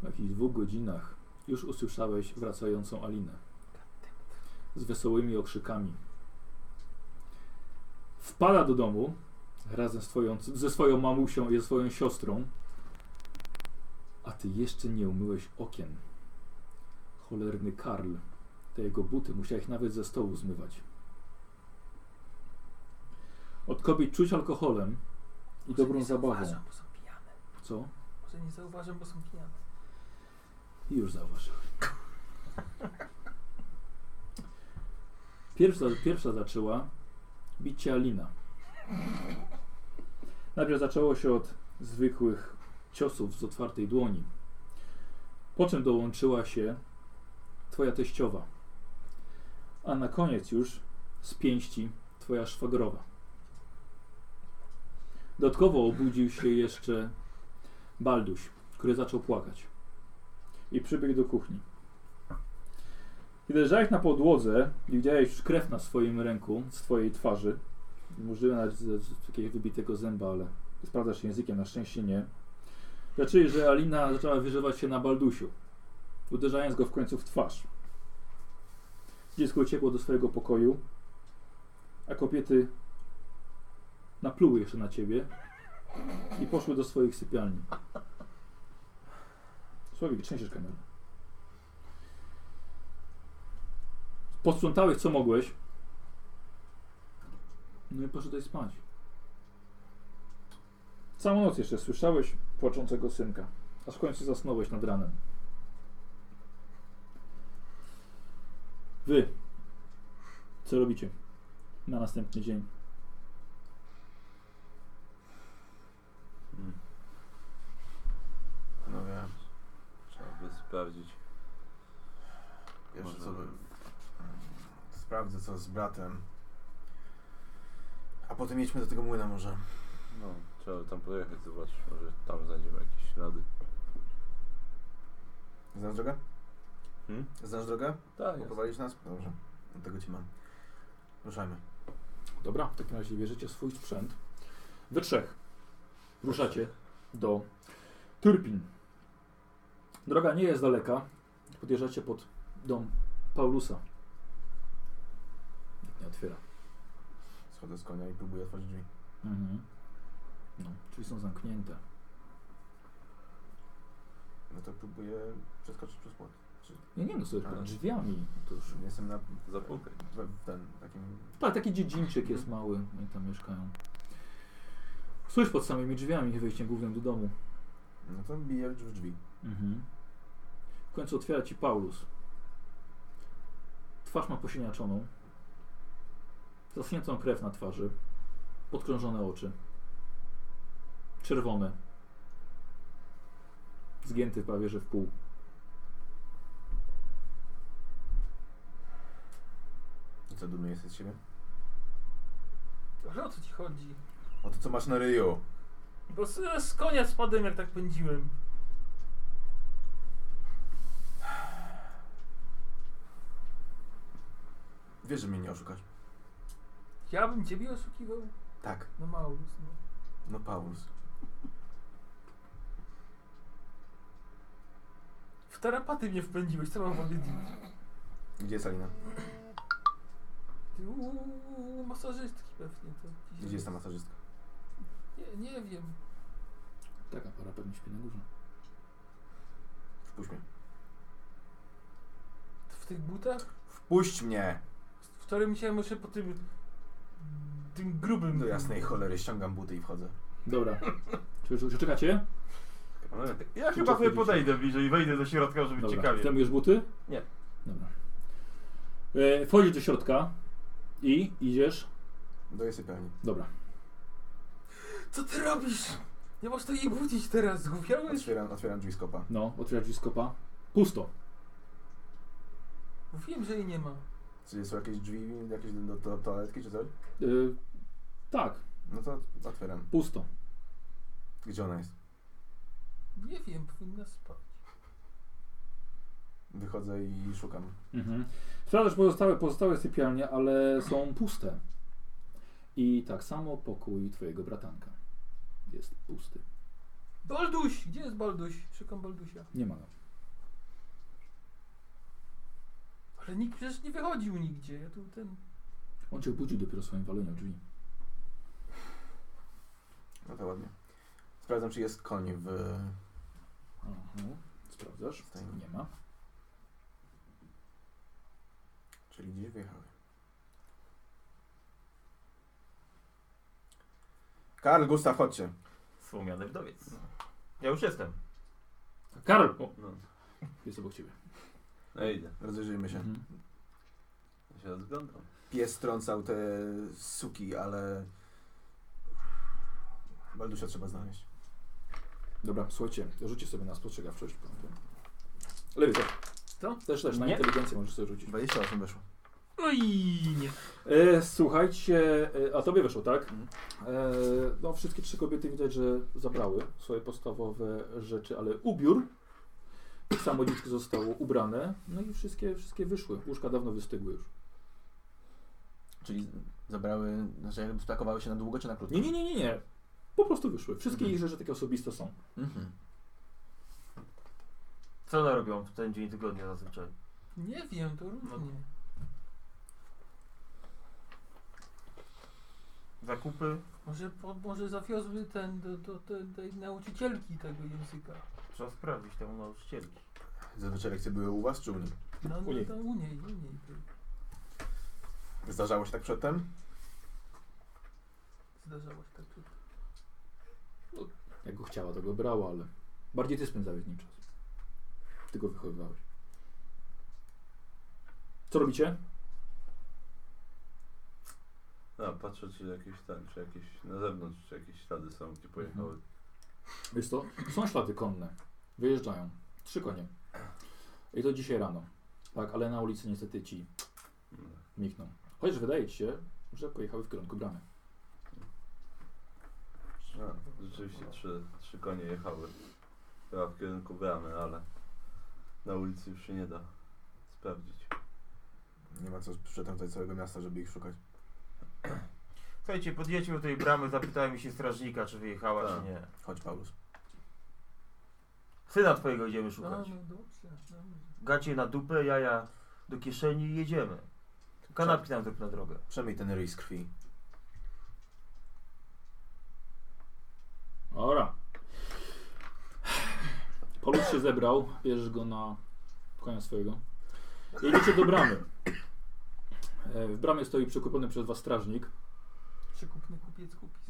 S2: W jakichś dwóch godzinach już usłyszałeś wracającą Alinę. Z wesołymi okrzykami. Wpada do domu razem z twoją, ze swoją mamusią i ze swoją siostrą. A ty jeszcze nie umyłeś okien. Cholerny Karl. Te jego buty musiałeś nawet ze stołu zmywać. Od kobiet czuć alkoholem i
S4: Może
S2: dobrą
S4: nie
S2: zabawą.
S4: zauważą, bo są pijane.
S2: Co?
S4: Może nie zauważę, bo są pijane.
S2: I już zauważyłem. Pierwsza, pierwsza zaczęła bić cię Alina. Najpierw zaczęło się od zwykłych ciosów z otwartej dłoni. Po czym dołączyła się twoja teściowa. A na koniec już z pięści twoja szwagrowa. Dodatkowo obudził się jeszcze Balduś, który zaczął płakać i przybiegł do kuchni. Kiedy leżałeś na podłodze i widziałeś już krew na swoim ręku, z twojej twarzy, możliwe nawet z, z jakiegoś wybitego zęba, ale sprawdzasz się językiem, na szczęście nie, zaczęli, że Alina zaczęła wyżywać się na Baldusiu, uderzając go w końcu w twarz. Dziecko uciekło do swojego pokoju, a kobiety napluły jeszcze na ciebie i poszły do swoich sypialni. Słowik, trzęsiesz kamerę. Posprzątałeś co mogłeś. No i poszedłeś spać. Całą noc jeszcze słyszałeś płaczącego synka, aż w końcu zasnąłeś nad ranem. Wy, co robicie na następny dzień?
S3: Hmm. No wiem. Trzeba by sprawdzić.
S5: Jeszcze
S3: Może-
S5: co by... Sprawdzę co z bratem. A potem jedźmy do tego młyna może.
S3: No, trzeba by tam pojechać, zobaczyć, może tam znajdziemy jakieś ślady.
S5: Znasz drogę?
S3: Hmm?
S5: Znasz drogę?
S3: Tak, jest.
S5: Poprowadzisz nas? Dobrze. Dlatego cię mam. Ruszajmy.
S2: Dobra, w takim razie bierzecie swój sprzęt. Wy trzech ruszacie do Turpin. Droga nie jest daleka. Podjeżdżacie pod dom Paulusa. Nikt nie otwiera.
S5: Schodzę z konia i próbuję otworzyć drzwi.
S2: Mhm. No, czyli są zamknięte.
S5: No to próbuję przeskoczyć przez płot.
S2: Nie, nie no, sobie
S5: Ale-
S2: drzwiami. To już...
S5: Jestem na...
S3: Zapukaj.
S5: we- w ten, takim...
S2: Tak, taki dziedzińczyk jest mały. Oni tam mieszkają. Słyszysz pod samymi drzwiami wejściem głównym do domu.
S5: No to biję w drzwi.
S2: Mhm. W końcu otwiera ci Paulus. Twarz ma posiniaczoną. Zasuniętą krew na twarzy. Podkrążone oczy. Czerwone. Zgięty prawie że w pół.
S5: I co dumny jesteś z siebie?
S4: Ale o co ci chodzi?
S5: O to co masz na ryju.
S4: Bo s- z konia spadłem jak tak pędziłem.
S5: Wiesz, że mnie nie oszukasz.
S4: Ja bym ciebie oszukiwał?
S5: Tak.
S4: No mało. No.
S5: No Paulus.
S4: W tarapaty mnie wpędziłeś, co mam powiedzieć?
S5: Gdzie jest Alina?
S4: Ty u, u, u masażystki pewnie to.
S5: Gdzie jest ta masażystka?
S4: Nie, nie wiem.
S2: Taka Tak, para pewnie śpi na górze.
S5: Wpuść mnie.
S4: W tych butach?
S5: Wpuść mnie!
S4: Wczoraj musiałem jeszcze po tym... Tym grubym...
S5: Do jasnej cholery ściągam buty i wchodzę.
S2: Dobra. Czy już, już czekacie?
S3: Ale
S1: Ja chyba sobie
S2: wchodzicie?
S1: podejdę bliżej, wejdę do środka, żeby
S2: Dobra.
S1: ciekawie.
S2: Wtem już buty?
S1: Nie.
S2: Dobra. E, wchodzisz do środka i idziesz.
S5: Do jej sypialni.
S2: Dobra.
S4: Co ty robisz? Nie masz to jej budzić teraz,
S2: Znaczy-
S4: zgubiałeś?
S5: Otwieram, otwieram drzwi z kopa.
S2: No, otwierasz drzwi z kopa. Pusto.
S4: Mówiłem, że jej nie ma.
S5: Czy są jakieś drzwi, jakieś do, do toaletki czy coś?
S2: E, tak,
S5: No to otwieram.
S2: pusto.
S5: Gdzie ona jest?
S4: Nie wiem, powinna spać.
S5: Wychodzę i szukam.
S2: Mhm. Sprawdzasz pozostałe, pozostałe sypialnie, ale są puste. I tak samo pokój twojego bratanka jest pusty.
S4: Balduś! Gdzie jest Balduś? Szukam Baldusia.
S2: Nie ma go.
S4: Ale nikt przecież nie wychodził nigdzie. Ja tu ten...
S2: On cię obudził dopiero swoim waleniem drzwi.
S5: No to ładnie. Sprawdzam, czy jest koń w...
S2: Mhm. Sprawdzasz?
S5: Stajni.
S2: Nie ma.
S5: Czyli gdzieś wyjechały. Karl, Gustaw, chodźcie.
S1: Słomiany wdowiec. Ja już jestem.
S2: Karol! O,
S3: No,
S2: jest obok ciebie.
S3: ja No idę.
S5: Rozejrzyjmy się.
S2: Mhm.
S3: Ja się rozglądam.
S5: Pies trącał te suki, ale... Baldusia trzeba znaleźć.
S2: Dobra, słuchajcie, rzućcie sobie na spostrzegawczość. Lewy tak.
S4: Co?
S2: Też, też, na
S1: Nie.
S2: inteligencję możesz sobie rzucić.
S5: 28 weszło.
S4: Oj, No nie.
S2: E, słuchajcie, e, a tobie wyszło, tak?
S5: Mhm.
S2: E, no, wszystkie trzy kobiety widać, że zabrały swoje podstawowe rzeczy, ale ubiór. Tak samo dziecko zostało ubrane, no i wszystkie, wszystkie wyszły. Łóżka dawno wystygły już.
S5: Czyli zabrały, znaczy jakby spakowały się na długo czy na krótko?
S2: Nie, nie, nie, nie, nie. Po prostu wyszły. Wszystkie
S5: Mhm.
S2: ich rzeczy takie osobiste są.
S5: Mhm.
S1: Co one robią w ten dzień tygodnia zazwyczaj?
S4: Nie
S2: No
S4: wiem, to różnie.
S1: Zakupy?
S4: Może, po, może zawiozły ten, do, do, do, tej nauczycielki tego języka.
S1: Trzeba sprawdzić temu nauczycielki.
S5: Zazwyczaj lekcje były u was czy u nich?
S4: No,
S2: U
S4: no
S2: niej.
S4: to u niej, u niej. to
S5: Zdarzało się tak przedtem?
S4: Zdarzało się tak. Tutaj.
S2: Jak go chciała, to go brała, ale bardziej ty spędzałeś z nim czas. Ty go wychowywałeś. Co robicie?
S3: No, patrzę, czy jakieś tam, czy jakieś na zewnątrz, czy jakieś ślady są, gdzie pojechały.
S5: Mhm.
S2: Jest to, są ślady konne. Wyjeżdżają. Trzy konie. I to dzisiaj rano. Tak, ale na ulicy niestety ci
S3: No.
S2: nikną. Chociaż wydaje ci się, że pojechały w kierunku bramy.
S3: No, rzeczywiście trzy, trzy konie jechały. Chyba w kierunku bramy, ale na ulicy już się nie da sprawdzić.
S5: Nie ma co przedtem tutaj całego miasta, żeby ich szukać.
S1: Słuchajcie, podjedźmy do tej bramy, zapytajmy się strażnika, czy wyjechała,
S3: Tak.
S1: czy nie.
S5: Chodź, Paulus.
S1: Syna twojego idziemy
S4: No,
S1: szukać.
S4: no dobrze, dobrze.
S1: Gacie na dupę, jaja do kieszeni i jedziemy. Kanapki nam zrób na drogę.
S5: Przemyj ten ryj z krwi.
S2: Ora. Polus się zebrał, bierzesz go na konia swojego. Jedziecie do bramy. E, W bramie stoi przekupiony przez was strażnik.
S4: Przekupny kupiec kupis.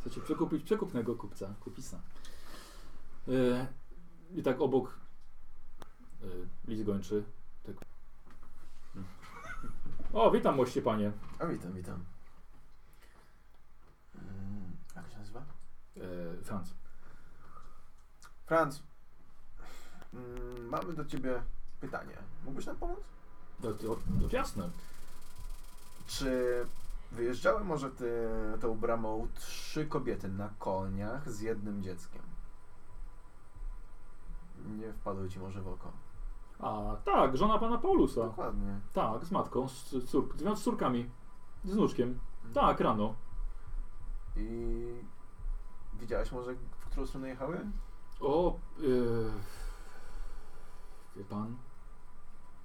S2: Chcecie przekupić przekupnego kupca, kupisa. E, I tak obok e, list gończy. Tak. O, witam moście panie.
S5: A witam, witam. Mm, jak się nazywa?
S2: E, Franz.
S5: Franz. Mm, mamy do ciebie pytanie. Mógłbyś nam pomóc?
S2: To, to, to jasne.
S5: Czy wyjeżdżały może ty, tą bramą trzy kobiety na koniach z jednym dzieckiem? Nie wpadły ci może w oko.
S2: A tak, żona pana Paulusa.
S5: Dokładnie.
S2: Tak, z matką, z, z, cór, z dwiema córkami. Z wnuczkiem. Tak, rano.
S5: I widziałeś może, w którą stronę jechały?
S2: O, yy, wie pan,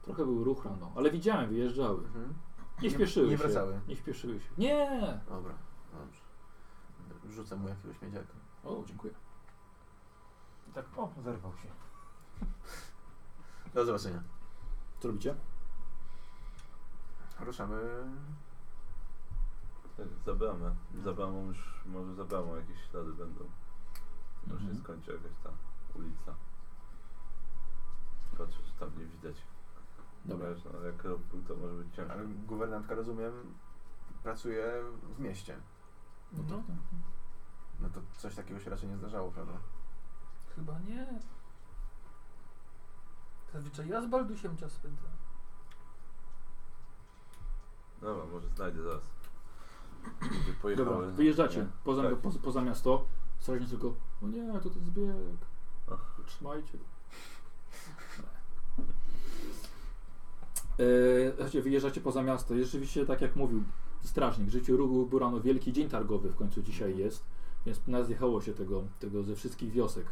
S2: trochę był ruch rano, ale widziałem, wyjeżdżały.
S5: Mhm.
S2: Nie śpieszyły
S5: nie
S2: się.
S5: wracały.
S2: Nie śpieszyły się. Nie!
S5: Dobra, dobrze. Rzucę mu jakiegoś miedziaka.
S2: O, dziękuję.
S1: I tak, o, zerwał się.
S5: Do zobaczenia.
S2: Co robicie?
S5: Ruszamy.
S3: Tak, za bramę. Za bramą już, może za bramą jakieś ślady będą. Może
S2: Mhm.
S3: się skończy jakaś ta ulica. Patrzę, czy tam nie widać.
S2: Dobra.
S3: Wiesz, no, jak rok był, to może być ciężko.
S5: Ale guwernantka, rozumiem, pracuje w mieście.
S2: No to,
S5: No to coś takiego się raczej nie zdarzało, prawda?
S4: Chyba nie. Zazwyczaj ja z Baldusiem czas spędzam.
S3: Dobra, może znajdę zaraz. Gdzie pojechały.
S2: Dobra, wyjeżdżacie
S3: Nie.
S2: poza,
S3: Tak.
S2: poza, poza miasto. Strażnik tylko, no nie, to ten zbieg.
S3: Ach.
S2: Trzymajcie. Eee, słuchajcie, wyjeżdżacie poza miasto. Jest Rzeczywiście, tak jak mówił strażnik, w życiu ruchu był rano wielki dzień targowy w końcu dzisiaj jest, więc nazjechało się tego, tego ze wszystkich wiosek.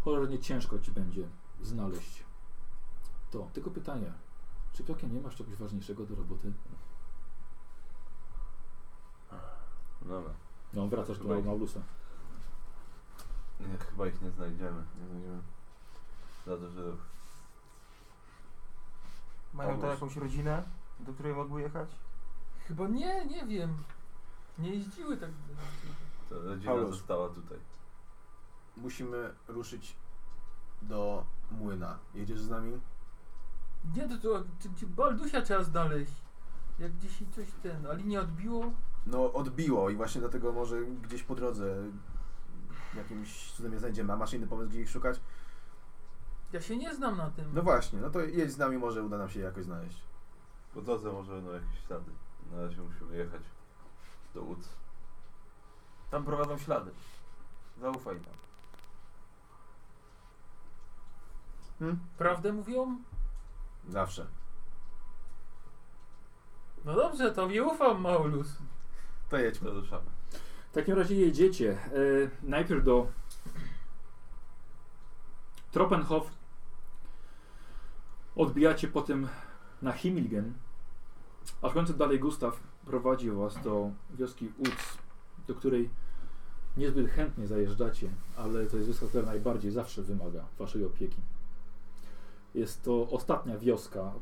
S2: Cholernie ciężko ci będzie znaleźć to. Tylko pytanie, czy Piokie nie masz czegoś ważniejszego do roboty?
S3: Dobra.
S2: No, wracasz
S3: Chyba
S2: do
S3: nie.
S2: Maulusa.
S3: Nie, chyba ich nie znajdziemy.
S5: Nie znajdziemy.
S3: Za to, że
S1: Mają tam
S3: Pomóż.
S1: jakąś rodzinę, do której mogły jechać?
S4: Chyba nie, nie wiem. Nie jeździły tak.
S3: to rodzina
S5: Paulus.
S3: została tutaj.
S5: Musimy ruszyć do młyna. Jedziesz z nami?
S4: Nie, to, to czy, czy Baldusia trzeba znaleźć. Jak gdzieś i coś ten, a linia odbiło?
S5: No, odbiło i właśnie dlatego może gdzieś po drodze jakimś cudem je znajdziemy. A masz inny pomysł, gdzie ich szukać?
S4: Ja się nie znam na tym.
S5: No właśnie, no to jedź z nami, może uda nam się je jakoś znaleźć.
S3: Po drodze może będą jakieś ślady. Na razie musimy jechać do Łódź.
S1: Tam prowadzą ślady. Zaufaj nam.
S6: Hm?
S4: Prawdę mówią?
S5: Zawsze.
S4: No dobrze, to nie ufam, Maulus.
S5: To jedźmy.
S3: To ruszamy.
S2: W takim razie jedziecie e, najpierw do Tropenhof. Odbijacie potem na Himmilgen. Aż w końcu dalej Gustaw prowadzi was do wioski Uc, do której niezbyt chętnie zajeżdżacie, ale to jest wioska, która najbardziej zawsze wymaga waszej opieki. Jest to ostatnia wioska.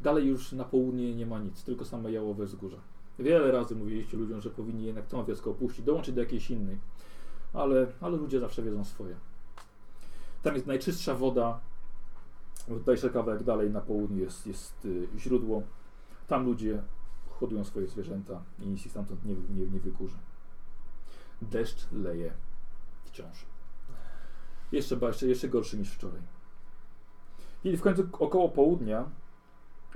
S2: Dalej już na południe nie ma nic, tylko same jałowe wzgórza. Wiele razy mówiliście ludziom, że powinni jednak tą wioskę opuścić, dołączyć do jakiejś innej, ale, ale ludzie zawsze wiedzą swoje. Tam jest najczystsza woda. Dajże kawałek dalej na południu jest, jest y, źródło. Tam ludzie hodują swoje zwierzęta i nic ich stamtąd nie, nie, nie wykurzy. Deszcz leje wciąż. Jeszcze, ba- jeszcze, jeszcze gorszy niż wczoraj. I w końcu około południa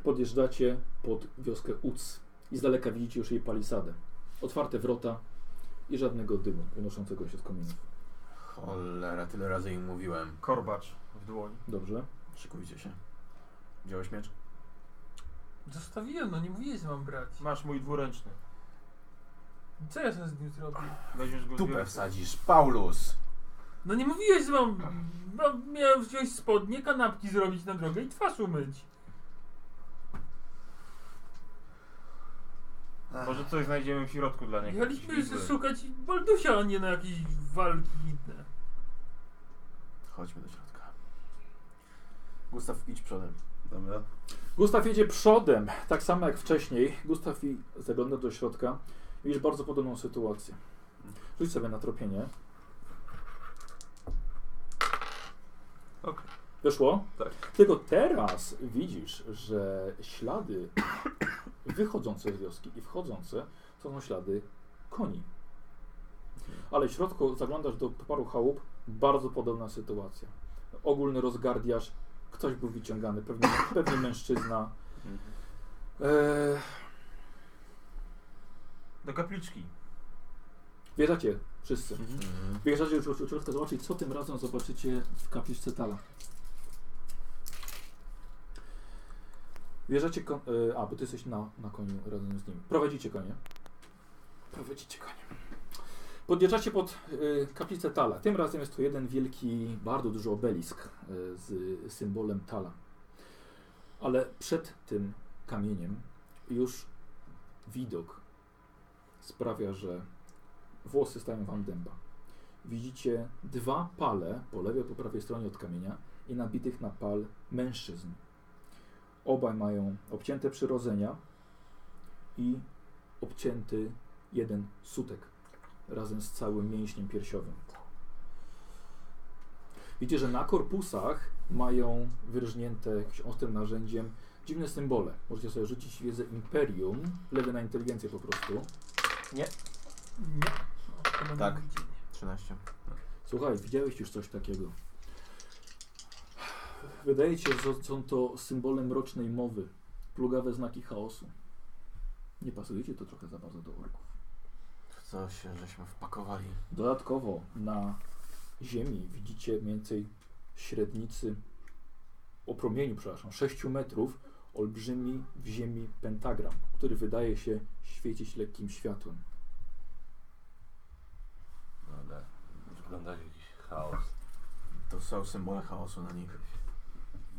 S2: podjeżdżacie pod wioskę Uc i z daleka widzicie już jej palisadę. Otwarte wrota i żadnego dymu unoszącego się z kominów.
S6: Cholera, tyle razy im mówiłem.
S1: Korbacz w dłoni.
S2: Dobrze?
S6: Szykujcie się. Wziąłeś miecz?
S4: Zostawiłem, no nie mówiłeś, że mam brać.
S1: Masz mój dwuręczny.
S4: Co ja sobie z nim zrobię?
S1: Weźmiesz go z
S6: Tupę
S1: biurka.
S6: wsadzisz, Paulus!
S4: No nie mówiłeś, że mam... mam miałem wziąć spodnie, kanapki zrobić na drogę i twarz umyć.
S1: Może coś znajdziemy w środku dla niego.
S4: Jechaliśmy
S1: Jakiś
S4: jeszcze
S1: izby.
S4: szukać Baldusia, a nie na jakieś walki inne.
S6: Chodźmy do środka. Gustaw, idź przodem.
S3: Dobra.
S2: Gustaw jedzie przodem, tak samo jak wcześniej. Gustaw i zagląda do środka. Widzisz bardzo podobną sytuację. Rzuć sobie na tropienie.
S3: Okej.
S2: Wyszło?
S3: Tak.
S2: Tylko teraz widzisz, że ślady wychodzące z wioski i wchodzące to są ślady koni. Ale w środku zaglądasz do paru chałup, bardzo podobna sytuacja. Ogólny rozgardiaż, ktoś był wyciągany, pewnie, pewnie mężczyzna. Eee,
S1: Do kapliczki.
S2: wjeżdżacie wszyscy.
S4: Mhm.
S6: Mhm.
S2: Wjeżdżacie już już- już chcę zobaczyć, co tym razem zobaczycie w kapliczce Tala. Wjeżdżacie kon... e, A, bo ty jesteś na, na koniu razem z nim. Prowadzicie konie. Prowadzicie konie. Podjeżdżacie pod e, kaplicę Tala. Tym razem jest to jeden wielki, bardzo duży obelisk e, z symbolem Tala. Ale przed tym kamieniem już widok sprawia, że włosy stają wam dęba. Widzicie dwa pale po lewej, po prawej stronie od kamienia i nabitych na pal mężczyzn. Obaj mają obcięte przyrodzenia i obcięty jeden sutek razem z całym mięśniem piersiowym. Widzicie, że na korpusach mają wyrżnięte jakimś ostrym narzędziem dziwne symbole. Możecie sobie rzucić wiedzę Imperium, lewy na inteligencję po prostu.
S4: Nie. O, to będę
S6: Tak.
S4: mówić.
S6: 13.
S2: Słuchaj, widziałeś już coś takiego. Wydaje ci się, że są to symbole mrocznej mowy, plugawe znaki chaosu. Nie pasujecie to trochę za bardzo do orków.
S6: W co się żeśmy wpakowali?
S2: Dodatkowo na ziemi widzicie mniej więcej średnicy o promieniu, przepraszam, 6 metrów olbrzymi w ziemi pentagram, który wydaje się świecić lekkim światłem.
S3: No ale wygląda jak jakiś chaos.
S6: To są symbole chaosu na nich.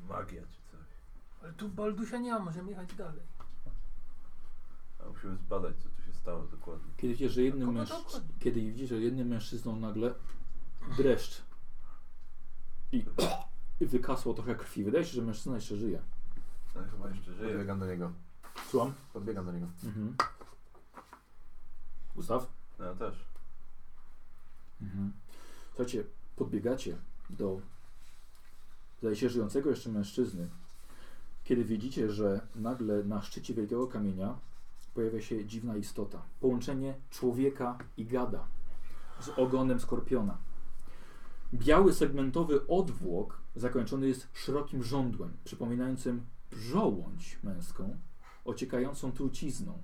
S3: Magia czy coś.
S4: Ale tu Baldusia nie ma, możemy jechać dalej.
S3: A musimy zbadać, co tu się stało dokładnie.
S2: Kiedy widzisz, że jednym,
S4: Kogo to
S2: mężczyz...
S4: obchodzi?
S2: Kiedy widzisz, że jednym mężczyzną nagle dreszcz i, i wykasło trochę krwi. Wydaje się, że mężczyzna jeszcze żyje.
S3: No chyba jeszcze żyje.
S6: Podbiegam do niego.
S2: Słucham?
S6: Podbiegam do niego.
S2: Mhm. Gustaw?
S3: No ja też.
S2: Mhm. Słuchajcie, podbiegacie do zdaje się żyjącego jeszcze mężczyzny, kiedy widzicie, że nagle na szczycie wielkiego kamienia pojawia się dziwna istota. Połączenie człowieka i gada z ogonem skorpiona. Biały segmentowy odwłok zakończony jest szerokim żądłem, przypominającym żołądź męską, ociekającą trucizną.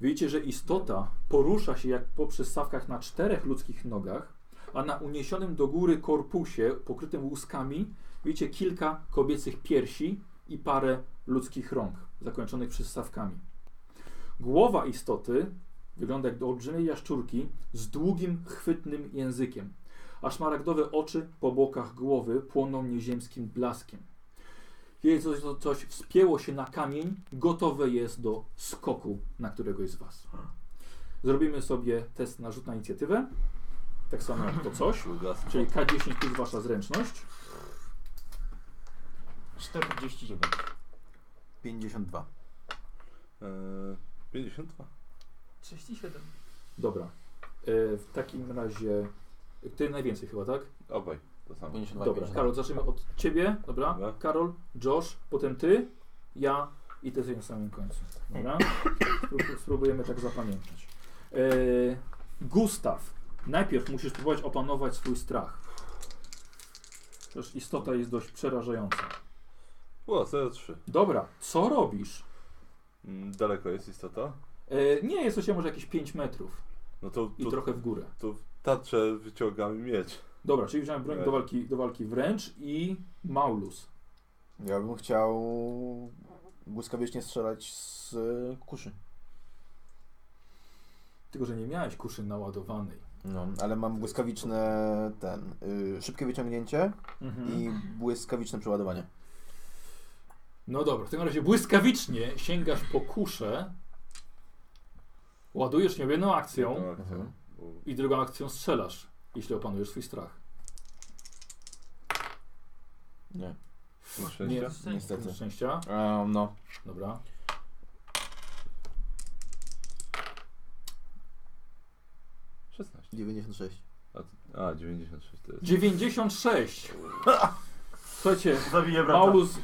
S2: Widzicie, że istota porusza się jak po przystawkach na czterech ludzkich nogach, a na uniesionym do góry korpusie pokrytym łuskami widzicie kilka kobiecych piersi i parę ludzkich rąk zakończonych przystawkami. Głowa istoty wygląda jak do olbrzymiej jaszczurki z długim, chwytnym językiem, a szmaragdowe oczy po bokach głowy płoną nieziemskim blaskiem. Kiedy coś, to coś wspięło się na kamień, gotowe jest do skoku na któregoś z Was. Zrobimy sobie test na rzut na inicjatywę. Tak samo jak to coś. Czyli K10 plus Wasza zręczność.
S1: 49.
S5: 52.
S3: Eee, 52.
S4: 37.
S2: Dobra. E, w takim razie. Ty najwięcej chyba, tak?
S3: Obaj, to samo.
S5: 52.
S2: Dobra, Karol, zaczniemy od ciebie, dobra?
S3: Dobra.
S2: Karol, Josh, potem ty, ja i ty na samym końcu. Dobra? Spró- Spróbujemy tak zapamiętać. E, Gustaw, najpierw musisz próbować opanować swój strach. Też istota jest dość przerażająca.
S3: O, 03.
S2: Dobra, co robisz?
S3: Mm, Daleko jest istota?
S2: E, nie, jest to może jakieś 5 metrów
S3: No to,
S2: i
S3: to, to,
S2: trochę w górę.
S3: tarczę wyciągam i miecz.
S2: Dobra, czyli wziąłem broń do walki, do walki wręcz i Maulus.
S5: Ja bym chciał błyskawicznie strzelać z e, kuszy.
S2: Tylko, że nie miałeś kuszy naładowanej.
S5: No, ale mam błyskawiczne ten, y, szybkie wyciągnięcie i błyskawiczne przeładowanie.
S2: No dobra, w takim razie błyskawicznie sięgasz po kuszę, ładujesz nią jedną akcją
S3: Jedną akcją.
S5: Mhm.
S3: No, Bo-
S2: i drugą akcją strzelasz, jeśli opanujesz swój strach.
S5: Nie,
S3: Na szczęście.
S5: niestety.
S2: Punkt szczęścia.
S5: E, no,
S2: Dobra.
S3: Szesnaście.
S5: 96.
S3: A, 96 to jest.
S2: 96! Słuchajcie,
S1: Zabiję brata.
S2: Paulus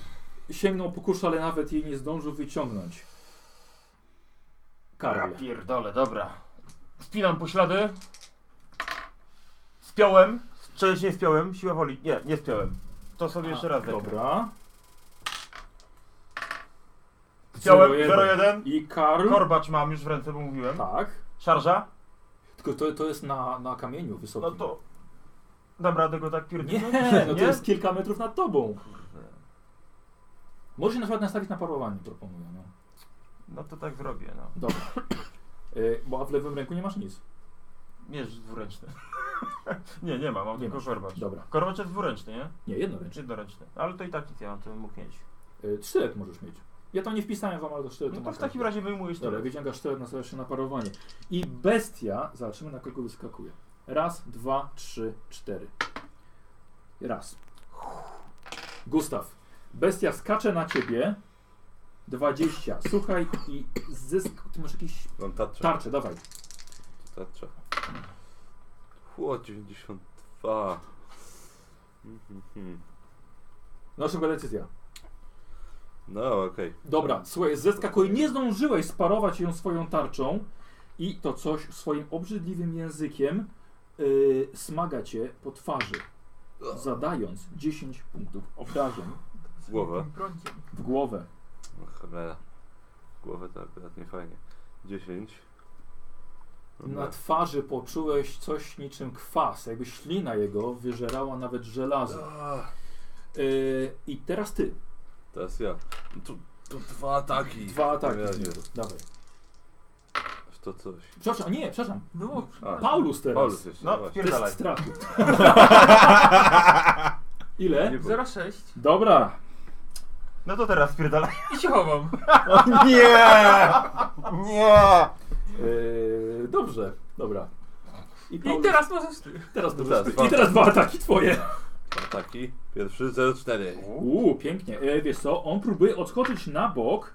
S2: sięgnął po kuszę, ale nawet jej nie zdążył wyciągnąć. Karol.
S1: Ja pierdolę, dobra. Spinam poślady. Spiąłem. Czy nie spiąłem? Siła woli. Nie, nie spiąłem. To sobie jeszcze raz zerknę.
S2: Dobra.
S1: Spiąłem
S2: Zero jeden.
S1: 0-1.
S2: I Karl.
S1: Korbacz mam już w ręce, bo mówiłem.
S2: Tak.
S1: Szarża?
S2: Tylko to, to jest na, na kamieniu
S1: No
S2: wysokim.
S1: to... Dam radę go tak
S2: Nie,
S1: pierdolę?
S2: no to jest kilka metrów nad tobą. Możesz się na przykład nastawić na parowanie, proponuję. No.
S1: No to tak zrobię, no.
S2: Dobra. Y, bo a w lewym ręku nie masz nic.
S1: Mierz dwuręczny. nie, nie ma, mam
S2: Nie
S1: tylko
S2: masz.
S1: korbacz.
S2: Dobra.
S1: Korbacz jest dwuręczny, nie?
S2: Nie,
S1: Czy
S2: jednoręczny.
S1: jednoręczny. Ale to i tak nic ja mam, to bym mógł mieć.
S2: Y, sztylet możesz mieć. Ja to nie wpisałem wam, ale to sztylet
S1: No to
S2: masz
S1: w takim razie wyjmujesz
S2: Dobra,
S1: tyle.
S2: wyciągasz sztylet, nastawiasz się na parowanie. I bestia, zobaczymy na kogo wyskakuje. Raz, dwa, trzy, cztery. Raz. Gustaw, bestia skacze na ciebie. 20. Słuchaj i zysk... Ty masz jakiś
S3: Mam tarczę.
S2: Tarczę, dawaj.
S3: tarczę. Chło, 92. Mhm, mhm.
S2: No szybka decyzja.
S3: No, okej.
S2: Dobra, słuchaj, zeskakuj, nie zdążyłeś sparować ją swoją tarczą i to coś swoim obrzydliwym językiem yy, smaga cię po twarzy, zadając 10 punktów obrażeń
S3: W głowę.
S4: Prąciem.
S2: w głowę.
S3: No, cholera. W głowę to akurat nie fajnie. 10. Mhm.
S2: Na twarzy poczułeś coś niczym kwas, jakby ślina jego wyżerała nawet żelazo.
S3: Ah,
S2: Yy, I teraz ty,
S3: Teraz ja. Tu, tu dwa ataki.
S2: dwa ataki
S3: Ja
S2: z niego,
S3: nie.
S2: dawaj.
S3: W To coś.
S2: Przepraszam, nie, przepraszam,
S4: No,
S3: A.
S2: Paulus teraz.
S3: Paulus jeszcze.
S1: No,
S3: właśnie.
S2: Test
S1: pierdalaj.
S2: strachu. Ile?
S3: Nie było.
S4: 0,6
S2: Dobra,
S1: No to teraz pierdalaj.
S4: i się chowam.
S5: Nie! Nie!
S2: Eee, dobrze, dobra. I,
S4: I
S2: Paulus-
S4: teraz możesz ty.
S2: teraz dobrze.
S3: teraz dwa. tak.
S2: I teraz dwa ataki twoje.
S3: Dwa ataki. Pierwszy 04.
S2: Uuu, pięknie. Eee, wiesz co, on próbuje odskoczyć na bok.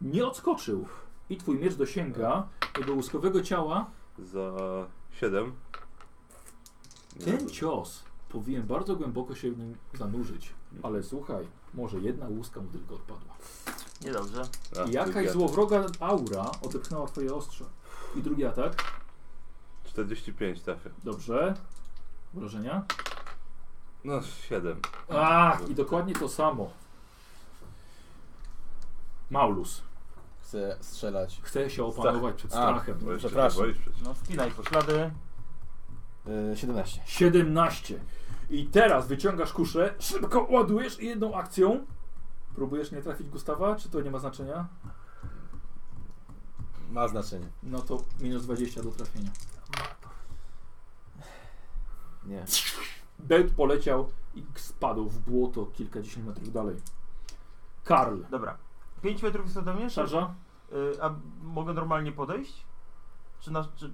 S2: Nie odskoczył. I twój miecz dosięga
S3: Tak.
S2: jego łuskowego ciała.
S3: Za 7. No.
S2: Ten cios powinien bardzo głęboko się w nim zanurzyć. Ale słuchaj, może jedna łuska mu tylko odpadła.
S1: Niedobrze.
S3: Tak,
S2: I jakaś złowroga aura odepchnęła twoje ostrze. I drugi atak.
S3: 45 trafię.
S2: Dobrze. Wrażenia?
S3: No 7.
S2: A, i dokładnie to samo. Maulus.
S5: Chcę strzelać.
S2: Chce się opanować przed
S5: A.
S2: strachem.
S3: Bo jeszcze
S5: Przepraszam.
S3: boisz przecież.
S1: No spinaj poślady.
S5: Y, 17.
S2: 17. I teraz wyciągasz kuszę, szybko ładujesz i jedną akcją. Próbujesz nie trafić Gustawa, czy to nie ma znaczenia?
S5: Ma znaczenie.
S2: No to minus 20 do trafienia.
S5: Nie.
S2: Belt poleciał i spadł w błoto kilkadziesiąt metrów dalej. Karl.
S1: Dobra. 5 metrów jest ode mnie? czy-
S2: Szarża?
S1: Y, a mogę normalnie podejść? Czy, na, czy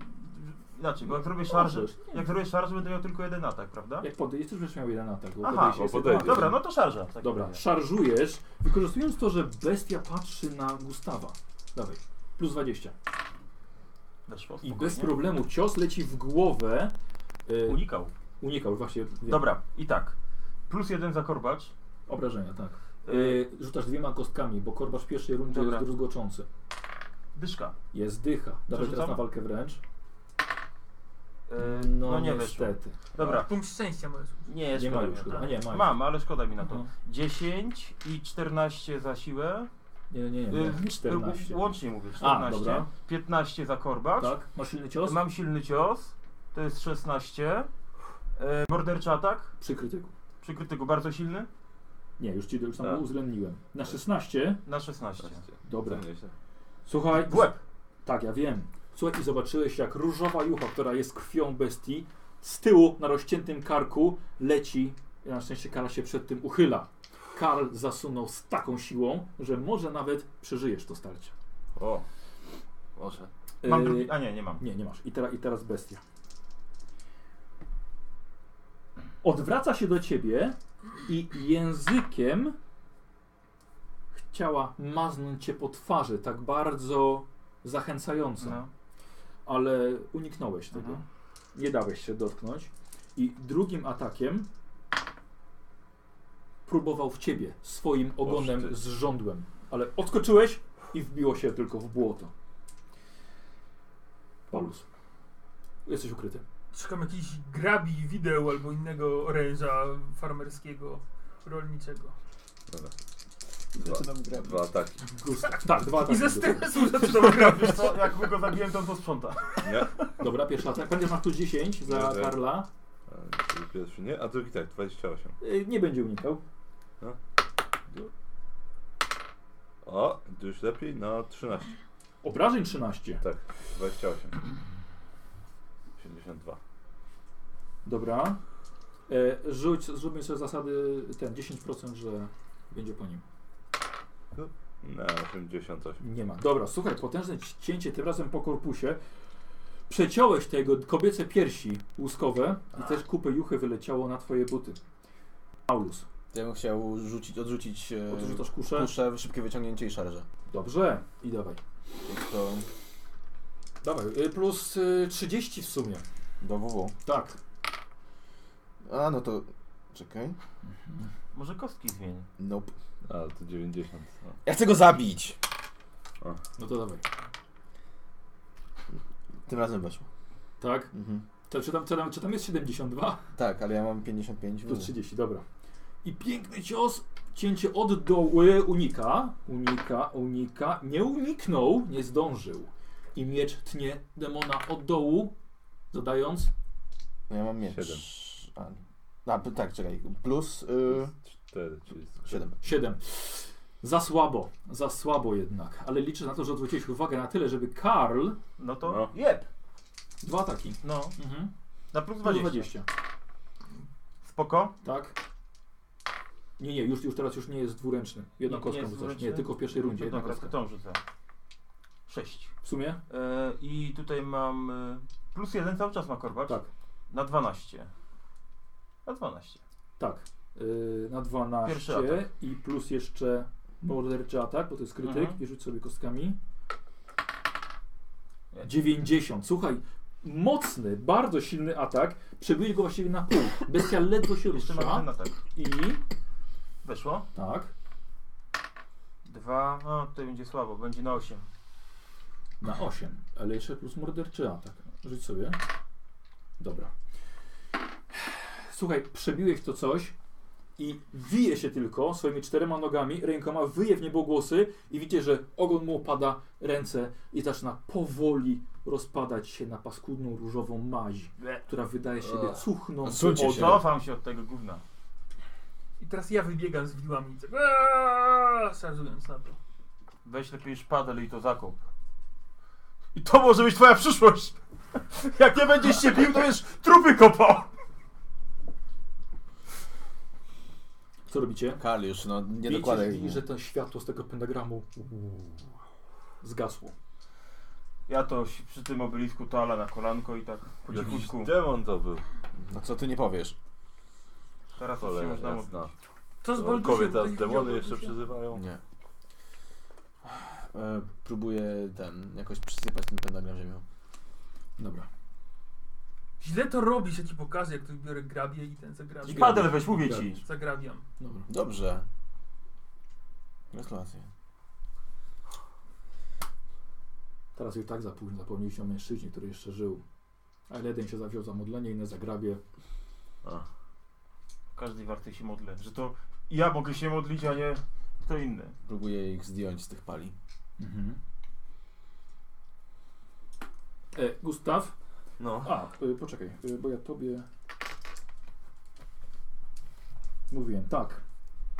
S1: inaczej, bo jak robię szarżę,
S2: No, Możesz.
S1: jak robię szarżę będę miał tylko jeden atak, prawda?
S2: Jak podejdziesz, też będziesz miał jeden atak. bo
S1: Aha,
S2: podejście
S3: bo
S2: jest
S3: podejdziesz.
S2: jeden atak.
S1: Dobra, no to szarża. w takim
S2: Dobra,
S1: razie.
S2: szarżujesz, wykorzystując to, że bestia patrzy na Gustawa. Dawaj, plus 20.
S1: Weszło,
S2: I
S1: spokojnie.
S2: bez problemu cios leci w głowę. Y,
S1: Unikał.
S2: unikał, właśnie. wiem.
S1: Dobra, i tak. Plus jeden za korbacz.
S2: Obrażenia, tak.
S1: Y,
S2: Y, rzucasz dwiema kostkami, bo korbasz w pierwszej rundzie
S1: Dobra.
S2: jest druzgoczący.
S1: dyszka.
S2: Jest dycha. Dawaj
S1: rzucam?
S2: teraz na walkę wręcz.
S1: Y,
S2: No, nie
S1: weszło.
S2: niestety.
S1: Dobra,
S4: Punkt szczęścia możesz użyć.
S1: nie,
S2: Nie
S1: szkoda
S2: ma
S1: mi
S2: już
S1: na
S2: chyba.
S1: to.
S2: A nie, ma już.
S1: Mam, ale szkoda mi na to.
S2: No.
S1: 10 i 14 za siłę.
S2: Nie, nie, nie,
S1: Y,
S2: nie. 14.
S1: y, Łącznie mówię, 14.
S2: dobra.
S1: 15 za korbacz.
S2: Tak? Masz silny cios?
S1: Mam silny cios. To jest 16. E, morderczy atak.
S2: Przy krytyku.
S1: Przy krytyku bardzo silny.
S2: Nie, już ci już tam
S3: Tak.
S2: uwzględniłem. Na 16.
S1: Na 16.
S2: Dobra.
S3: Cenię się.
S2: Słuchaj.
S1: Tak. W łeb.
S2: Tak, ja wiem. Słuchaj, i zobaczyłeś, jak różowa jucha, która jest krwią bestii, z tyłu na rozciętym karku leci. Na szczęście Karl się przed tym uchyla. Karl zasunął z taką siłą, że może nawet przeżyjesz to starcie.
S3: O, może.
S1: Mam
S2: Yy,
S1: drugi. A nie, nie mam.
S2: Nie, nie masz. I, tera, I teraz bestia. Odwraca się do ciebie i językiem chciała maznąć cię po twarzy tak bardzo zachęcająco,
S1: No.
S2: ale uniknąłeś tego.
S1: Mhm.
S2: Nie dałeś się dotknąć. I drugim atakiem próbował w ciebie swoim ogonem
S3: ty.
S2: z żądłem, ale odskoczyłeś i wbiło się tylko w błoto. Paulus. Jesteś ukryty.
S4: Szukam jakichś grabi, wideł albo innego oręża farmerskiego, rolniczego.
S3: Dobra.
S5: Zaczynam grać.
S3: Dwa ataki.
S2: Gustaw. Tak, dwa ataki.
S4: I ze
S2: Gustaw.
S4: stresu zaczynam grabić.
S1: Wiesz co, jak go zabiłem, to on to sprząta.
S3: Nie.
S2: Dobra, pierwszy atak. Pamiętasz, masz tu 10 za
S3: Dobra.
S2: Karla.
S3: Ale Pierwszy nie, a drugi tak, 28.
S2: Y, Nie będzie unikał.
S3: O, już lepiej, no 13.
S2: Obrażeń 13.
S3: Tak, 28. 82.
S2: Dobra. E, Rzuć, zróbmy sobie zasady ten 10%, że będzie po nim.
S3: Na 88.
S2: Nie ma. Dobra, słuchaj, potężne cięcie tym razem po korpusie. Przeciąłeś te jego kobiece piersi łuskowe i też kupę juchy wyleciało na twoje buty. Paulus,
S5: Ja bym chciał rzucić, odrzucić e,
S2: odrzucasz kuszę?
S5: kuszę, szybkie wyciągnięcie i szarże.
S2: Dobrze. I dawaj.
S5: To
S2: Dawaj, y, plus y, 30 w sumie.
S5: do WW.
S2: Tak.
S5: A, no to... Czekaj.
S1: Może kostki zmieni.
S5: Nope.
S3: A, to 90. No.
S5: Ja chcę go zabić!
S2: No to dawaj.
S5: Tym razem weszło.
S2: Tak?
S5: Mhm.
S2: To, czy, tam, czy, tam, czy tam jest 72?
S5: Tak, ale ja mam 55
S2: Plus
S5: WW.
S2: 30, dobra. I piękny cios. Cięcie od dołu e, unika. Unika, unika. Nie uniknął, nie zdążył. I miecz tnie demona od dołu, dodając
S5: No ja mam miecz.
S3: Siedem.
S5: A, a, p- tak, czekaj. Plus y,
S3: 4, czyli
S5: 7.
S2: 7. Za słabo, za słabo jednak. Ale liczę na to, że odwróciłeś uwagę na tyle, żeby Karl.
S1: No to
S3: No.
S1: jeb.
S2: Dwa ataki.
S1: No,
S2: Mhm.
S1: na plus 20.
S2: 20.
S1: Spoko.
S2: Tak. Nie, nie, już, już teraz już nie jest dwuręczny. Jedną
S1: Nie, nie
S2: kostką
S1: jest
S2: rzucasz. Nie,
S1: dwuręczny?
S2: tylko w pierwszej rundzie. Jedna
S1: Jedną
S2: kostka.
S1: kostkę tą rzucę. 6.
S2: W sumie?
S1: E, I tutaj mam e, plus jeden cały czas ma korbacz.
S2: Tak.
S1: Na 12. Na 12.
S2: Tak. Yy, na 12
S1: Pierwszy atak.
S2: i plus jeszcze morderczy atak, bo to jest krytyk.
S1: Mhm.
S2: I rzuć sobie kostkami.
S1: Nie.
S2: 90. Słuchaj, mocny, bardzo silny atak. Przebiłeś go właściwie na pół. Bestia ledwo się
S1: Jeszcze mam jeden
S2: rusza.
S1: atak.
S2: I...
S1: Weszło.
S2: Tak.
S1: Dwa. No tutaj będzie słabo, będzie na 8.
S2: Na 8, ale jeszcze plus morderczy atak. Rzuć sobie. Dobra. Słuchaj, przebiłeś to coś i wije się tylko swoimi czterema nogami, rękoma wyje w niebogłosy i widzicie, że ogon mu opada, ręce i zaczyna powoli rozpadać się na paskudną różową maź, która wydaje siebie
S5: Ech.
S2: cuchnącą
S5: Odsuńcie
S2: od...
S5: się.
S1: Cofam się od tego gówna.
S4: I teraz ja wybiegam z widłami. tak, aaa, Szarżując na to.
S1: Weź lepiej szpadel i to zakup. I to może być twoja przyszłość! Jak nie będziesz się bił, to już trupy kopał!
S2: Co robicie?
S5: Karl już, no nie
S2: Widzisz,
S5: dokładaj.
S2: że to światło z tego pentagramu zgasło.
S1: Ja to si- przy tym obelisku tala na kolanko i tak po
S3: Jakiś
S1: cichutku.
S3: demon to był.
S5: No co ty nie powiesz?
S1: Teraz już się
S3: Cholera
S1: można
S3: jasna.
S4: To z
S3: Orkowie
S4: Boldusiem.
S3: teraz demony jeszcze przyzywają.
S5: Nie. E, próbuję ten, jakoś przysypać ten pentagram ziemią.
S2: Dobra.
S4: Źle to robisz, ja ci pokażę, jak tu biorę grabie i ten
S1: I
S4: zagrabiam.
S2: Dziękuję.
S1: padel weź, mówię
S3: Tak.
S1: ci.
S4: Zagrabiam.
S2: Dobra.
S5: Dobrze. Gratulacje.
S2: Teraz już tak za późno zapomnieliście o mężczyźnie, który jeszcze żył. Ale jeden się zawziął za modlenie, inny za grabie.
S3: A.
S1: Każdy warty się modlę, że to ja mogę się modlić, a nie kto inny.
S5: Próbuję ich zdjąć z tych pali.
S2: Mhm. E, Gustaw?
S1: No.
S2: A, y, poczekaj, y, bo ja tobie... Mówiłem, tak.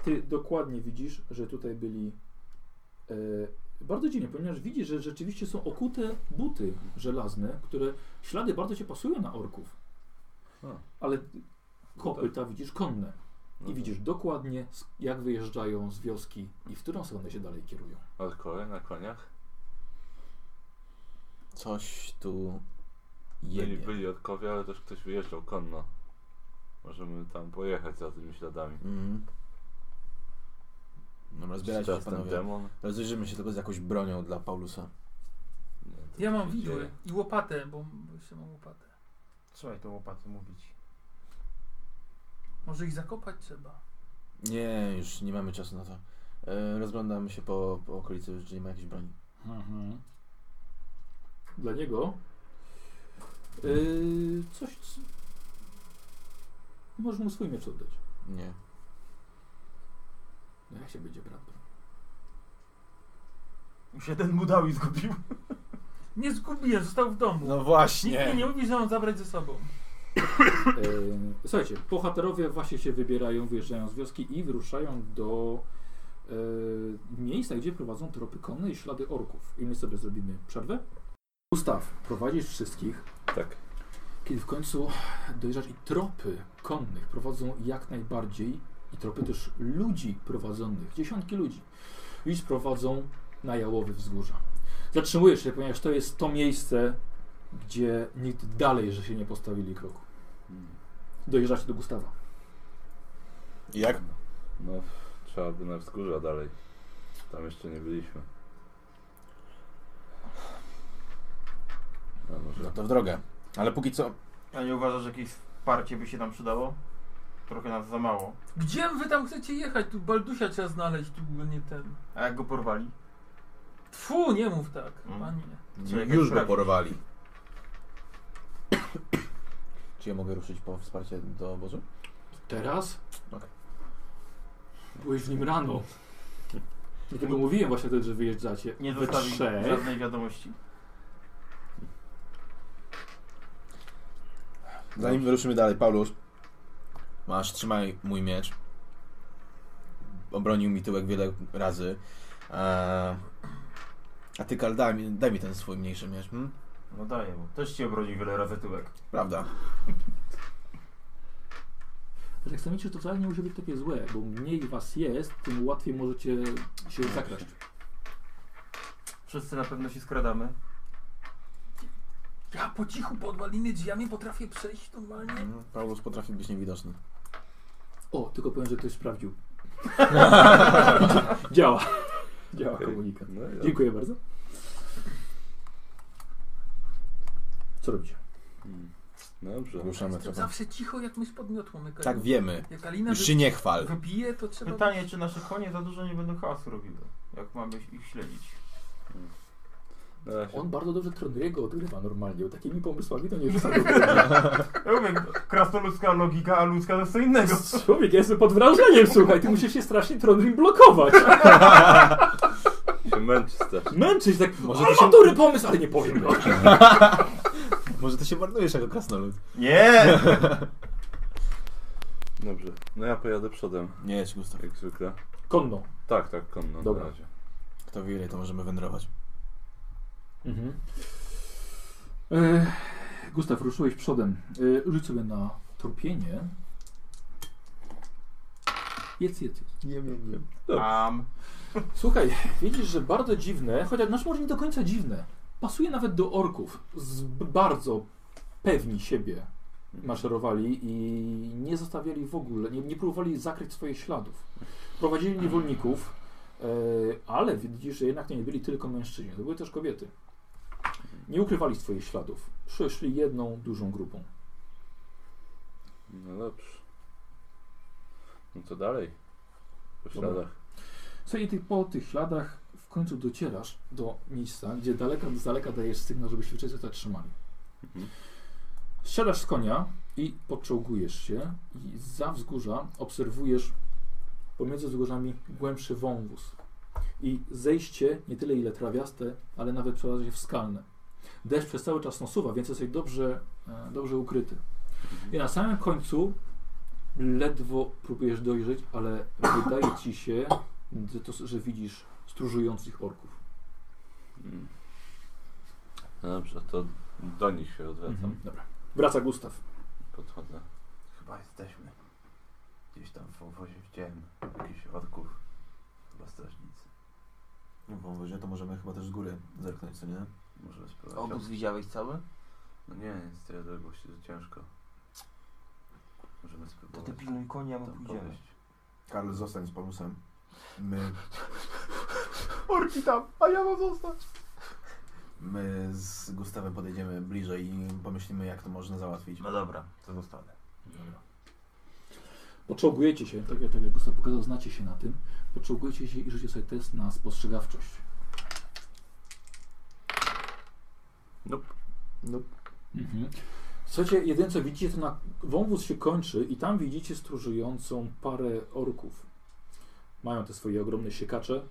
S2: Ty dokładnie widzisz, że tutaj byli... E, bardzo dziwnie, ponieważ widzisz, że rzeczywiście są okute buty żelazne, które ślady bardzo cię pasują na orków.
S3: A.
S2: Ale kopyta widzisz konne. I widzisz dokładnie, z- jak wyjeżdżają z wioski i w którą stronę się dalej kierują.
S3: Orkowie na koniach?
S5: Coś tu
S3: Byli,
S5: jebie.
S3: byli orkowie, ale też ktoś wyjeżdżał konno. Możemy tam pojechać za tymi śladami.
S5: Mhm. Dobra,
S3: Czy
S5: zbierajcie
S3: teraz
S5: się
S3: ten
S5: panowie.
S3: demon?
S5: Rozejrzymy się tylko z jakąś bronią dla Paulusa.
S3: Nie, to
S4: Ja
S3: co
S4: mam
S3: się
S4: widły
S3: dzieje?
S4: i łopatę, bo bo jeszcze mam łopatę.
S1: Trzeba jej to łopaty mówić.
S4: Może ich zakopać trzeba.
S5: Nie, już nie mamy czasu na to. E, rozglądamy się po, po okolicy, czy nie ma jakiejś broni.
S2: Dla niego yy, coś. Co... Możesz mu swój miecz oddać.
S5: Nie.
S2: No jak się będzie brat brał?
S1: Mi się ten mu dał i zgubił.
S4: Nie zgubiłem, został w domu.
S5: No
S4: Nikt mnie nie
S5: właśnie!
S4: mówi, że mam zabrać ze sobą.
S2: Yy, słuchajcie, bohaterowie właśnie się wybierają, wyjeżdżają z wioski i wyruszają do yy, miejsca, gdzie prowadzą tropy konne i ślady orków. I my sobie zrobimy przerwę. Gustaw, prowadzisz wszystkich
S3: Tak.
S2: Kiedy w końcu dojrzasz i tropy konnych prowadzą jak najbardziej i tropy też ludzi prowadzonych, dziesiątki ludzi, już prowadzą na jałowy wzgórza. Zatrzymujesz się, ponieważ to jest to miejsce, gdzie nikt dalej, że się nie postawili kroku.
S3: Hmm.
S2: Dojeżdżacie do Gustawa.
S5: Jak?
S3: No, trzeba by na wzgórza dalej. Tam jeszcze nie byliśmy. A
S5: No
S2: Tak,
S3: może...
S5: to w drogę. Ale póki co...
S1: A nie uważasz, że jakieś wsparcie by się nam przydało? Trochę nas za mało.
S4: Gdzie wy tam chcecie jechać? Tu Baldusia trzeba znaleźć, tu nie ten.
S1: A jak go porwali?
S4: Tfu, nie mów tak,
S1: Mm.
S4: panie.
S1: Co, jakaś
S5: już go
S1: sprawa?
S5: porwali. Czy ja mogę ruszyć po wsparcie do obozu?
S2: Teraz?
S5: Okej.
S2: Byłeś w nim rano. Dlatego mówiłem właśnie wtedy, że wyjeżdżacie.
S1: Nie
S2: we
S1: zostawi
S2: trzech.
S1: żadnej wiadomości.
S5: Zanim wyruszymy dalej, Paulus. Masz, trzymaj mój miecz. Obronił mi tyłek wiele razy. Eee, a ty, Karl, daj mi, daj mi ten swój mniejszy miecz. Hmm?
S1: No daję, bo też cię obroni wiele razy tyłek.
S5: Prawda.
S2: Ale jak sami to wcale nie musi być takie złe, bo mniej was jest, tym łatwiej możecie się zakraść.
S1: Wszyscy na pewno się skradamy.
S4: Ja po cichu pod maliny drzwiami potrafię przejść normalnie.
S5: Mm, Paulus potrafi być niewidoczny.
S2: O, tylko powiem, że ktoś sprawdził. Działa. Działa
S3: Okej.
S2: komunikat.
S3: No i dobra.
S2: Dziękuję bardzo. Co robicie?
S3: Hmm. Dobrze.
S5: Ruszamy trochę.
S4: Zawsze cicho jak myś pod miotłą myka.
S5: Tak wiemy.
S4: Jak Alina
S5: Już się nie chwal.
S4: wypije, to trzeba...
S1: Pytanie, czy nasze konie za dużo nie będą hałasu robiły, jak mamy ich śledzić.
S3: Na razie
S2: On bardzo dobrze Tronriego odgrywa normalnie, bo takimi pomysłami to nie rzuca.
S1: Ja mówię, krasnoludzka logika, a ludzka to jest co innego.
S2: Człowiek, ja jestem pod wrażeniem, słuchaj, ty musisz się strasznie Tronrim blokować.
S3: się męczy strasznie.
S2: Męczyć tak,
S5: Może
S2: może
S5: to
S2: to
S5: się-
S2: dobry pomysł, ale nie powiem. go.
S5: Może ty się marnujesz jako krasnolud.
S1: Nie!
S3: Dobrze. No ja pojadę przodem,
S5: Nie jedź, Gustaw.
S3: jak zwykle.
S2: Konno.
S3: Tak, tak, konno
S2: Dobra.
S3: na razie.
S5: Kto wie ile to możemy wędrować.
S2: Mhm. E, Gustaw, ruszyłeś przodem. E, rzuć sobie na trupienie. Jedz, jedz, jedz.
S6: Nie wiem, nie wiem.
S1: Am.
S2: Słuchaj, widzisz, że bardzo dziwne, chociaż nasz może nie do końca dziwne, pasuje nawet do orków. Z bardzo pewni siebie maszerowali i nie zostawiali w ogóle, nie, nie próbowali zakryć swoich śladów. Prowadzili niewolników, e, ale widzisz, że jednak to nie byli tylko mężczyźni, to były też kobiety. Nie ukrywali swoich śladów. Przyszli jedną dużą grupą.
S3: No dobrze. No to dalej. Po
S2: Dobra.
S3: śladach.
S2: Słuchaj, ty po tych śladach w końcu docierasz do miejsca, gdzie daleka, z daleka dajesz sygnał, żeby się wszyscy zatrzymali.
S3: Mhm.
S2: Siadasz z konia i podczołgujesz się i za wzgórza obserwujesz pomiędzy wzgórzami głębszy wąwóz i zejście nie tyle ile trawiaste, ale nawet przeradza się w skalne. Deszcz przez cały czas nasuwa, więc jesteś dobrze, e, dobrze ukryty. I na samym końcu ledwo próbujesz dojrzeć, ale wydaje ci się, że, to, że widzisz stróżujących orków.
S3: Mm. No dobrze, to do nich się odwracam.
S2: Mhm. Dobra. Wraca Gustaw.
S3: Podchodzę.
S6: Chyba jesteśmy. Gdzieś tam w obozie widziałem jakichś orków. Chyba strażnicy. No w obozie to możemy chyba też z góry zerknąć, co nie?
S3: Może spróbować.
S1: Obóz widziałeś cały?
S3: No nie, jest tyle odległości, że ciężko. Możemy
S1: To
S3: spróbować.
S1: ty pilnuj konia, my
S3: tam
S1: pójdziemy.
S3: podejść.
S6: Karl, zostań z Paulusem. My... Orki tam, a ja mam zostać. My z Gustawem podejdziemy bliżej i pomyślimy, jak to można załatwić.
S1: No dobra, to zostanę.
S2: Poczołgujecie się, tak jak tak jak Gustaw pokazał, znacie się na tym. Poczołgujecie się i rzucie sobie test na spostrzegawczość.
S6: Nope.
S2: Mhm. Słuchajcie, jedyne co widzicie, to na wąwóz się kończy i tam widzicie stróżującą parę orków. Mają te swoje ogromne siekacze,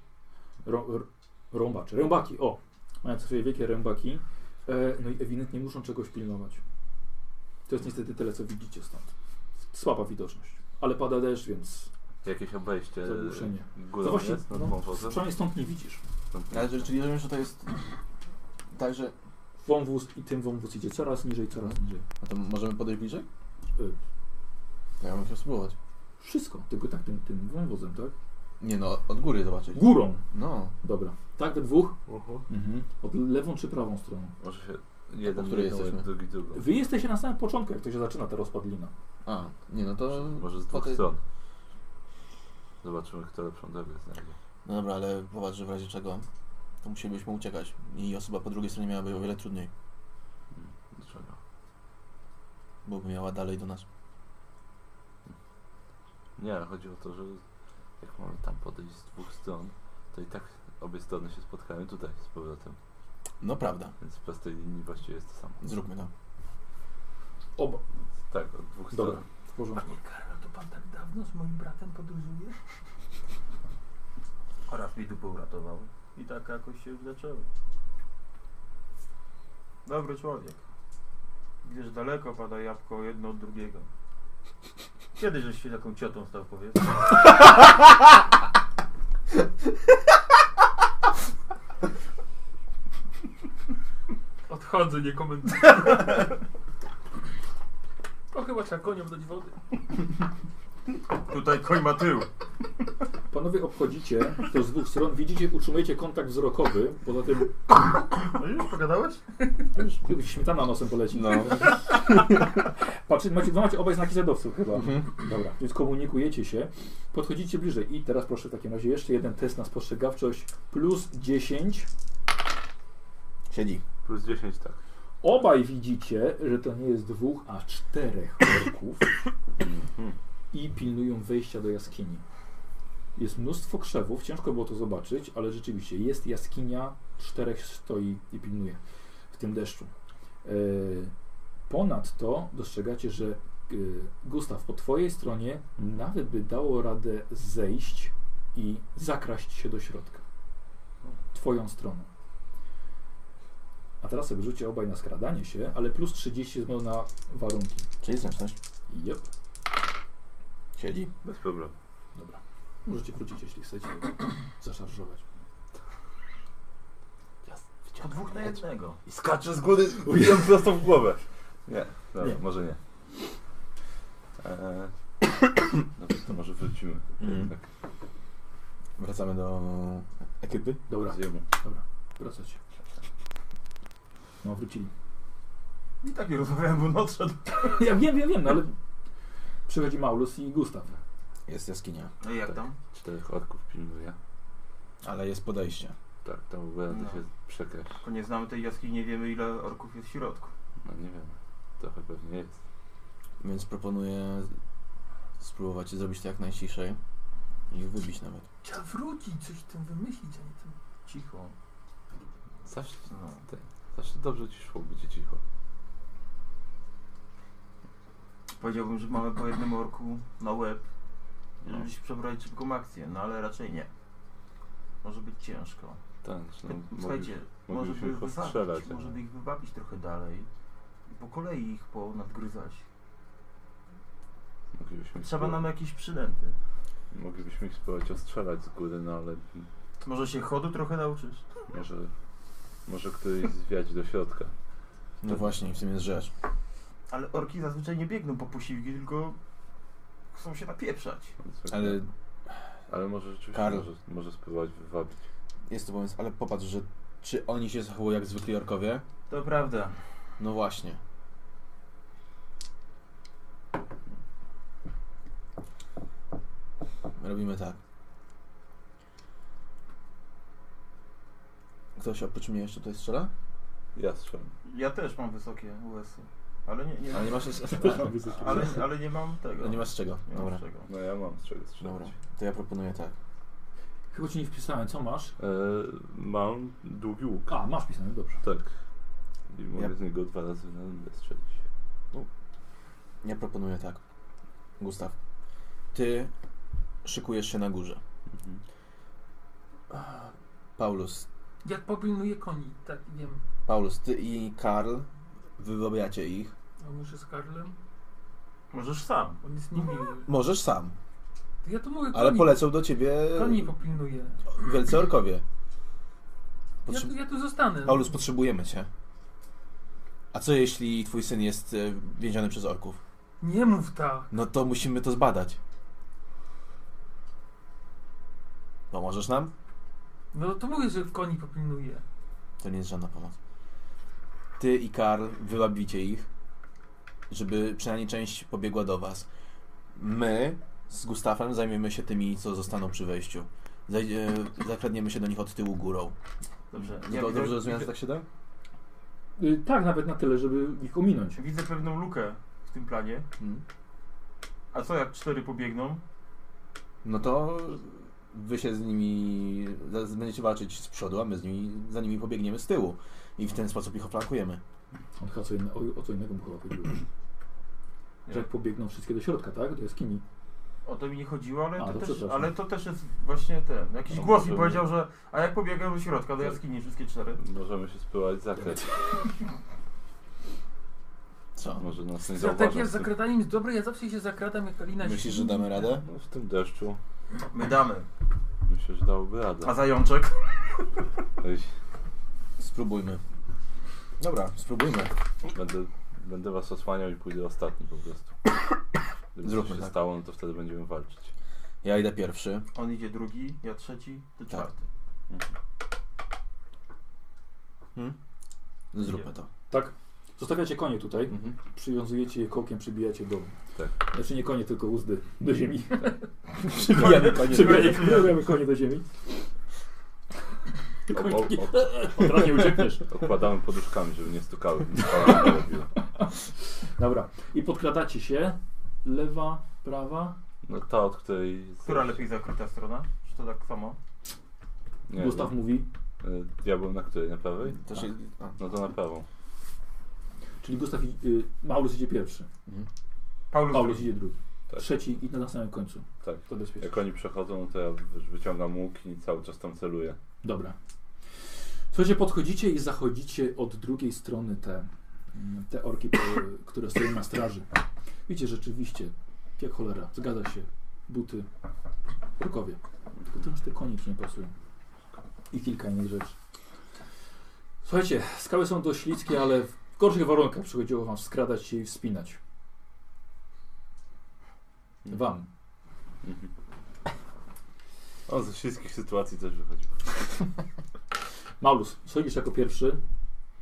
S2: rą, r- rąbacze, rębaki, o! Mają te swoje wielkie rębaki, e, no i ewidentnie muszą czegoś pilnować. To jest niestety tyle, co widzicie stąd. Słaba widoczność, ale pada deszcz, więc
S3: Jakieś obejście
S2: Zagłuszenie.
S3: górą
S2: właśnie,
S3: jest nad
S2: no,
S3: wąwozem?
S2: przynajmniej stąd nie widzisz.
S6: Ale rzeczywiście wiem, że to jest... Także...
S2: Wąwóz i tym wąwóz idzie coraz niżej, coraz niżej.
S5: No to możemy podejść bliżej?
S2: Y.
S5: To ja bym chciał spróbować.
S2: Wszystko, tylko tak tym, tym wąwozem, tak?
S5: Nie no, od góry zobaczyć.
S2: Górą!
S5: No.
S2: Dobra. Tak, we dwóch? Mhm. Od lewą czy prawą stroną?
S3: Może się jeden
S5: Po której
S3: jedną,
S5: jesteśmy?
S3: drugi drugą.
S2: Wy jesteście na samym początku, jak to się zaczyna ta rozpadlina.
S5: A, nie no to...
S3: Może z
S5: po
S3: dwóch
S5: tej-
S3: stron. Zobaczymy, kto lepszą drogę znajdzie.
S5: No dobra, ale popatrz, że w razie czego to musielibyśmy uciekać i osoba po drugiej stronie miałaby o wiele trudniej,
S3: Hmm, Dlaczego?
S5: bo by miała dalej do nas.
S3: Nie, ale chodzi o to, że jak mamy tam podejść z dwóch stron, to i tak obie strony się spotkają tutaj z powrotem.
S5: No prawda,
S3: Więc w prostej linii właściwie jest to samo.
S5: zróbmy to.
S2: Oba.
S3: Tak, od dwóch
S2: Dobra.
S3: stron.
S2: W porządku.
S4: Panie Karol, to pan tak dawno z moim bratem podróżuje?
S1: Oraz mi dupę uratował. I tak jakoś się już zaczęło. Dobry człowiek. Gdzież daleko pada jabłko jedno od drugiego. Kiedy żeś się taką ciotą stał, powiedz?
S4: Odchodzę, nie komentuję. O, chyba trzeba koniom dać wody.
S1: Tutaj koń ma tył.
S2: Panowie obchodzicie to z dwóch stron, widzicie, utrzymujecie kontakt wzrokowy, poza tym
S1: No już pogadałeś?
S2: już śmietana nosem poleci.
S5: No.
S2: Patrzcie, macie, no macie obaj znaki zjadowców chyba.
S5: Mhm.
S2: Dobra, więc komunikujecie się, podchodzicie bliżej i teraz proszę w takim razie jeszcze jeden test na spostrzegawczość plus 10.
S5: Siedzi.
S3: Plus 10 tak.
S2: Obaj widzicie, że to nie jest dwóch, a czterech orków i pilnują wejścia do jaskini. Jest mnóstwo krzewów, ciężko było to zobaczyć, ale rzeczywiście jest jaskinia, czterech stoi i pilnuje w tym deszczu. E, Ponadto dostrzegacie, że e, Gustaw po twojej stronie nawet by dało radę zejść i zakraść się do środka. Twoją stroną. A teraz sobie rzucie obaj na skradanie się, ale plus 30 znowu na warunki.
S5: Czyli zręczność.
S2: Jep.
S5: Siedzi.
S3: Bez problemu.
S2: Dobra. Możecie wrócić, jeśli chcecie zaszarżować.
S1: Po dwóch na jednego.
S3: I skaczę z góry, ujdę prosto w głowę. Nie, dobra,
S2: Nie.
S3: może nie. Eee, Dobrze, to może wrócimy. Tak,
S5: Mhm.
S3: Jednak
S5: Wracamy do ekipy.
S2: Dobra,
S3: zjemy.
S2: wracać. No, wrócili.
S1: I tak nie rozmawiałem, bo odszedł.
S2: Ja wiem, ja wiem, no ale przychodzi Maulus i Gustaw.
S5: Jest jaskinia,
S1: No i jak tam?
S3: Czterech orków pilnuje.
S5: ale jest podejście.
S3: Tak, tam w ogóle rady
S1: No.
S3: się przekraść.
S1: Tylko nie znamy tej jaskini, nie wiemy ile orków jest w środku.
S3: No nie wiem. Trochę pewnie jest.
S5: Więc proponuję spróbować zrobić to jak najciszej. I ich wybić nawet.
S4: Trzeba wrócić, coś tam wymyślić, a nie tam.
S1: Cicho.
S3: Zawsze,
S1: No.
S3: ty, zawsze dobrze ci szło, będzie cicho.
S1: Powiedziałbym, że mamy po jednym orku na łeb,
S3: No,
S1: żebyśmy przebrali szybką akcję, no ale raczej nie. Może być ciężko.
S3: tak, no,
S1: Słuchajcie,
S3: mogliśmy-
S1: może
S3: mogliśmy
S1: by,
S3: ich
S1: wywabić,
S3: ostrzelać,
S1: może
S3: ale-
S1: by ich wywabić trochę dalej i po kolei ich ponadgryzać.
S3: moglibyśmy ich
S1: Trzeba
S3: spróbować-
S1: nam jakieś przynęty.
S3: Moglibyśmy ich spróbować ostrzelać z góry, no ale
S1: Może się chodu trochę nauczysz?
S3: może, może któryś zwiać do środka.
S5: No właśnie, w tym jest rzecz.
S1: Ale orki zazwyczaj nie biegną po posiłki, tylko chcą się napieprzać.
S5: Ale
S3: ale może rzeczywiście
S5: Karl.
S3: może, może spróbować wywabić.
S5: jest to pomysł, ale popatrz, że czy oni się zachowują jak zwykli orkowie?
S1: To prawda.
S5: No właśnie. Robimy tak. Ktoś oprócz mnie jeszcze tutaj strzela?
S3: Ja strzelam.
S1: Ja też mam wysokie USy. Ale nie, nie,
S5: Ale nie
S1: mam,
S5: masz,
S1: ale, ale nie mam tego.
S5: no nie masz z czego.
S1: Nie mam
S5: Dobra.
S1: czego.
S3: No ja mam z czego strzelać.
S5: Dobra. To ja proponuję tak.
S2: Chyba ci nie wpisałem, co masz?
S3: E, mam długi łuk.
S2: A, masz pisane, dobrze.
S3: Tak. I mogę
S5: Ja-
S3: z niego dwa razy na rundę strzelić.
S5: Ja proponuję tak. Gustaw, ty szykujesz się na górze.
S3: Mhm.
S5: Paulus,
S4: Jak popilnuje koni, tak wiem.
S5: Paulus, ty i Karl wybawiacie ich.
S4: A muszę z Karlem?
S1: Możesz sam.
S4: On jest niemiły.
S5: Możesz sam,
S4: To ja to mówię
S5: ale
S4: koni,
S5: polecą do ciebie
S4: koni popilnuje.
S5: wielcy orkowie.
S4: Ja,
S5: Potrze-
S4: tu- ja tu zostanę.
S5: Paulus, potrzebujemy cię. A co jeśli twój syn jest e, więziony przez orków?
S4: Nie mów tak.
S5: No to musimy to zbadać. Pomożesz nam?
S4: No to mówię, że koni popilnuje.
S5: To nie jest żadna pomoc. Ty i Karl wyłabicie ich, żeby przynajmniej część pobiegła do was. My z Gustafem zajmiemy się tymi, co zostaną przy wejściu. Zaj- e, zakradniemy się do nich od tyłu górą.
S1: Dobrze.
S5: Ja dobrze rozumiem, że tak się da?
S2: Y, tak, nawet na tyle, żeby ich ominąć.
S1: Widzę pewną lukę w tym planie.
S5: Mm.
S1: A co jak cztery pobiegną?
S5: No to wy się z nimi z- będziecie walczyć z przodu, a my z nimi, za nimi pobiegniemy z tyłu. I w ten sposób ich oflankujemy.
S2: On chyba co inne, o, o co innego mu chyba chodziło. Że jak pobiegną wszystkie do środka, tak? Do jaskini.
S1: O to mi nie chodziło, ale,
S2: A,
S1: to,
S2: to
S1: też,
S2: przepraszam.
S1: ale to też jest właśnie ten. Jakiś
S3: No,
S1: głos mi
S3: możemy-
S1: powiedział, że a jak pobiegają do środka, do
S3: Tak.
S1: jaskini wszystkie cztery.
S3: Możemy się spróbować zakrać.
S5: Co?
S3: Może nas nie
S4: Strategia
S3: zauważą.
S4: z
S3: w tym-
S4: zakradaniem jest dobra, ja zawsze się zakradam jak Alina
S5: Myślisz, że
S4: śpi.
S5: damy radę?
S3: No, w tym deszczu
S1: My damy.
S3: myślę, że dałoby
S1: A
S3: radę.
S1: zajączek?
S3: Ej,
S5: Spróbujmy. Dobra, spróbujmy.
S3: Będę, będę was osłaniał i pójdę ostatni po prostu. Gdyby
S5: Zróbmy
S3: coś się
S5: tak.
S3: stało, no to wtedy będziemy walczyć.
S5: Ja idę pierwszy.
S1: On idzie drugi, ja trzeci, ty
S5: Tak.
S1: czwarty.
S5: Zróbmy to.
S2: Tak. Zostawiacie konie tutaj,
S5: Mhm.
S2: przywiązujecie je kołkiem, przybijacie do...
S3: Tak.
S2: Znaczy nie konie, tylko uzdy do ziemi.
S5: Przybijamy koniec.
S2: Przybijamy przybijamy konie do ziemi.
S3: O, o, o,
S2: Od razu nie uciekniesz.
S3: Okładamy poduszkami, żeby nie stukały. żeby spała nie robiła.
S2: Dobra. I podkradacie się. Lewa, prawa.
S3: No ta, od której...
S1: Która lepiej zakryta strona? Czy to tak samo?
S3: Nie,
S2: Gustaw
S3: Gustaw...
S2: mówi.
S3: Ja byłem na której? Na prawej?
S5: To się... a.
S3: No to na prawą.
S2: Czyli Gustaw i... Y, Maulus idzie pierwszy.
S5: Mhm.
S1: Paulus,
S2: Paulus
S1: drugi.
S2: idzie drugi.
S3: Tak.
S2: Trzeci i na samym końcu.
S3: Tak.
S2: To bezpiecznie.
S3: Jak oni przechodzą, no to ja wy- wyciągam łuk i cały czas tam celuję.
S2: Dobra. Słuchajcie, podchodzicie i zachodzicie od drugiej strony te, mm, te orki, po- które stoją na straży. Widzicie, rzeczywiście, jak cholera, zgadza się, buty, orkowie. Tylko to już te konie ci nie pasują. I kilka innych rzeczy. Słuchajcie, skały są dość śliskie, ale w gorszych warunkach przychodziło wam skradać się i wspinać. Wam.
S3: Mhm. On ze wszystkich sytuacji też wychodził.
S2: Maulus, schodzisz jako pierwszy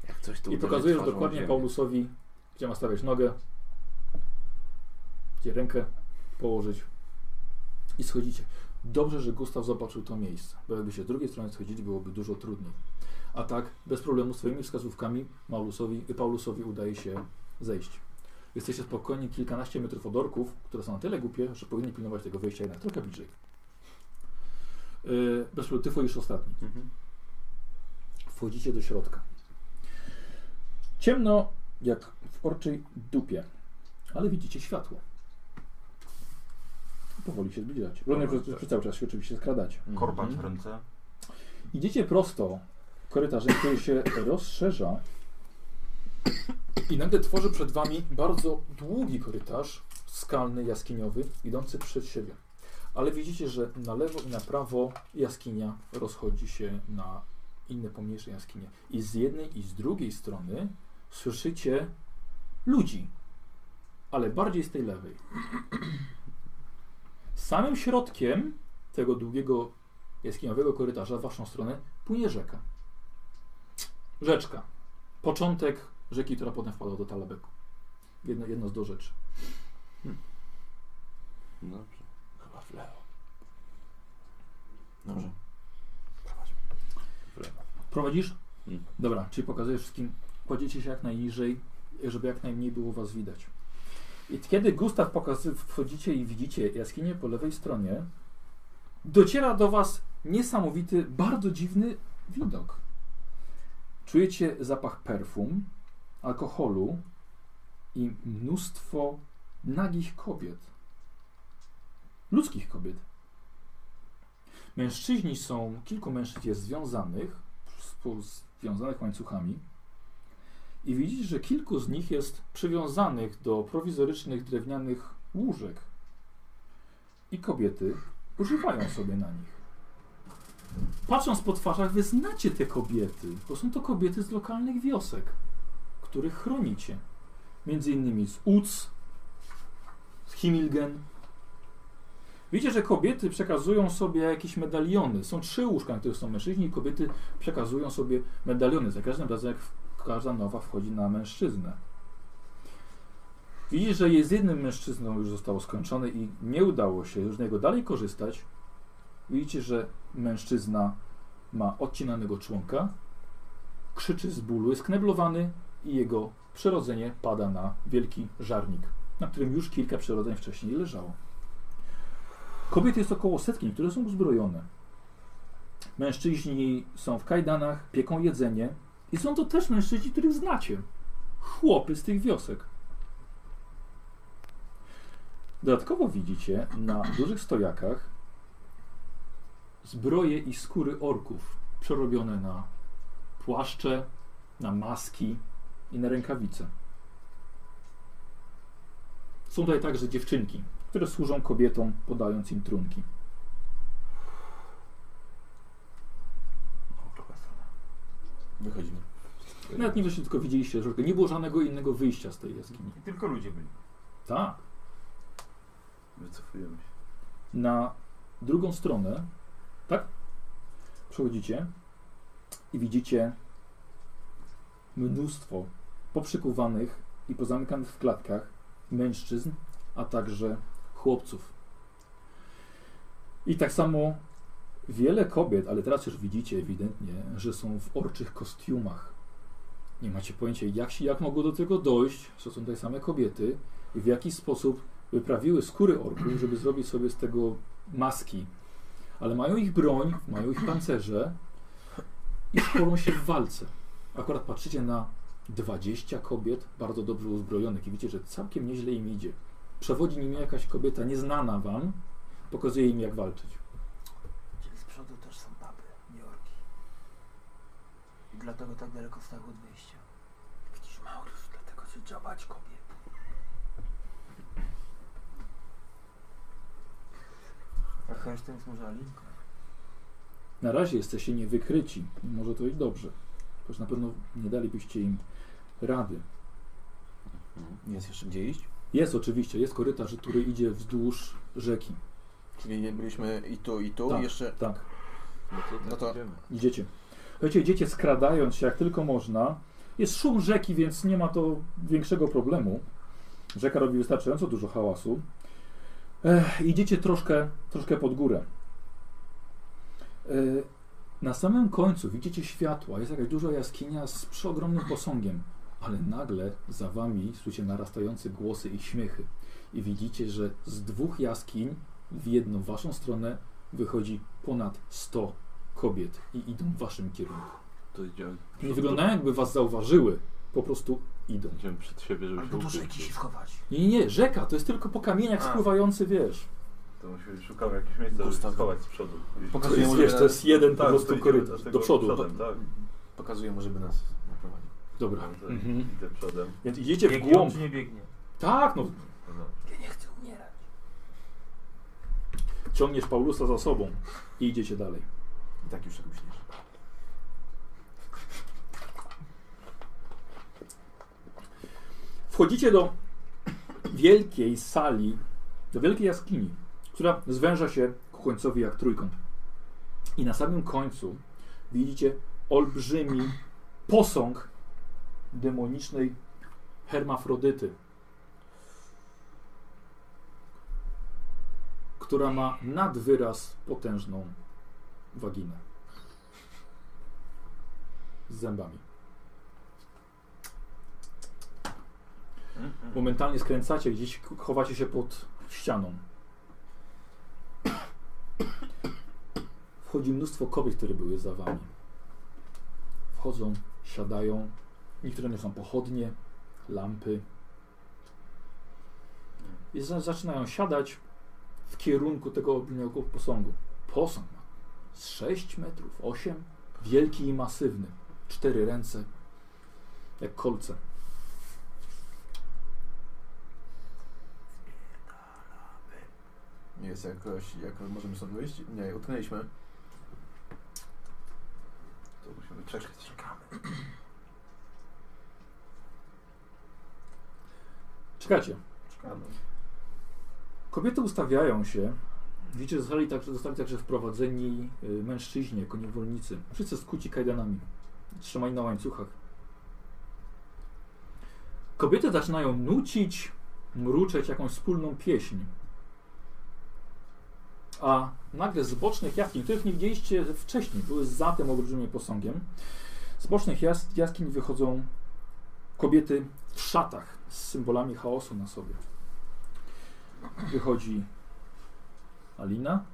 S3: Jak coś tu
S2: i pokazujesz dokładnie Paulusowi, gdzie ma stawiać nogę, gdzie rękę położyć i schodzicie. Dobrze, że Gustaw zobaczył to miejsce, bo jakby się z drugiej strony schodzili, byłoby dużo trudniej. A tak, bez problemu, swoimi wskazówkami Maulusowi, Paulusowi udaje się zejść. Jesteście spokojni kilkanaście metrów od orków, które są na tyle głupie, że powinni pilnować tego wyjścia jednak trochę bliżej. Yy, bez problemu, ty wchodzisz ostatni.
S3: Mhm.
S2: Wchodzicie do środka. Ciemno jak w orczej dupie, ale widzicie światło. Powoli się zbliżacie. Również przez, przez cały czas się oczywiście skradacie.
S5: Mhm.
S1: Korbat w ręce.
S2: Idziecie prosto korytarzem, który się rozszerza i nagle tworzy przed wami bardzo długi korytarz skalny, jaskiniowy, idący przed siebie. Ale widzicie, że na lewo i na prawo jaskinia rozchodzi się na inne pomniejsze jaskinie. I z jednej i z drugiej strony słyszycie ludzi, ale bardziej z tej lewej. Samym środkiem tego długiego jaskiniowego korytarza w waszą stronę płynie rzeka. Rzeczka. Początek rzeki, która potem wpadła do Talabeku. Jedno, jedno z do rzeczy.
S3: Dobrze. Chyba w lewo.
S6: Dobrze.
S2: Prowadzisz?
S3: Mm.
S2: Dobra, czyli pokazujesz wszystkim, kładziecie się jak najniżej, żeby jak najmniej było was widać. I kiedy Gustaw pokazuje, wchodzicie i widzicie jaskinię po lewej stronie, dociera do was niesamowity, bardzo dziwny widok. Czujecie zapach perfum, alkoholu i mnóstwo nagich kobiet. Ludzkich kobiet. Mężczyźni są, kilku mężczyzn jest związanych, współ- związanych łańcuchami. I widzisz, że kilku z nich jest przywiązanych do prowizorycznych drewnianych łóżek. I kobiety używają sobie na nich. Patrząc po twarzach, wy znacie te kobiety, bo są to kobiety z lokalnych wiosek, których chronicie. Między innymi z Uc, z Himilgen, Widzicie, że kobiety przekazują sobie jakieś medaliony. Są trzy łóżka, na których są mężczyźni i kobiety przekazują sobie medaliony. Za każdym razem, jak w- każda nowa wchodzi na mężczyznę. Widzisz, że jej z jednym mężczyzną już zostało skończone i nie udało się już z niego dalej korzystać. Widzicie, że mężczyzna ma odcinanego członka, krzyczy z bólu, jest kneblowany i jego przerodzenie pada na wielki żarnik, na którym już kilka przerodzeń wcześniej leżało. Kobiet jest około setki, które są uzbrojone. Mężczyźni są w kajdanach, pieką jedzenie i są to też mężczyźni, których znacie. Chłopy z tych wiosek. Dodatkowo widzicie na dużych stojakach zbroje i skóry orków przerobione na płaszcze, na maski i na rękawice. Są tutaj także dziewczynki, które służą kobietom, podając im trunki.
S5: Wychodzimy.
S2: Nawet nie wyszli, tylko widzieliście, że nie było żadnego innego wyjścia z tej jaskini.
S1: I tylko ludzie byli.
S2: Tak.
S3: Wycofujemy się.
S2: na drugą stronę, tak? Przechodzicie i widzicie mnóstwo poprzykuwanych i pozamykanych w klatkach mężczyzn, a także chłopców. I tak samo wiele kobiet, ale teraz już widzicie ewidentnie, że są w orczych kostiumach. Nie macie pojęcia, jak, się, jak mogło do tego dojść, że są tutaj same kobiety i w jaki sposób wyprawiły skóry orków, żeby zrobić sobie z tego maski. Ale mają ich broń, mają ich pancerze i szkolą się w walce. Akurat patrzycie na 20 kobiet bardzo dobrze uzbrojonych i widzicie, że całkiem nieźle im idzie. Przewodzi nimi jakaś kobieta nieznana wam, pokazuje im jak walczyć.
S4: Czyli z przodu też są baby, nie orki. I dlatego tak daleko stały od wyjścia. Widzisz, Maurus, dlatego się działać kobiet.
S1: A Hersztyn zmurzali?
S2: Na razie jesteście niewykryci i może to i dobrze, choć na pewno nie dalibyście im rady.
S5: Jest jeszcze gdzie iść?
S2: Jest oczywiście, jest korytarz, który idzie wzdłuż rzeki.
S5: Czyli byliśmy i tu, i tu,
S2: Tak.
S5: i jeszcze...
S2: Tak,
S3: No to, tak
S5: No to-
S3: idziemy.
S2: idziecie. Słuchajcie, idziecie skradając się jak tylko można. Jest szum rzeki, więc nie ma to większego problemu. Rzeka robi wystarczająco dużo hałasu. Ech, idziecie troszkę, troszkę pod górę. E, na samym końcu widzicie światła. Jest jakaś duża jaskinia z przeogromnym posągiem. Ale nagle za wami słyszycie narastające głosy i śmiechy. I widzicie, że z dwóch jaskiń w jedną waszą stronę wychodzi ponad 100 kobiet i idą w waszym kierunku.
S3: to idziemy,
S2: Nie wyglądają jakby was zauważyły, po prostu idą.
S3: idziemy przed siebie, żeby
S6: Albo
S3: się
S6: do
S3: ukryć.
S6: rzeki się schować.
S2: Nie, nie, nie, rzeka to jest tylko po kamieniach
S6: A.
S2: spływający, wiesz.
S3: To musimy szukamy jakieś miejsca, żeby się
S6: Gustaw.
S3: schować z przodu. Iść-
S6: Pokazuję
S2: To
S6: Pokazuję
S2: jest,
S6: mu,
S2: wiesz,
S6: że-
S2: to jest jeden
S3: Tak,
S2: po
S3: to
S2: prostu
S3: idziemy
S2: korytarz,
S3: tego
S2: do przodu.
S3: Przodem, tak.
S6: Pokazuję mu, żeby nas naprowadził.
S2: Dobra,
S3: To
S2: Mhm.
S3: Idę przodem.
S2: więc idziecie w
S1: Biegnie on
S2: głąb.
S1: czy nie biegnie?
S2: Tak, no,
S3: No dobra.
S4: Ja nie chcę umierać.
S2: ciągniesz Paulusa za sobą i idziecie dalej.
S6: I tak już tak myślisz.
S2: Wchodzicie do wielkiej sali, do wielkiej jaskini, która zwęża się ku końcowi jak trójkąt. I na samym końcu widzicie olbrzymi posąg demonicznej hermafrodyty, która ma nad wyraz potężną waginę z zębami. Momentalnie skręcacie, gdzieś k- chowacie się pod ścianą. Wchodzi mnóstwo kobiet, które były za wami. Wchodzą, siadają. Niektóre niosą pochodnie, lampy. I za zaczynają siadać w kierunku tego olbrzymiego posągu. Posąg ma z 6 metrów, 8. Wielki i masywny. Cztery ręce, jak kolce.
S6: Jest jakoś, jak możemy stąd wyjść? Nie, utknęliśmy.
S3: To musimy czekać.
S2: Czekacie.
S6: Czekamy.
S2: Kobiety ustawiają się. Widzicie, że zostali także, zostali także wprowadzeni y, mężczyźni jako niewolnicy. Wszyscy skuci kajdanami. Trzymani na łańcuchach. Kobiety zaczynają nucić, mruczeć jakąś wspólną pieśń. A nagle z bocznych jaskiń, których nie widzieliście wcześniej, były za tym olbrzymim posągiem, z bocznych jas- jaskiń wychodzą kobiety w szatach z symbolami chaosu na sobie wychodzi Alina,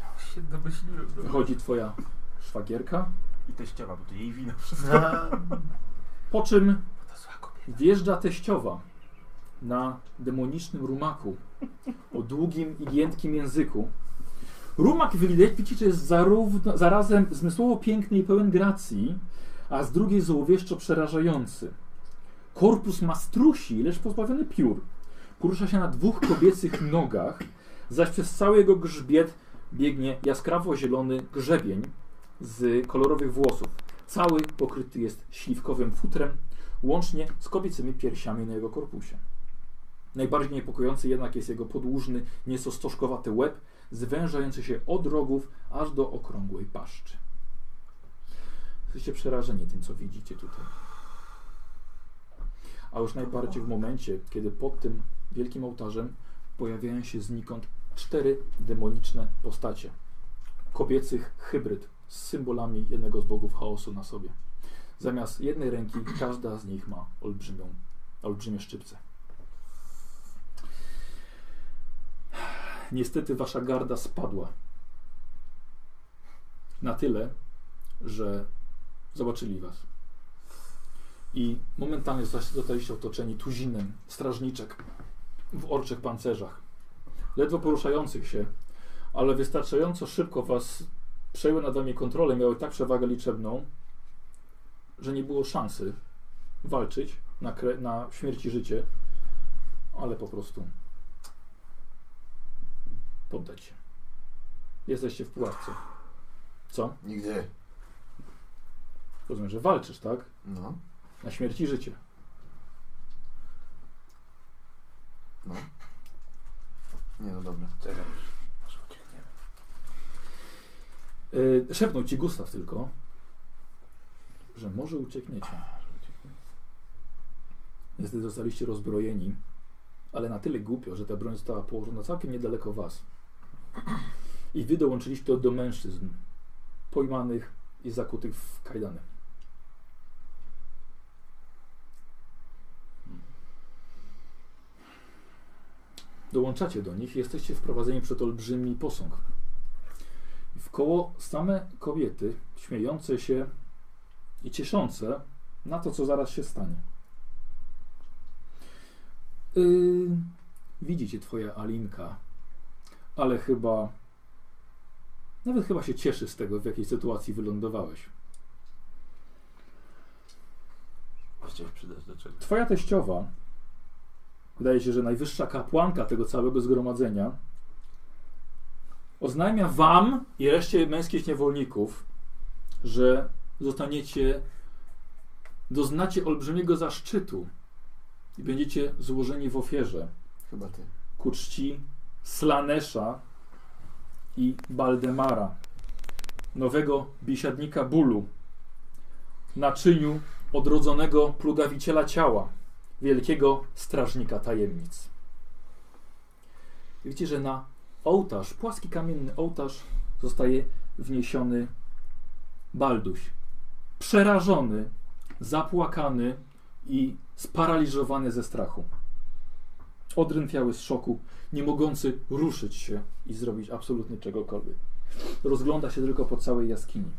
S4: Ja już się domyśliłem. bro.
S2: wychodzi twoja szwagierka,
S6: I teściowa, bo to jej wina wszystko.
S2: po czym
S4: Bo to zła kobieta.
S2: wjeżdża teściowa na demonicznym rumaku o długim i giętkim języku. Rumak widać, widzicie, jest zarówno, zarazem zmysłowo piękny i pełen gracji, a z drugiej złowieszczo przerażający. Korpus ma strusi, lecz pozbawiony piór. Porusza się na dwóch kobiecych nogach, zaś przez cały jego grzbiet biegnie jaskrawo-zielony grzebień z kolorowych włosów. Cały pokryty jest śliwkowym futrem, łącznie z kobiecymi piersiami na jego korpusie. Najbardziej niepokojący jednak jest jego podłużny, nieco stożkowaty łeb, zwężający się od rogów aż do okrągłej paszczy. Jesteście przerażeni tym, co widzicie tutaj. A już najbardziej w momencie, kiedy pod tym wielkim ołtarzem pojawiają się znikąd cztery demoniczne postacie. Kobiecych hybryd z symbolami jednego z bogów chaosu na sobie. Zamiast jednej ręki każda z nich ma olbrzymią, olbrzymie szczypce. Niestety wasza garda spadła. Na tyle, że zobaczyli was. I momentalnie zosta- zostaliście otoczeni tuzinem strażniczek w orczych pancerzach. Ledwo poruszających się, ale wystarczająco szybko was przejęły nad wami kontrolę, miały tak przewagę liczebną, że nie było szansy walczyć na, kre- na śmierć i życie, ale po prostu poddać się. Jesteście w pułapce. Co?
S6: Nigdy.
S2: Rozumiem, że walczysz, tak?
S6: No.
S2: Na śmierć i życie.
S6: No dobra.
S3: Czekaj.
S2: Yy, szepnął ci Gustaw tylko, że może uciekniecie. Niestety zostaliście rozbrojeni, ale na tyle głupio, że ta broń została położona całkiem niedaleko was. I wy dołączyliście do mężczyzn pojmanych i zakutych w kajdany. Dołączacie do nich i jesteście wprowadzeni przed olbrzymi posąg. W koło same kobiety, śmiejące się i cieszące na to, co zaraz się stanie. Yy, widzicie twoja Alinka, ale chyba... Nawet chyba się cieszy z tego, w jakiej sytuacji wylądowałeś.
S3: Chciałeś przydać do czegoś.
S2: Twoja teściowa, wydaje się, że najwyższa kapłanka tego całego zgromadzenia, oznajmia wam i reszcie męskich niewolników, że zostaniecie, doznacie olbrzymiego zaszczytu i będziecie złożeni w ofierze
S6: Chyba ty.
S2: ku czci Slanesza i Baldemara, nowego biesiadnika bólu, naczyniu odrodzonego plugawiciela ciała, wielkiego strażnika tajemnic. I Widzicie, że na ołtarz, płaski kamienny ołtarz, zostaje wniesiony Balduś. Przerażony, zapłakany i sparaliżowany ze strachu odrętwiały z szoku, nie mogący ruszyć się i zrobić absolutnie czegokolwiek. Rozgląda się tylko po całej jaskini.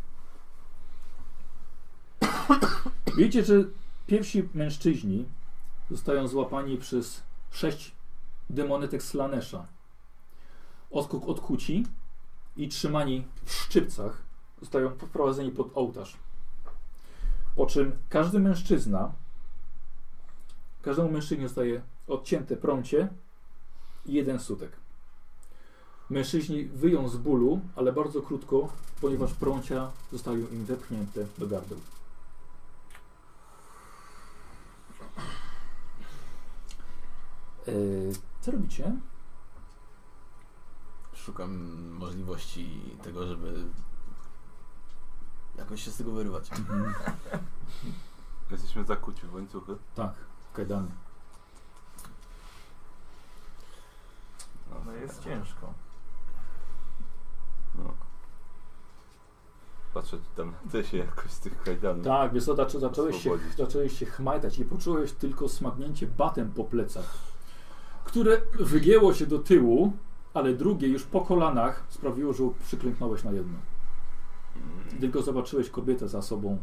S2: Wiecie, że pierwsi mężczyźni zostają złapani przez sześć demonetek Slanesza. Odkuk odkuci i trzymani w szczypcach zostają wprowadzeni pod ołtarz. Po czym każdy mężczyzna, każdemu mężczyźnie zostaje odcięte prącie i jeden sutek. Mężczyźni wyją z bólu, ale bardzo krótko, ponieważ prącia zostają im wepchnięte do gardeł. Yy, co robicie?
S5: Szukam możliwości tego, żeby jakoś się z tego wyrwać.
S3: Jesteśmy zakuci w łańcuchy.
S2: Tak, kajdany.
S1: No jest ciężko.
S3: No. Patrzę, czy tam ty się jakoś z tych kajdanów.
S2: Tak, wiesz co, zaczą, zacząłeś, się,
S3: Oswobodzić.
S2: zacząłeś się chmajtać i poczułeś tylko smagnięcie batem po plecach, które wygięło się do tyłu, ale drugie już po kolanach sprawiło, że przyklęknąłeś na jedno. I Tylko zobaczyłeś kobietę za sobą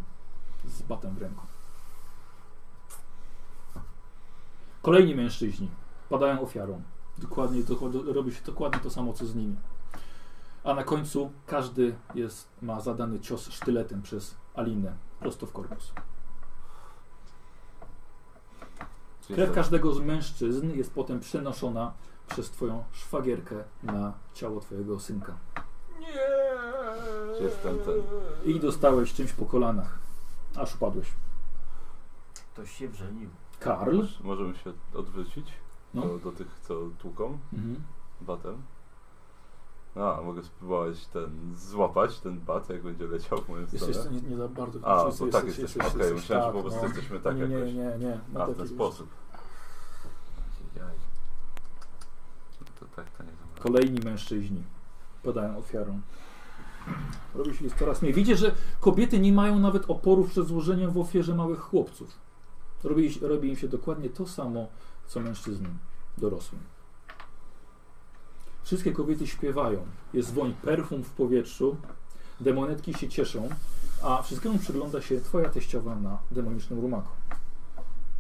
S2: z batem w ręku. Kolejni mężczyźni padają ofiarą. Dokładnie, dochod- robi się dokładnie to samo, co z nimi. A na końcu każdy jest, ma zadany cios sztyletem przez Alinę prosto w korpus.
S3: Czyli
S2: Krew
S3: za-
S2: każdego z mężczyzn jest potem przenoszona przez twoją szwagierkę na ciało twojego synka.
S4: Nie.
S3: Czy jest ten- ten-
S2: I dostałeś czymś po kolanach, aż upadłeś.
S1: Ktoś się wrzenił.
S2: Karl?
S3: Możemy się odwrócić
S2: No.
S3: do, do tych, co tłuką
S2: Mhm.
S3: batem. A, mogę spróbować ten, złapać ten bat, jak będzie leciał w moją stronę.
S2: Jesteś nie, nie za bardzo...
S3: A,
S2: jesteś-
S3: bo tak jesteśmy, okej, myślałem, że po
S2: tak,
S3: prostu
S2: no.
S3: jesteśmy tak
S2: nie, nie,
S3: jakoś.
S2: nie, nie.
S3: A,
S2: No
S3: w
S2: taki
S3: ten
S2: jest.
S3: sposób. To tak, to nie dobra.
S2: Kolejni mężczyźni padają ofiarą. Robi się ich coraz mniej. Widzicie, że kobiety nie mają nawet oporów przed złożeniem w ofierze małych chłopców. Robi, robi im się dokładnie to samo, co mężczyznom dorosłym. Wszystkie kobiety śpiewają. Jest woń perfum w powietrzu. Demonetki się cieszą, a wszystkiemu przygląda się twoja teściowa na demonicznym rumaku.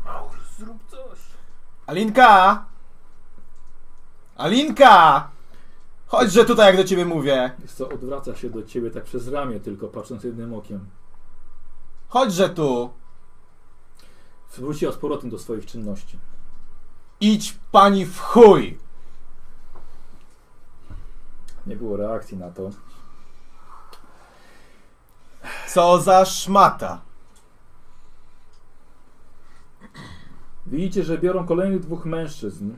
S4: Maurus, zrób coś.
S5: Alinka! Alinka! Chodźże tutaj, jak do ciebie mówię!
S2: Jest co odwraca się do ciebie tak przez ramię tylko, patrząc jednym okiem.
S5: Chodźże tu!
S2: Wróciła z powrotem do swoich czynności.
S5: Idź pani w chuj!
S2: Nie było reakcji na to.
S5: Co za szmata!
S2: Widzicie, że biorą kolejnych dwóch mężczyzn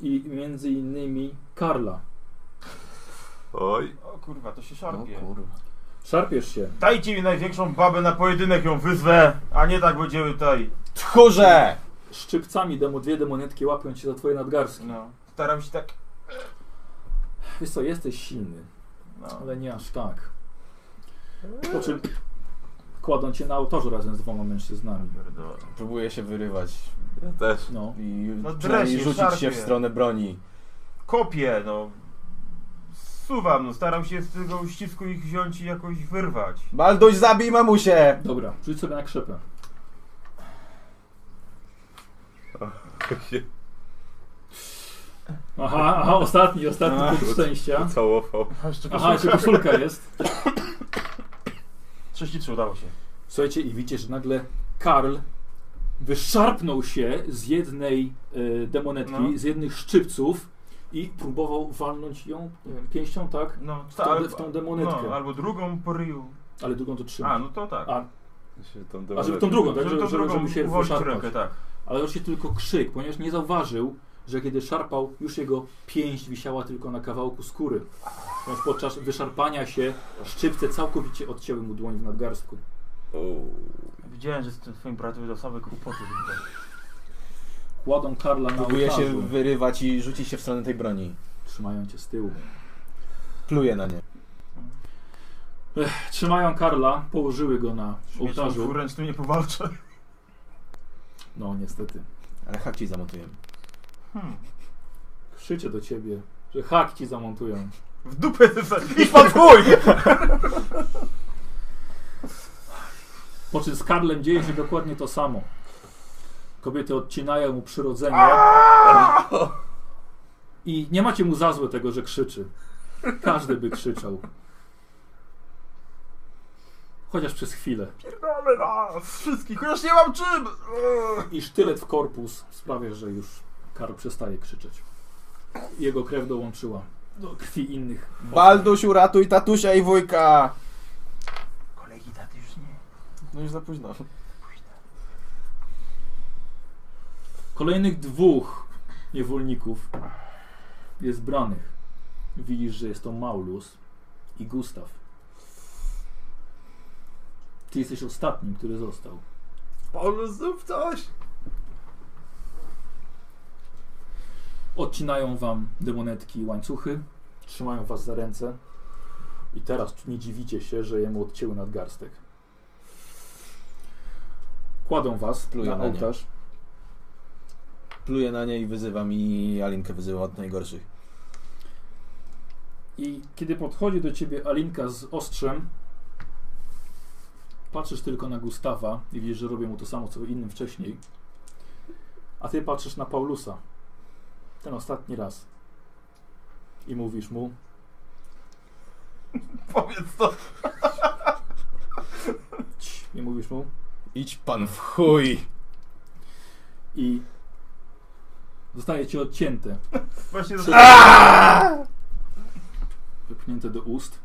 S2: i między innymi Karla.
S3: Oj,
S1: O kurwa, to się
S5: O
S6: No
S1: szarpie.
S5: kurwa.
S2: Szarpiesz się.
S1: Dajcie mi największą babę na pojedynek, ją wyzwę, a nie tak będziemy tutaj.
S5: Tchórze!
S2: Szczypcami demo, dwie demonetki łapią cię za twoje nadgarstki.
S1: No, staram się tak...
S2: Wiesz co, jesteś silny,
S1: No.
S2: ale nie aż tak. Po czym kładą cię na autorze razem z dwoma mężczyznami.
S1: Pierdolę.
S5: Próbuję się wyrywać
S3: ja też.
S2: No.
S5: i
S1: No
S5: przynajmniej
S1: dresie,
S5: rzucić się w
S1: szarpie.
S5: stronę broni.
S1: Kopię, no. Suwam, no staram się z tego uścisku ich wziąć i jakoś wyrwać.
S5: Balduś, zabij mamusię!
S2: Dobra, rzuć sobie na krzepę. Aha, aha, ostatni, ostatni punkt szczęścia.
S3: Całofał.
S2: Aha, jeszcze koszulka jest.
S1: 33 udało się.
S2: Słuchajcie, i widzicie, że nagle Karl wyszarpnął się z jednej e, demonetki,
S1: No.
S2: z jednych szczypców i próbował walnąć ją nie wiem, pięścią, tak?
S1: No,
S2: W tą, w tą demonetkę.
S1: No, albo drugą po ryju.
S2: Ale drugą to trzyma.
S1: A, no to tak.
S2: A,
S3: Się
S2: A żeby tą drugą, tak?
S1: Żeby tą
S2: żeby-
S1: drugą
S2: żeby się
S1: uwolnić
S2: wyszarpać.
S1: rękę, tak.
S2: Ale oczywiście tylko krzyk, ponieważ nie zauważył, że kiedy szarpał, już jego pięść wisiała tylko na kawałku skóry. Więc podczas wyszarpania się szczypce całkowicie odcięły mu dłoń w nadgarstku.
S1: Widziałem, że z tym twoim bratem do same kłopoty.
S2: Kładą Karla na
S5: Próbuję
S2: ołtarzu,
S5: się wyrywać i rzucić się w stronę tej broni.
S2: trzymają cię z tyłu.
S5: Pluję na nie.
S2: Trzymają Karla, położyły go na
S1: Ołtarzu.
S2: ołtarzu.
S1: Dwuręcznym nie powalczę.
S2: No niestety.
S5: Ale hak ci zamontuję.
S1: Hmm.
S2: Krzycie do ciebie, że hak ci zamontują.
S1: W dupę ty se- Idź pan w chuj!
S2: Po czym z Karlem dzieje się dokładnie to samo. Kobiety odcinają mu przyrodzenie. I nie macie mu za złe tego, że krzyczy. Każdy by krzyczał. Chociaż przez chwilę.
S1: Pierdolę nas! Wszystkich, chociaż nie mam czym!
S2: I sztylet w korpus sprawia, że już Karl przestaje krzyczeć. Jego krew dołączyła do krwi innych.
S5: Balduś, uratuj tatusia i wujka!
S1: Kolegi taty już nie.
S5: No już za późno.
S2: Kolejnych dwóch niewolników jest branych. Widzisz, że jest to Maulus i Gustaw. Ty jesteś ostatnim, który został.
S3: Paulus, zrób coś!
S2: Odcinają wam demonetki i łańcuchy, trzymają was za ręce i teraz nie dziwicie się, że jemu odcięły nadgarstek. Kładą was
S5: Pluję
S2: na
S5: na nie.
S2: ołtarz.
S5: Pluję na nie i wyzywam i Alinkę wyzywam od najgorszych.
S2: I kiedy podchodzi do ciebie Alinka z ostrzem, patrzysz tylko na Gustawa i widzisz, że robią mu to samo, co innym wcześniej. A ty patrzysz na Paulusa. Ten ostatni raz. I mówisz mu,
S1: Powiedz to.
S2: "Ć", i mówisz mu,
S5: Idź pan w chuj!
S2: i zostaje ci odcięte,
S1: Właśnie
S2: Trzy-
S1: za...
S2: wypchnięte do ust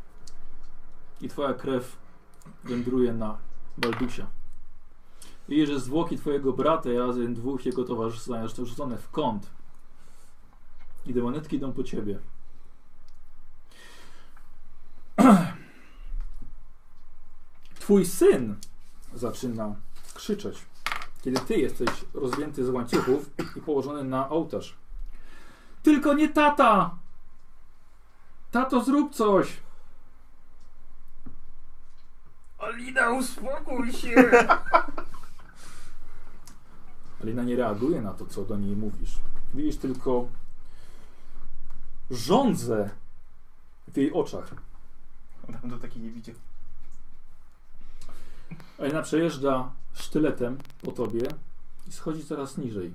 S2: i twoja krew wędruje na Baldusia. I że zwłoki twojego brata i razem dwóch jego towarzyszy zostają rzucone w kąt i demonetki idą po ciebie. Twój syn zaczyna krzyczeć, kiedy ty jesteś rozwięty z łańcuchów i położony na ołtarz. Tylko nie tata! Tato, zrób coś!
S4: Alina, uspokój się!
S2: Alina nie reaguje na to, co do niej mówisz. Widzisz tylko żądzę w jej oczach.
S1: Tam do takiej nie widział.
S2: Alina przejeżdża sztyletem po tobie i schodzi coraz niżej.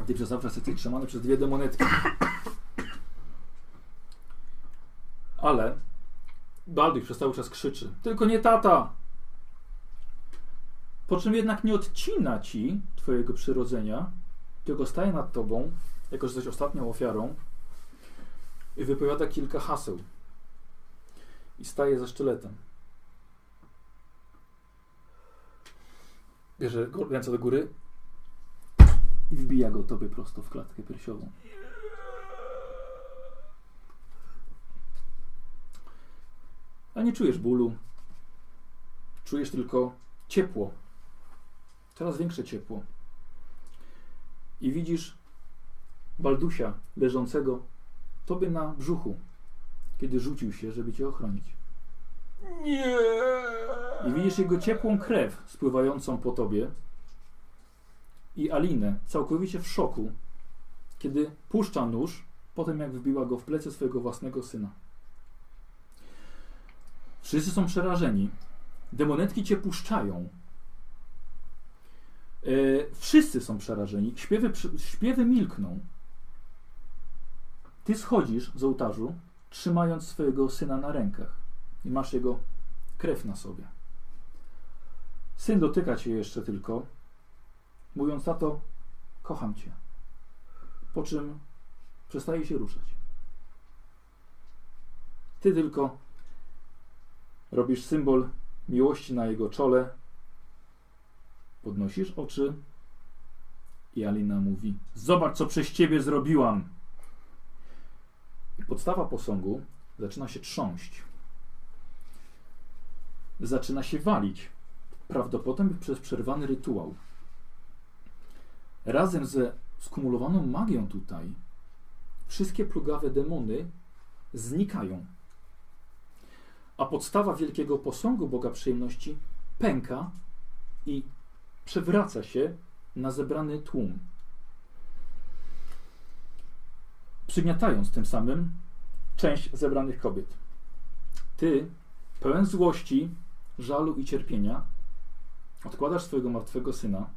S2: A Ty przez cały czas jesteś trzymany przez dwie demonetki. Ale Balduch przez cały czas krzyczy. Tylko nie tata! Po czym jednak nie odcina ci twojego przyrodzenia, tylko staje nad tobą, jako że jesteś ostatnią ofiarą i wypowiada kilka haseł. I staje za sztyletem. Bierze go- ręce do góry, i wbija go tobie prosto w klatkę piersiową. A nie czujesz bólu. Czujesz tylko ciepło. Coraz większe ciepło. I widzisz Baldusia leżącego tobie na brzuchu, kiedy rzucił się, żeby cię ochronić.
S4: Nie.
S2: I widzisz jego ciepłą krew spływającą po tobie i Alinę całkowicie w szoku, kiedy puszcza nóż po tym, jak wbiła go w plecy swojego własnego syna. Wszyscy są przerażeni. Demonetki cię puszczają. E, wszyscy są przerażeni. Śpiewy, przy- śpiewy milkną. Ty schodzisz z ołtarzu, trzymając swojego syna na rękach. I masz jego krew na sobie. Syn dotyka cię jeszcze tylko, mówiąc tato, kocham cię. Po czym przestaje się ruszać. Ty tylko robisz symbol miłości na jego czole, podnosisz oczy i Alina mówi: Zobacz, co przez ciebie zrobiłam. I podstawa posągu zaczyna się trząść. Zaczyna się walić. Prawdopodobnie przez przerwany rytuał razem ze skumulowaną magią tutaj wszystkie plugawe demony znikają. A podstawa wielkiego posągu Boga przyjemności pęka i przewraca się na zebrany tłum. Przygniatając tym samym część zebranych kobiet. Ty, pełen złości, żalu i cierpienia, odkładasz swojego martwego syna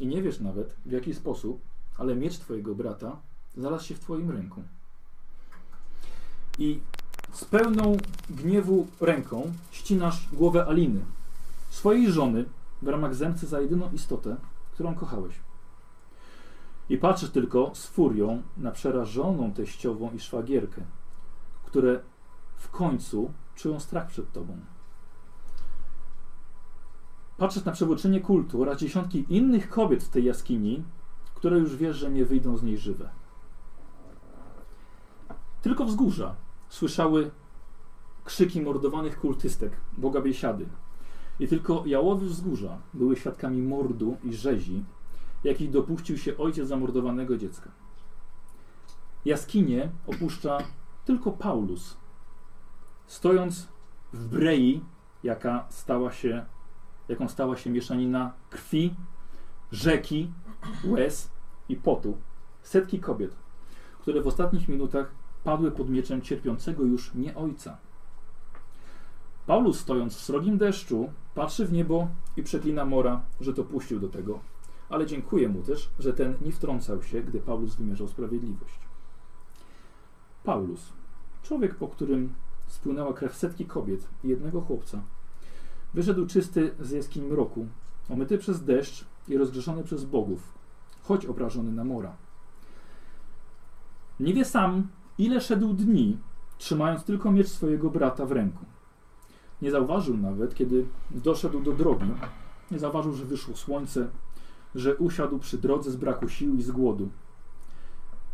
S2: i nie wiesz nawet w jaki sposób, ale miecz twojego brata znalazł się w twoim ręku. I z pełną gniewu ręką ścinasz głowę Aliny, swojej żony, w ramach zemsty za jedyną istotę, którą kochałeś. I patrzysz tylko z furią na przerażoną teściową i szwagierkę, które w końcu czują strach przed tobą. Patrząc na przewodczynię kultu oraz dziesiątki innych kobiet w tej jaskini, które już wiesz, że nie wyjdą z niej żywe. Tylko wzgórza słyszały krzyki mordowanych kultystek, boga biesiady. I tylko jałowy wzgórza były świadkami mordu i rzezi, jakich dopuścił się ojciec zamordowanego dziecka. Jaskinie opuszcza tylko Paulus, stojąc w brei, jaka stała się jaką stała się mieszanina krwi, rzeki, łez i potu. Setki kobiet, które w ostatnich minutach padły pod mieczem cierpiącego już nie ojca. Paulus, stojąc w srogim deszczu, patrzy w niebo i przeklina Mora, że to puścił do tego, ale dziękuję mu też, że ten nie wtrącał się, gdy Paulus wymierzał sprawiedliwość. Paulus, człowiek, po którym spłynęła krew setki kobiet i jednego chłopca, Wyszedł czysty z jaskini mroku, omyty przez deszcz i rozgrzeszony przez bogów, choć obrażony na mora. Nie wie sam, ile szedł dni, trzymając tylko miecz swojego brata w ręku. Nie zauważył nawet, kiedy doszedł do drogi, nie zauważył, że wyszło słońce, że usiadł przy drodze z braku sił i z głodu.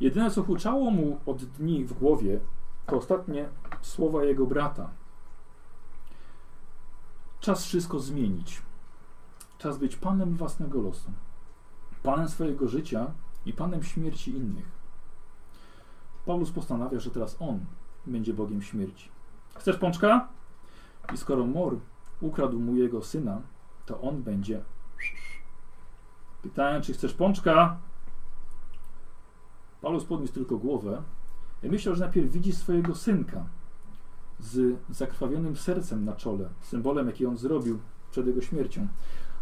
S2: Jedyne, co huczało mu od dni w głowie, to ostatnie słowa jego brata – Czas wszystko zmienić. Czas być panem własnego losu, panem swojego życia i panem śmierci innych. Paulus postanawia, że teraz on będzie bogiem śmierci. Chcesz pączka? I skoro Mor ukradł mu jego syna, to on będzie. Pytałem, czy chcesz pączka? Paulus podniósł tylko głowę i myślał, że najpierw widzi swojego synka, z zakrwawionym sercem na czole, symbolem, jaki on zrobił przed jego śmiercią.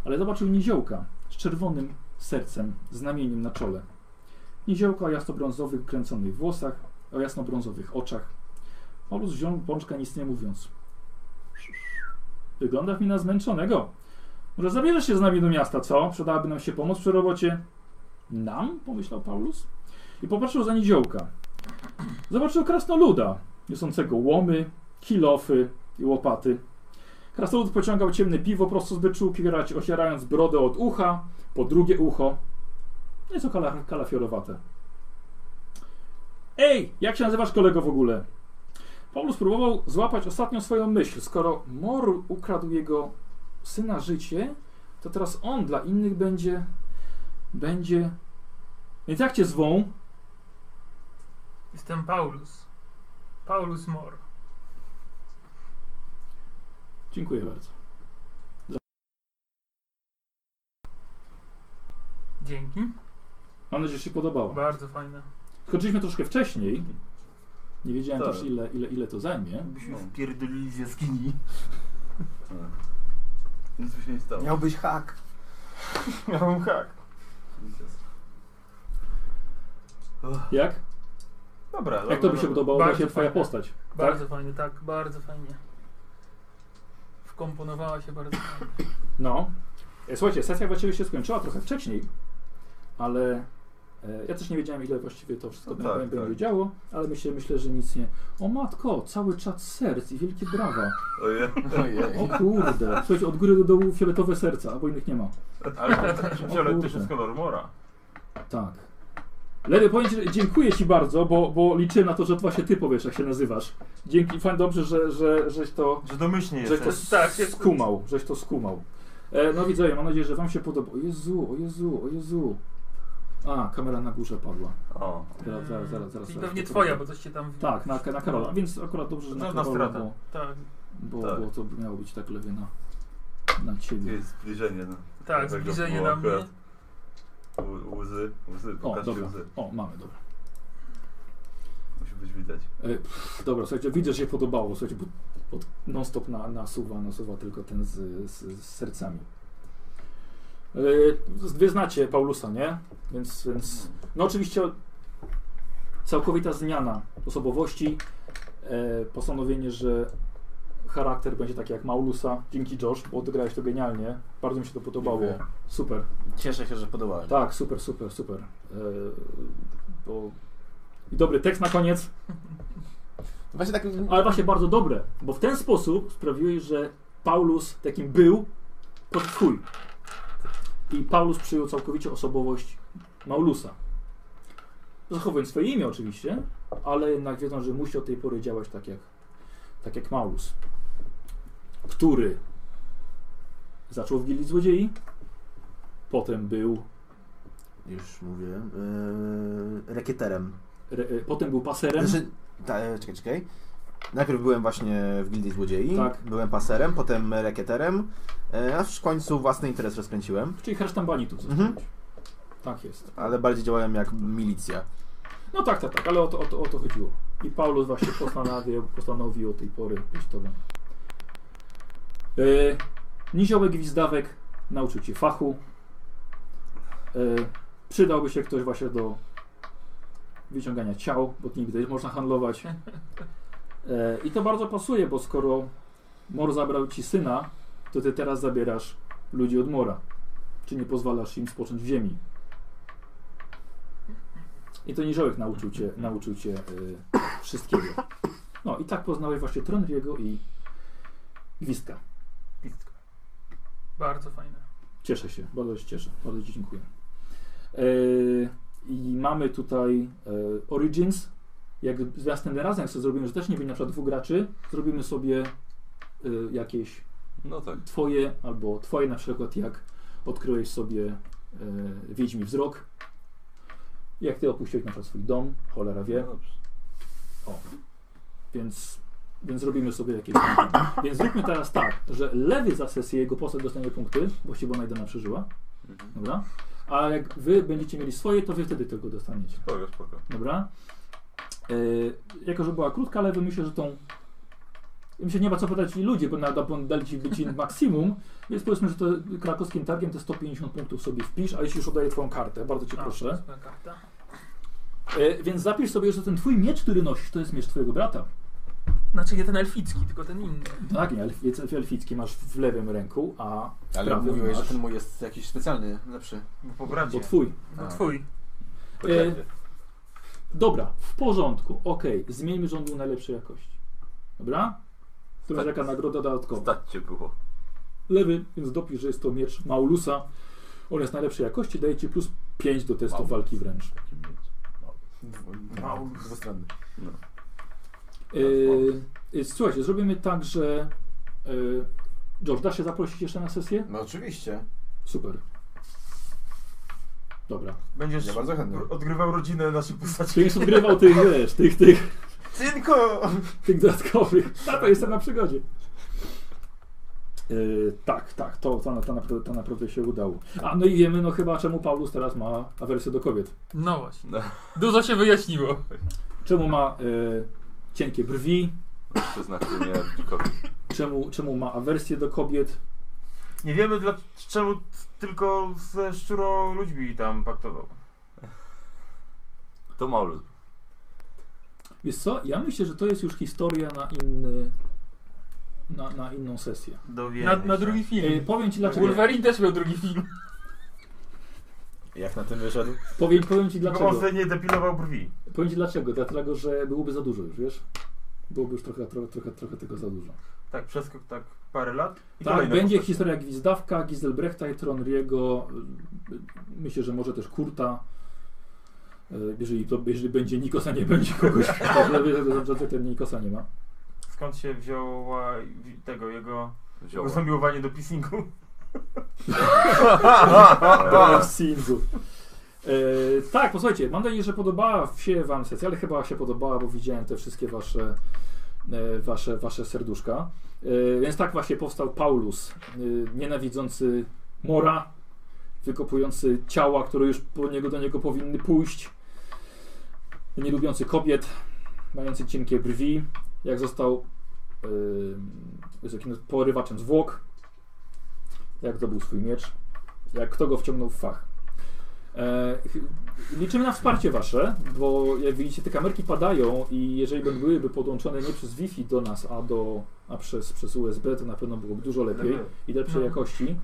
S2: Ale zobaczył niziołka z czerwonym sercem, znamieniem na czole. Niziołka o jasnobrązowych, kręconych włosach, o jasnobrązowych oczach. Paulus wziął pączka nic nie mówiąc. Wyglądasz mi na zmęczonego. Może zabierzesz się z nami do miasta, co? Przydałaby nam się pomoc przy robocie. Nam? Pomyślał Paulus. I popatrzył za niziołka. Zobaczył krasnoluda, niosącego łomy, kilofy i łopaty. Krasnolud pociągał ciemne piwo prosto z byczułki, rać- ocierając brodę od ucha po drugie ucho. Jest to kala, kalafiorowate. Ej, jak się nazywasz kolego w ogóle? Paulus próbował złapać ostatnią swoją myśl. Skoro Mor ukradł jego syna życie, to teraz on dla innych będzie... będzie... Więc jak cię zwą?
S4: Jestem Paulus. Paulus Mor.
S2: Dziękuję bardzo.
S4: Dzięki.
S2: Mam nadzieję, że się podobało.
S4: Bardzo fajne.
S2: Tak? Skończyliśmy troszkę wcześniej. Nie wiedziałem
S3: Tak.
S2: też ile, ile, ile to zajmie.
S1: Byśmy wpierdolili z jaskini.
S3: Nic by się nie stało.
S6: Miał być hak.
S1: Miałem hak.
S2: Jak?
S1: Dobra, dobra,
S2: Jak to by się
S1: dobra.
S2: podobało
S4: Bardzo
S2: właśnie twoja
S4: fajne.
S2: postać?
S4: Bardzo fajnie, tak, bardzo fajnie. Wkomponowała się bardzo fajnie.
S2: No. E, Słuchajcie, sesja właściwie się skończyła trochę wcześniej, ale e, ja też nie wiedziałem ile właściwie to wszystko
S3: No
S2: no,
S3: tak,
S2: będzie
S3: tak.
S2: działo, ale myślę, myślę, że nic nie. O matko, cały czat serc i wielkie brawa.
S3: Ojej.
S6: Ojej.
S2: O kurde. Słuchajcie, od góry do dołu fioletowe serca, albo innych nie ma.
S1: Ale tak, fiolet też
S2: kurde.
S1: jest kolor mora.
S2: Tak. Lery, powiem ci, że dziękuję Ci bardzo, bo, bo liczyłem na to, że właśnie Ty powiesz, jak się nazywasz. Dzięki, fajnie, dobrze, że, że, żeś to,
S1: Że domyślnie
S2: żeś to
S1: jesteś.
S4: Tak, jest-
S2: skumał, żeś to skumał. E, no widzowie, mam nadzieję, że Wam się podoba. O Jezu, o Jezu, o Jezu. A, kamera na górze padła.
S3: O.
S2: Zaraz, zaraz, zaraz. zaraz
S4: I
S2: zaraz,
S4: pewnie
S2: to
S4: twoja, bo
S2: powiem.
S4: coś się tam...
S2: Tak, na, na Karola, więc akurat dobrze, że na
S1: Żadna
S2: Karola,
S1: strata.
S2: bo,
S4: Tak,
S2: bo,
S3: Tak.
S2: bo to by miało być tak lewy na, na Ciebie.
S3: Jest zbliżenie. No.
S4: tak,
S3: Tego
S4: zbliżenie
S3: było
S4: na mnie.
S3: akurat. U- Łzy, łzy,
S2: O,
S3: pokażcie
S2: dobra,
S3: łzy.
S2: o, mamy, dobra.
S3: Musi być widać.
S2: E, pff, Dobra, słuchajcie, widzę, że się podobało, słuchajcie, bo, bo non-stop na, nasuwa, nasuwa tylko ten z, z, z sercami. E, z- Wy znacie Paulusa, nie? Więc, więc no oczywiście całkowita zmiana osobowości, e, postanowienie, że charakter będzie taki jak Maulusa, dzięki Josh, bo odegrałeś to genialnie, bardzo mi się to podobało,
S6: Dziękuję.
S2: super.
S5: Cieszę się, że podobałem.
S2: Tak, super, super, super. E, bo... I dobry tekst na koniec.
S5: Właśnie tak...
S2: Ale właśnie bardzo dobre, bo w ten sposób sprawiłeś, że Paulus takim był pod twój. I Paulus przyjął całkowicie osobowość Maulusa. Zachowując swoje imię oczywiście, ale jednak wiedząc, że musi od tej pory działać tak jak, tak jak Maulus. Który zaczął w Gildii Złodziei, potem był,
S6: Już mówię. Yy, rekieterem.
S2: re, e, potem był paserem.
S6: Znaczy, ta, e, czekaj, czekaj. Najpierw byłem właśnie w Gildii Złodziei,
S2: Tak.
S6: byłem paserem, potem rekieterem, e, aż w końcu własny interes rozkręciłem,
S2: Czyli hersztam banitów.
S6: Mhm.
S2: Tak jest.
S6: ale bardziej działałem jak milicja.
S2: No tak, tak, tak, ale o to, o to, o to chodziło. I Paulus właśnie postanowił, postanowił od tej pory być tobą. Yy, niziołek Gwizdawek nauczył cię fachu. Yy, przydałby się ktoś właśnie do wyciągania ciał, bo nigdy można handlować. Yy, I to bardzo pasuje, bo skoro Mor zabrał ci syna, to ty teraz zabierasz ludzi od Mora. Czy nie pozwalasz im spocząć w ziemi? I to Niziołek nauczył cię, nauczył cię y, wszystkiego. No i tak poznałeś właśnie Tronriego i Gwizdka.
S4: Bardzo fajne.
S2: Cieszę się, bardzo się cieszę, bardzo Ci dziękuję. Yy, I mamy tutaj yy, Origins. Jak z- następnym razem, jak sobie zrobimy, że też nie będzie na przykład dwóch graczy, zrobimy sobie yy, jakieś
S3: No tak.
S2: Twoje albo Twoje na przykład, jak odkryłeś sobie yy, Wiedźmi wzrok. Jak Ty opuściłeś na przykład swój dom, cholera wie.
S3: No dobrze.
S2: Więc, więc robimy sobie jakieś. więc zróbmy teraz tak, że lewy za sesję jego postać dostanie punkty, właściwie ona jedna przeżyła.
S3: Mhm.
S2: Dobra? A jak wy będziecie mieli swoje, to wy wtedy tylko dostaniecie.
S3: Spoko, spoko.
S2: Dobra? Yy, jako, że była krótka, ale myślę, że tą. Mi się nie ma co pytać i ludzie, bo na bo dali ci być maksimum, więc powiedzmy, że to krakowskim targiem te 150 punktów sobie wpisz, a jeśli już oddaję twoją kartę, bardzo cię
S4: A,
S2: proszę.
S4: taka karta.
S2: Yy, więc zapisz sobie, że ten twój miecz, który nosisz, to jest miecz twojego brata.
S4: Znaczy nie ten elficki, tylko ten inny.
S2: Tak, nie, elf- jest elficki masz w lewym ręku, a
S5: Ale
S2: Prawda,
S5: mówiłeś,
S2: masz.
S5: że ten mój jest jakiś specjalny, lepszy.
S1: Bo po
S2: bo
S1: bracie.
S2: twój.
S4: No
S5: A.
S4: twój.
S3: Poczekajcie.
S2: Dobra, w porządku, okej, zmieńmy rządu najlepszej jakości. Dobra? To jest
S3: Tak.
S2: taka nagroda dodatkowa.
S3: Stać cię było.
S2: Lewy, więc dopisz, że jest to miecz Maulusa. On jest najlepszej jakości, daje ci plus 5 do testu
S3: Mało.
S2: walki wręcz.
S3: Taki mieć.
S6: Mały, dwustronny.
S3: No.
S2: Yy, yy, słuchajcie, zrobimy tak, że... Yy, George, da się zaprosić jeszcze na sesję?
S6: No oczywiście.
S2: Super. Dobra.
S6: Będziesz ja bardzo chętnie.
S1: Odgrywał rodzinę naszej postaci.
S2: Ty już odgrywał tych, wiesz, tych, tych,
S6: Synko!
S2: tych dodatkowych. Tato, jestem na przygodzie. Yy, tak, tak, to, to, na- to, naprawdę, to naprawdę się udało. A no i wiemy, no chyba czemu Paulus teraz ma awersję do kobiet.
S4: No właśnie.
S3: No.
S4: Dużo się wyjaśniło.
S2: Czemu ma yy, cienkie brwi,
S3: Przyznać się nie dzikowi.
S2: czemu, czemu ma awersję do kobiet.
S1: Nie wiemy dla, czemu t- tylko ze szczuro ludźmi tam paktował.
S3: To Maulus.
S2: Wiesz co, ja myślę, że to jest już historia na inny... Na, na inną sesję.
S1: Dowiemy
S4: Na, na
S1: się.
S4: drugi
S2: Yy,
S4: film.
S2: powiem ci dlaczego.
S4: Wolverine też miał drugi film.
S5: Jak na tym wyszedł?
S2: Powiem, powiem ci
S1: Tylko
S2: dlaczego.
S1: on sobie nie depilował brwi.
S2: Powiem ci dlaczego. Dlatego, że byłoby za dużo już, wiesz? Byłoby już trochę, trochę, trochę, trochę tego za dużo.
S1: Tak, przeskok tak parę lat. I
S2: Tak,
S1: kolejna
S2: będzie
S1: postać.
S2: historia Gwizdawka, Gizelbrechta i Tronriego. y, y, Myślę, że może też Kurta. Y, Jeżeli, to, jeżeli będzie Nikosa, nie będzie kogoś. Dobrze, ten Nikosa nie ma.
S1: Skąd się wzięła wi- tego jego,
S3: Wziął.
S1: jego zamiłowanie do pissingu?
S2: W Singu. Y, tak, posłuchajcie, mam nadzieję, że podobała się Wam sesja, ale chyba się podobała, bo widziałem te wszystkie Wasze, e, wasze, wasze serduszka. E, Więc tak właśnie powstał Paulus, e, nienawidzący mora, wykopujący ciała, które już po niego, do niego powinny pójść, nie lubiący kobiet, mający cienkie brwi, jak został e, z jakim porywaczem zwłok, jak zdobył swój miecz, jak kto go wciągnął w fach. E, ch- Liczymy na wsparcie Wasze, bo jak widzicie, te kamerki padają i jeżeli będą byłyby podłączone nie przez Wi-Fi do nas, a, do, a przez, przez USB, to na pewno byłoby dużo lepiej i lepszej
S4: No.
S2: jakości.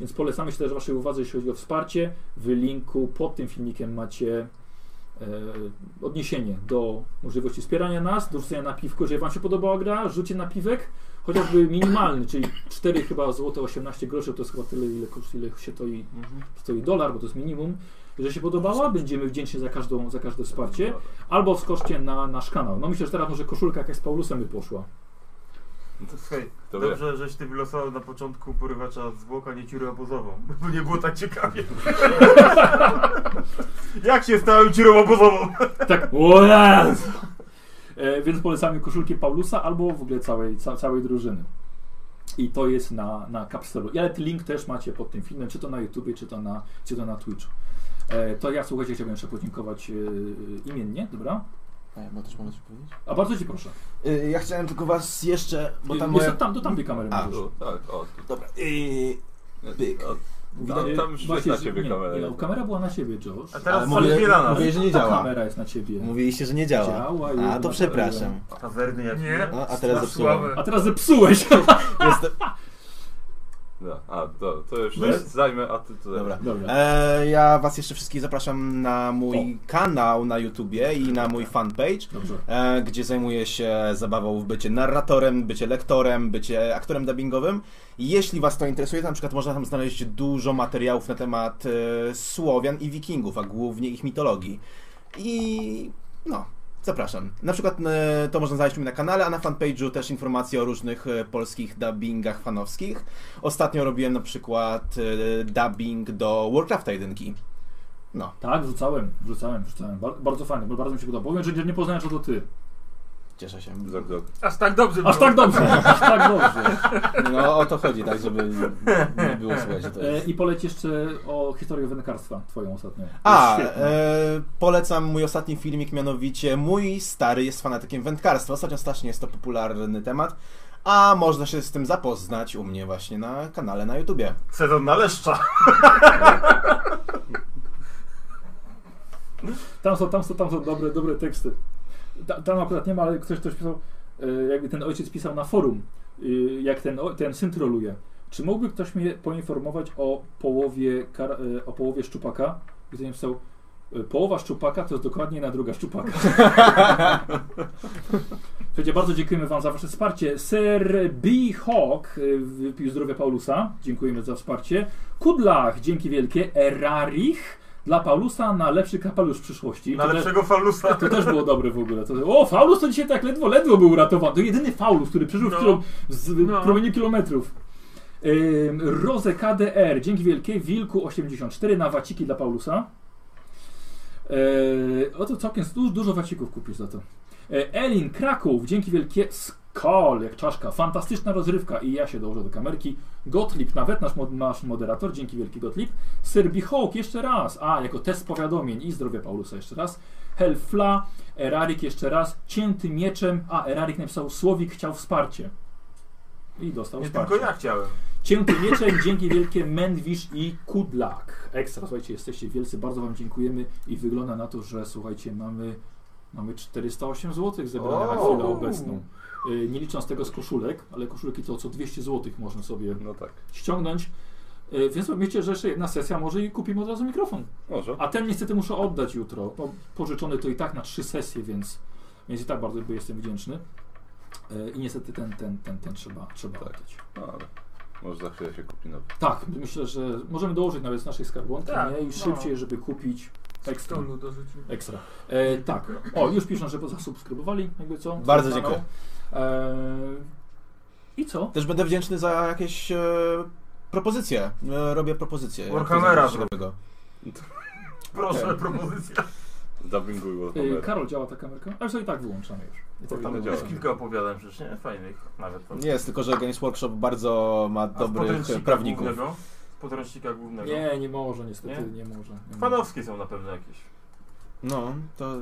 S2: Więc polecamy się też Waszej uwadze, jeśli chodzi o wsparcie. W linku pod tym filmikiem macie e, odniesienie do możliwości wspierania nas, do rzucenia na piwko. Jeżeli Wam się podobała gra, rzućcie na piwek, chociażby minimalny, czyli 4 chyba złote 18 groszy, to jest chyba tyle, ile, koszt, ile się to i
S1: Mhm.
S2: stoi dolar, bo to jest minimum. Jeżeli się podobała, będziemy wdzięczni za, każdą, za każde wsparcie. Albo wskoczcie na nasz kanał. No myślę, że teraz może koszulka jakaś z Paulusem by poszła.
S1: To słuchaj,
S3: To wie.
S1: dobrze, żeś ty wylosował na początku porywacza zwłoka, nie ciurę obozową. Bo nie było tak ciekawie. Jak się stałem ciurą obozową?
S2: Tak. O Jezu! E, więc polecamy koszulki Paulusa albo w ogóle całej, ca, całej drużyny. I to jest na, na kapselu. I Ale ten link też macie pod tym filmem, czy to na YouTubie, czy to na, czy to na Twitchu. E, to ja słuchajcie, chciałbym jeszcze podziękować e, imiennie, dobra?
S5: A ja też mogę coś powiedzieć?
S2: A bardzo ci proszę.
S5: Y, Ja chciałem tylko was jeszcze, bo tam
S2: Jest
S5: moja...
S2: tam, do tamtej kamery
S5: A,
S2: możesz.
S3: Tu, tak, o, tu.
S5: Dobra, y, Byk.
S3: O,
S5: Widać-
S3: tam, tam już
S2: e, Właśnie,
S3: na
S2: że-
S3: ciebie
S2: nie,
S3: kamera.
S2: Nie, kamera była na ciebie, Josh.
S1: A teraz
S5: mówię-
S1: mówię, na nas.
S5: mówię, że nie
S2: Ta
S5: działa.
S2: kamera jest na ciebie.
S5: Mówiliście, że nie działa.
S2: Działa
S5: A,
S2: jednak,
S5: to przepraszam.
S1: Pazerny jak
S4: Nie.
S5: No, a teraz zepsułem.
S2: A teraz zepsułeś.
S5: Jestem...
S3: No, a to, to już
S2: No
S3: jest. Zajmę, a ty tutaj.
S5: Dobra.
S2: Dobra.
S5: E, ja was jeszcze wszystkich zapraszam na mój kanał na YouTubie i na mój fanpage.
S2: Dobrze.
S5: e, gdzie zajmuję się zabawą w bycie narratorem, bycie lektorem, bycie aktorem dubbingowym. Jeśli Was to interesuje, to na przykład można tam znaleźć dużo materiałów na temat e, Słowian i Wikingów, a głównie ich mitologii. I no, zapraszam. Na przykład e, to można znaleźć u mnie na kanale, a na fanpage'u też informacje o różnych e, polskich dubbingach fanowskich. Ostatnio robiłem na przykład e, dubbing do Warcrafta 1. No,
S2: Tak, wrzucałem, wrzucałem, wrzucałem. Bar- bardzo fajnie, bo bardzo mi się podoba. Powiem, że nie poznałem, że to ty.
S5: cieszę się.
S3: Zog, zog.
S4: Aż tak dobrze było.
S2: Aż tak dobrze, aż tak dobrze.
S5: No o to chodzi, tak, żeby nie było słychać, że to jest.
S2: E, I poleć jeszcze o historię wędkarstwa, twoją ostatnią.
S5: A,
S2: Świetnie.
S5: e, polecam mój ostatni filmik, mianowicie mój stary jest fanatykiem wędkarstwa. Ostatnio strasznie jest to popularny temat, a można się z tym zapoznać u mnie właśnie na kanale na YouTubie.
S1: Sezon naleszcza.
S2: Tam są, tam są, tam są dobre, dobre teksty. Ta, tam akurat nie ma, ale ktoś też pisał, e, jakby ten ojciec pisał na forum, e, jak ten, o- ten syn troluje. Czy mógłby ktoś mnie poinformować o połowie, kar, e, o połowie szczupaka? Gdzie pisał, e, połowa szczupaka to jest dokładnie na druga szczupaka. Słuchajcie, bardzo dziękujemy Wam za Wasze wsparcie. Sir B. Hawk e, wypił zdrowia Paulusa. Dziękujemy za wsparcie. Kudlach, dzięki wielkie. Erarich, Dla Paulusa na lepszy kapelusz w przyszłości.
S1: Na
S2: To te-
S1: lepszego falusa.
S2: To też było dobre w ogóle. To, o, Faulus to dzisiaj tak ledwo, ledwo był ratowany. To jedyny Faulus, który przeżył
S4: No.
S2: w, którą, z, w
S4: No.
S2: promieniu kilometrów. Ym, Roze KDR, dzięki wielkiej Wilku 84 na waciki dla Paulusa. Yy, o to całkiem dużo, dużo wacików kupisz za to. Yy, Elin Kraków, dzięki wielkie Skol, jak czaszka. Fantastyczna rozrywka i ja się dołożę do kamerki. Gottlieb, nawet nasz, mod, nasz moderator, dzięki wielki Gottlieb. Sir Bihołk, jeszcze raz. A, jako test powiadomień i zdrowie Paulusa jeszcze raz. Helfla, Erarik jeszcze raz, cięty mieczem, a Erarik napisał Słowik chciał wsparcie. I dostał
S1: Nie
S2: wsparcie.
S1: tylko ja chciałem.
S2: Cięty mieczem, dzięki wielkie Mendwisz i Kudlak. Ekstra, słuchajcie, jesteście wielcy, bardzo wam dziękujemy i wygląda na to, że słuchajcie, mamy, mamy 408 zł zebrane na chwilę
S1: O!
S2: obecną. Y, Nie licząc tego z koszulek, ale koszulki to co 200 zł można sobie
S3: No tak.
S2: ściągnąć. Y, Więc myślę, że jeszcze jedna sesja może i kupimy od razu mikrofon.
S3: Może.
S2: A ten niestety muszę oddać jutro. bo Pożyczony to i tak na trzy sesje, więc, więc i tak bardzo by jestem wdzięczny. E, I niestety ten, ten, ten, ten trzeba, trzeba
S3: Tak.
S2: oddać.
S3: No, ale może za chwilę się kupi nowy.
S2: Tak, myślę, że możemy dołożyć nawet z naszej skarbonki
S4: Tak,
S2: nie? i
S4: no.
S2: szybciej, żeby kupić ekstra.
S4: Stonu dorzucimy.
S2: Ekstra. E, tak. O, już piszą, że zasubskrybowali, jakby co.
S5: Bardzo
S2: Zostaną.
S5: dziękuję.
S2: E, I co?
S5: Też będę wdzięczny za jakieś e, propozycje. E, robię propozycje.
S1: Warhammera
S5: Jak to
S1: zrób.
S5: zrobić?
S1: Proszę,
S2: Okej.
S1: propozycja.
S3: Dubbinguj
S2: E,
S3: Warhammera.
S2: Karol, działa ta kamerka? Ale sobie i tak wyłączamy już.
S3: powinno
S2: tam
S3: działać.
S1: Jest kilka opowiadań przecież, nie? Fajnych nawet.
S5: Nie Jest, tylko że Games Workshop bardzo ma
S1: A z
S5: dobrych
S1: podręcznika
S5: prawników.
S1: Głównego, z podręcznika głównego.
S2: Nie, nie może niestety, nie,
S1: Nie?
S2: może. Nie może.
S1: Fanowskie są na pewno jakieś.
S5: No, to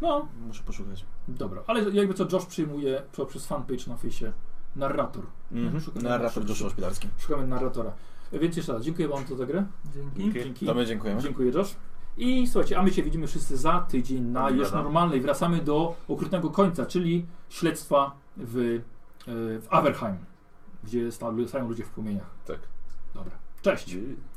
S2: No,
S5: muszę poszukać.
S2: Dobra, ale jakby co Josh przyjmuje przy- przez fanpage na fejsie narrator.
S5: Mhm.
S2: Szukam
S5: Narrator
S2: szukam.
S5: Joshua Szpilarski.
S2: Szukamy narratora. Więc jeszcze raz, dziękuję Wam za tę grę.
S4: Dzięki.
S3: Dzięki.
S5: To my dziękujemy.
S2: Dziękuję Josh. I słuchajcie, a my się widzimy wszyscy za tydzień na już
S1: Dobra.
S2: normalnej. Wracamy do okrutnego końca, czyli śledztwa w, e, w Averheim, gdzie sta- stają ludzie w płomieniach.
S3: Tak.
S2: Dobra, cześć!
S3: Dzięki.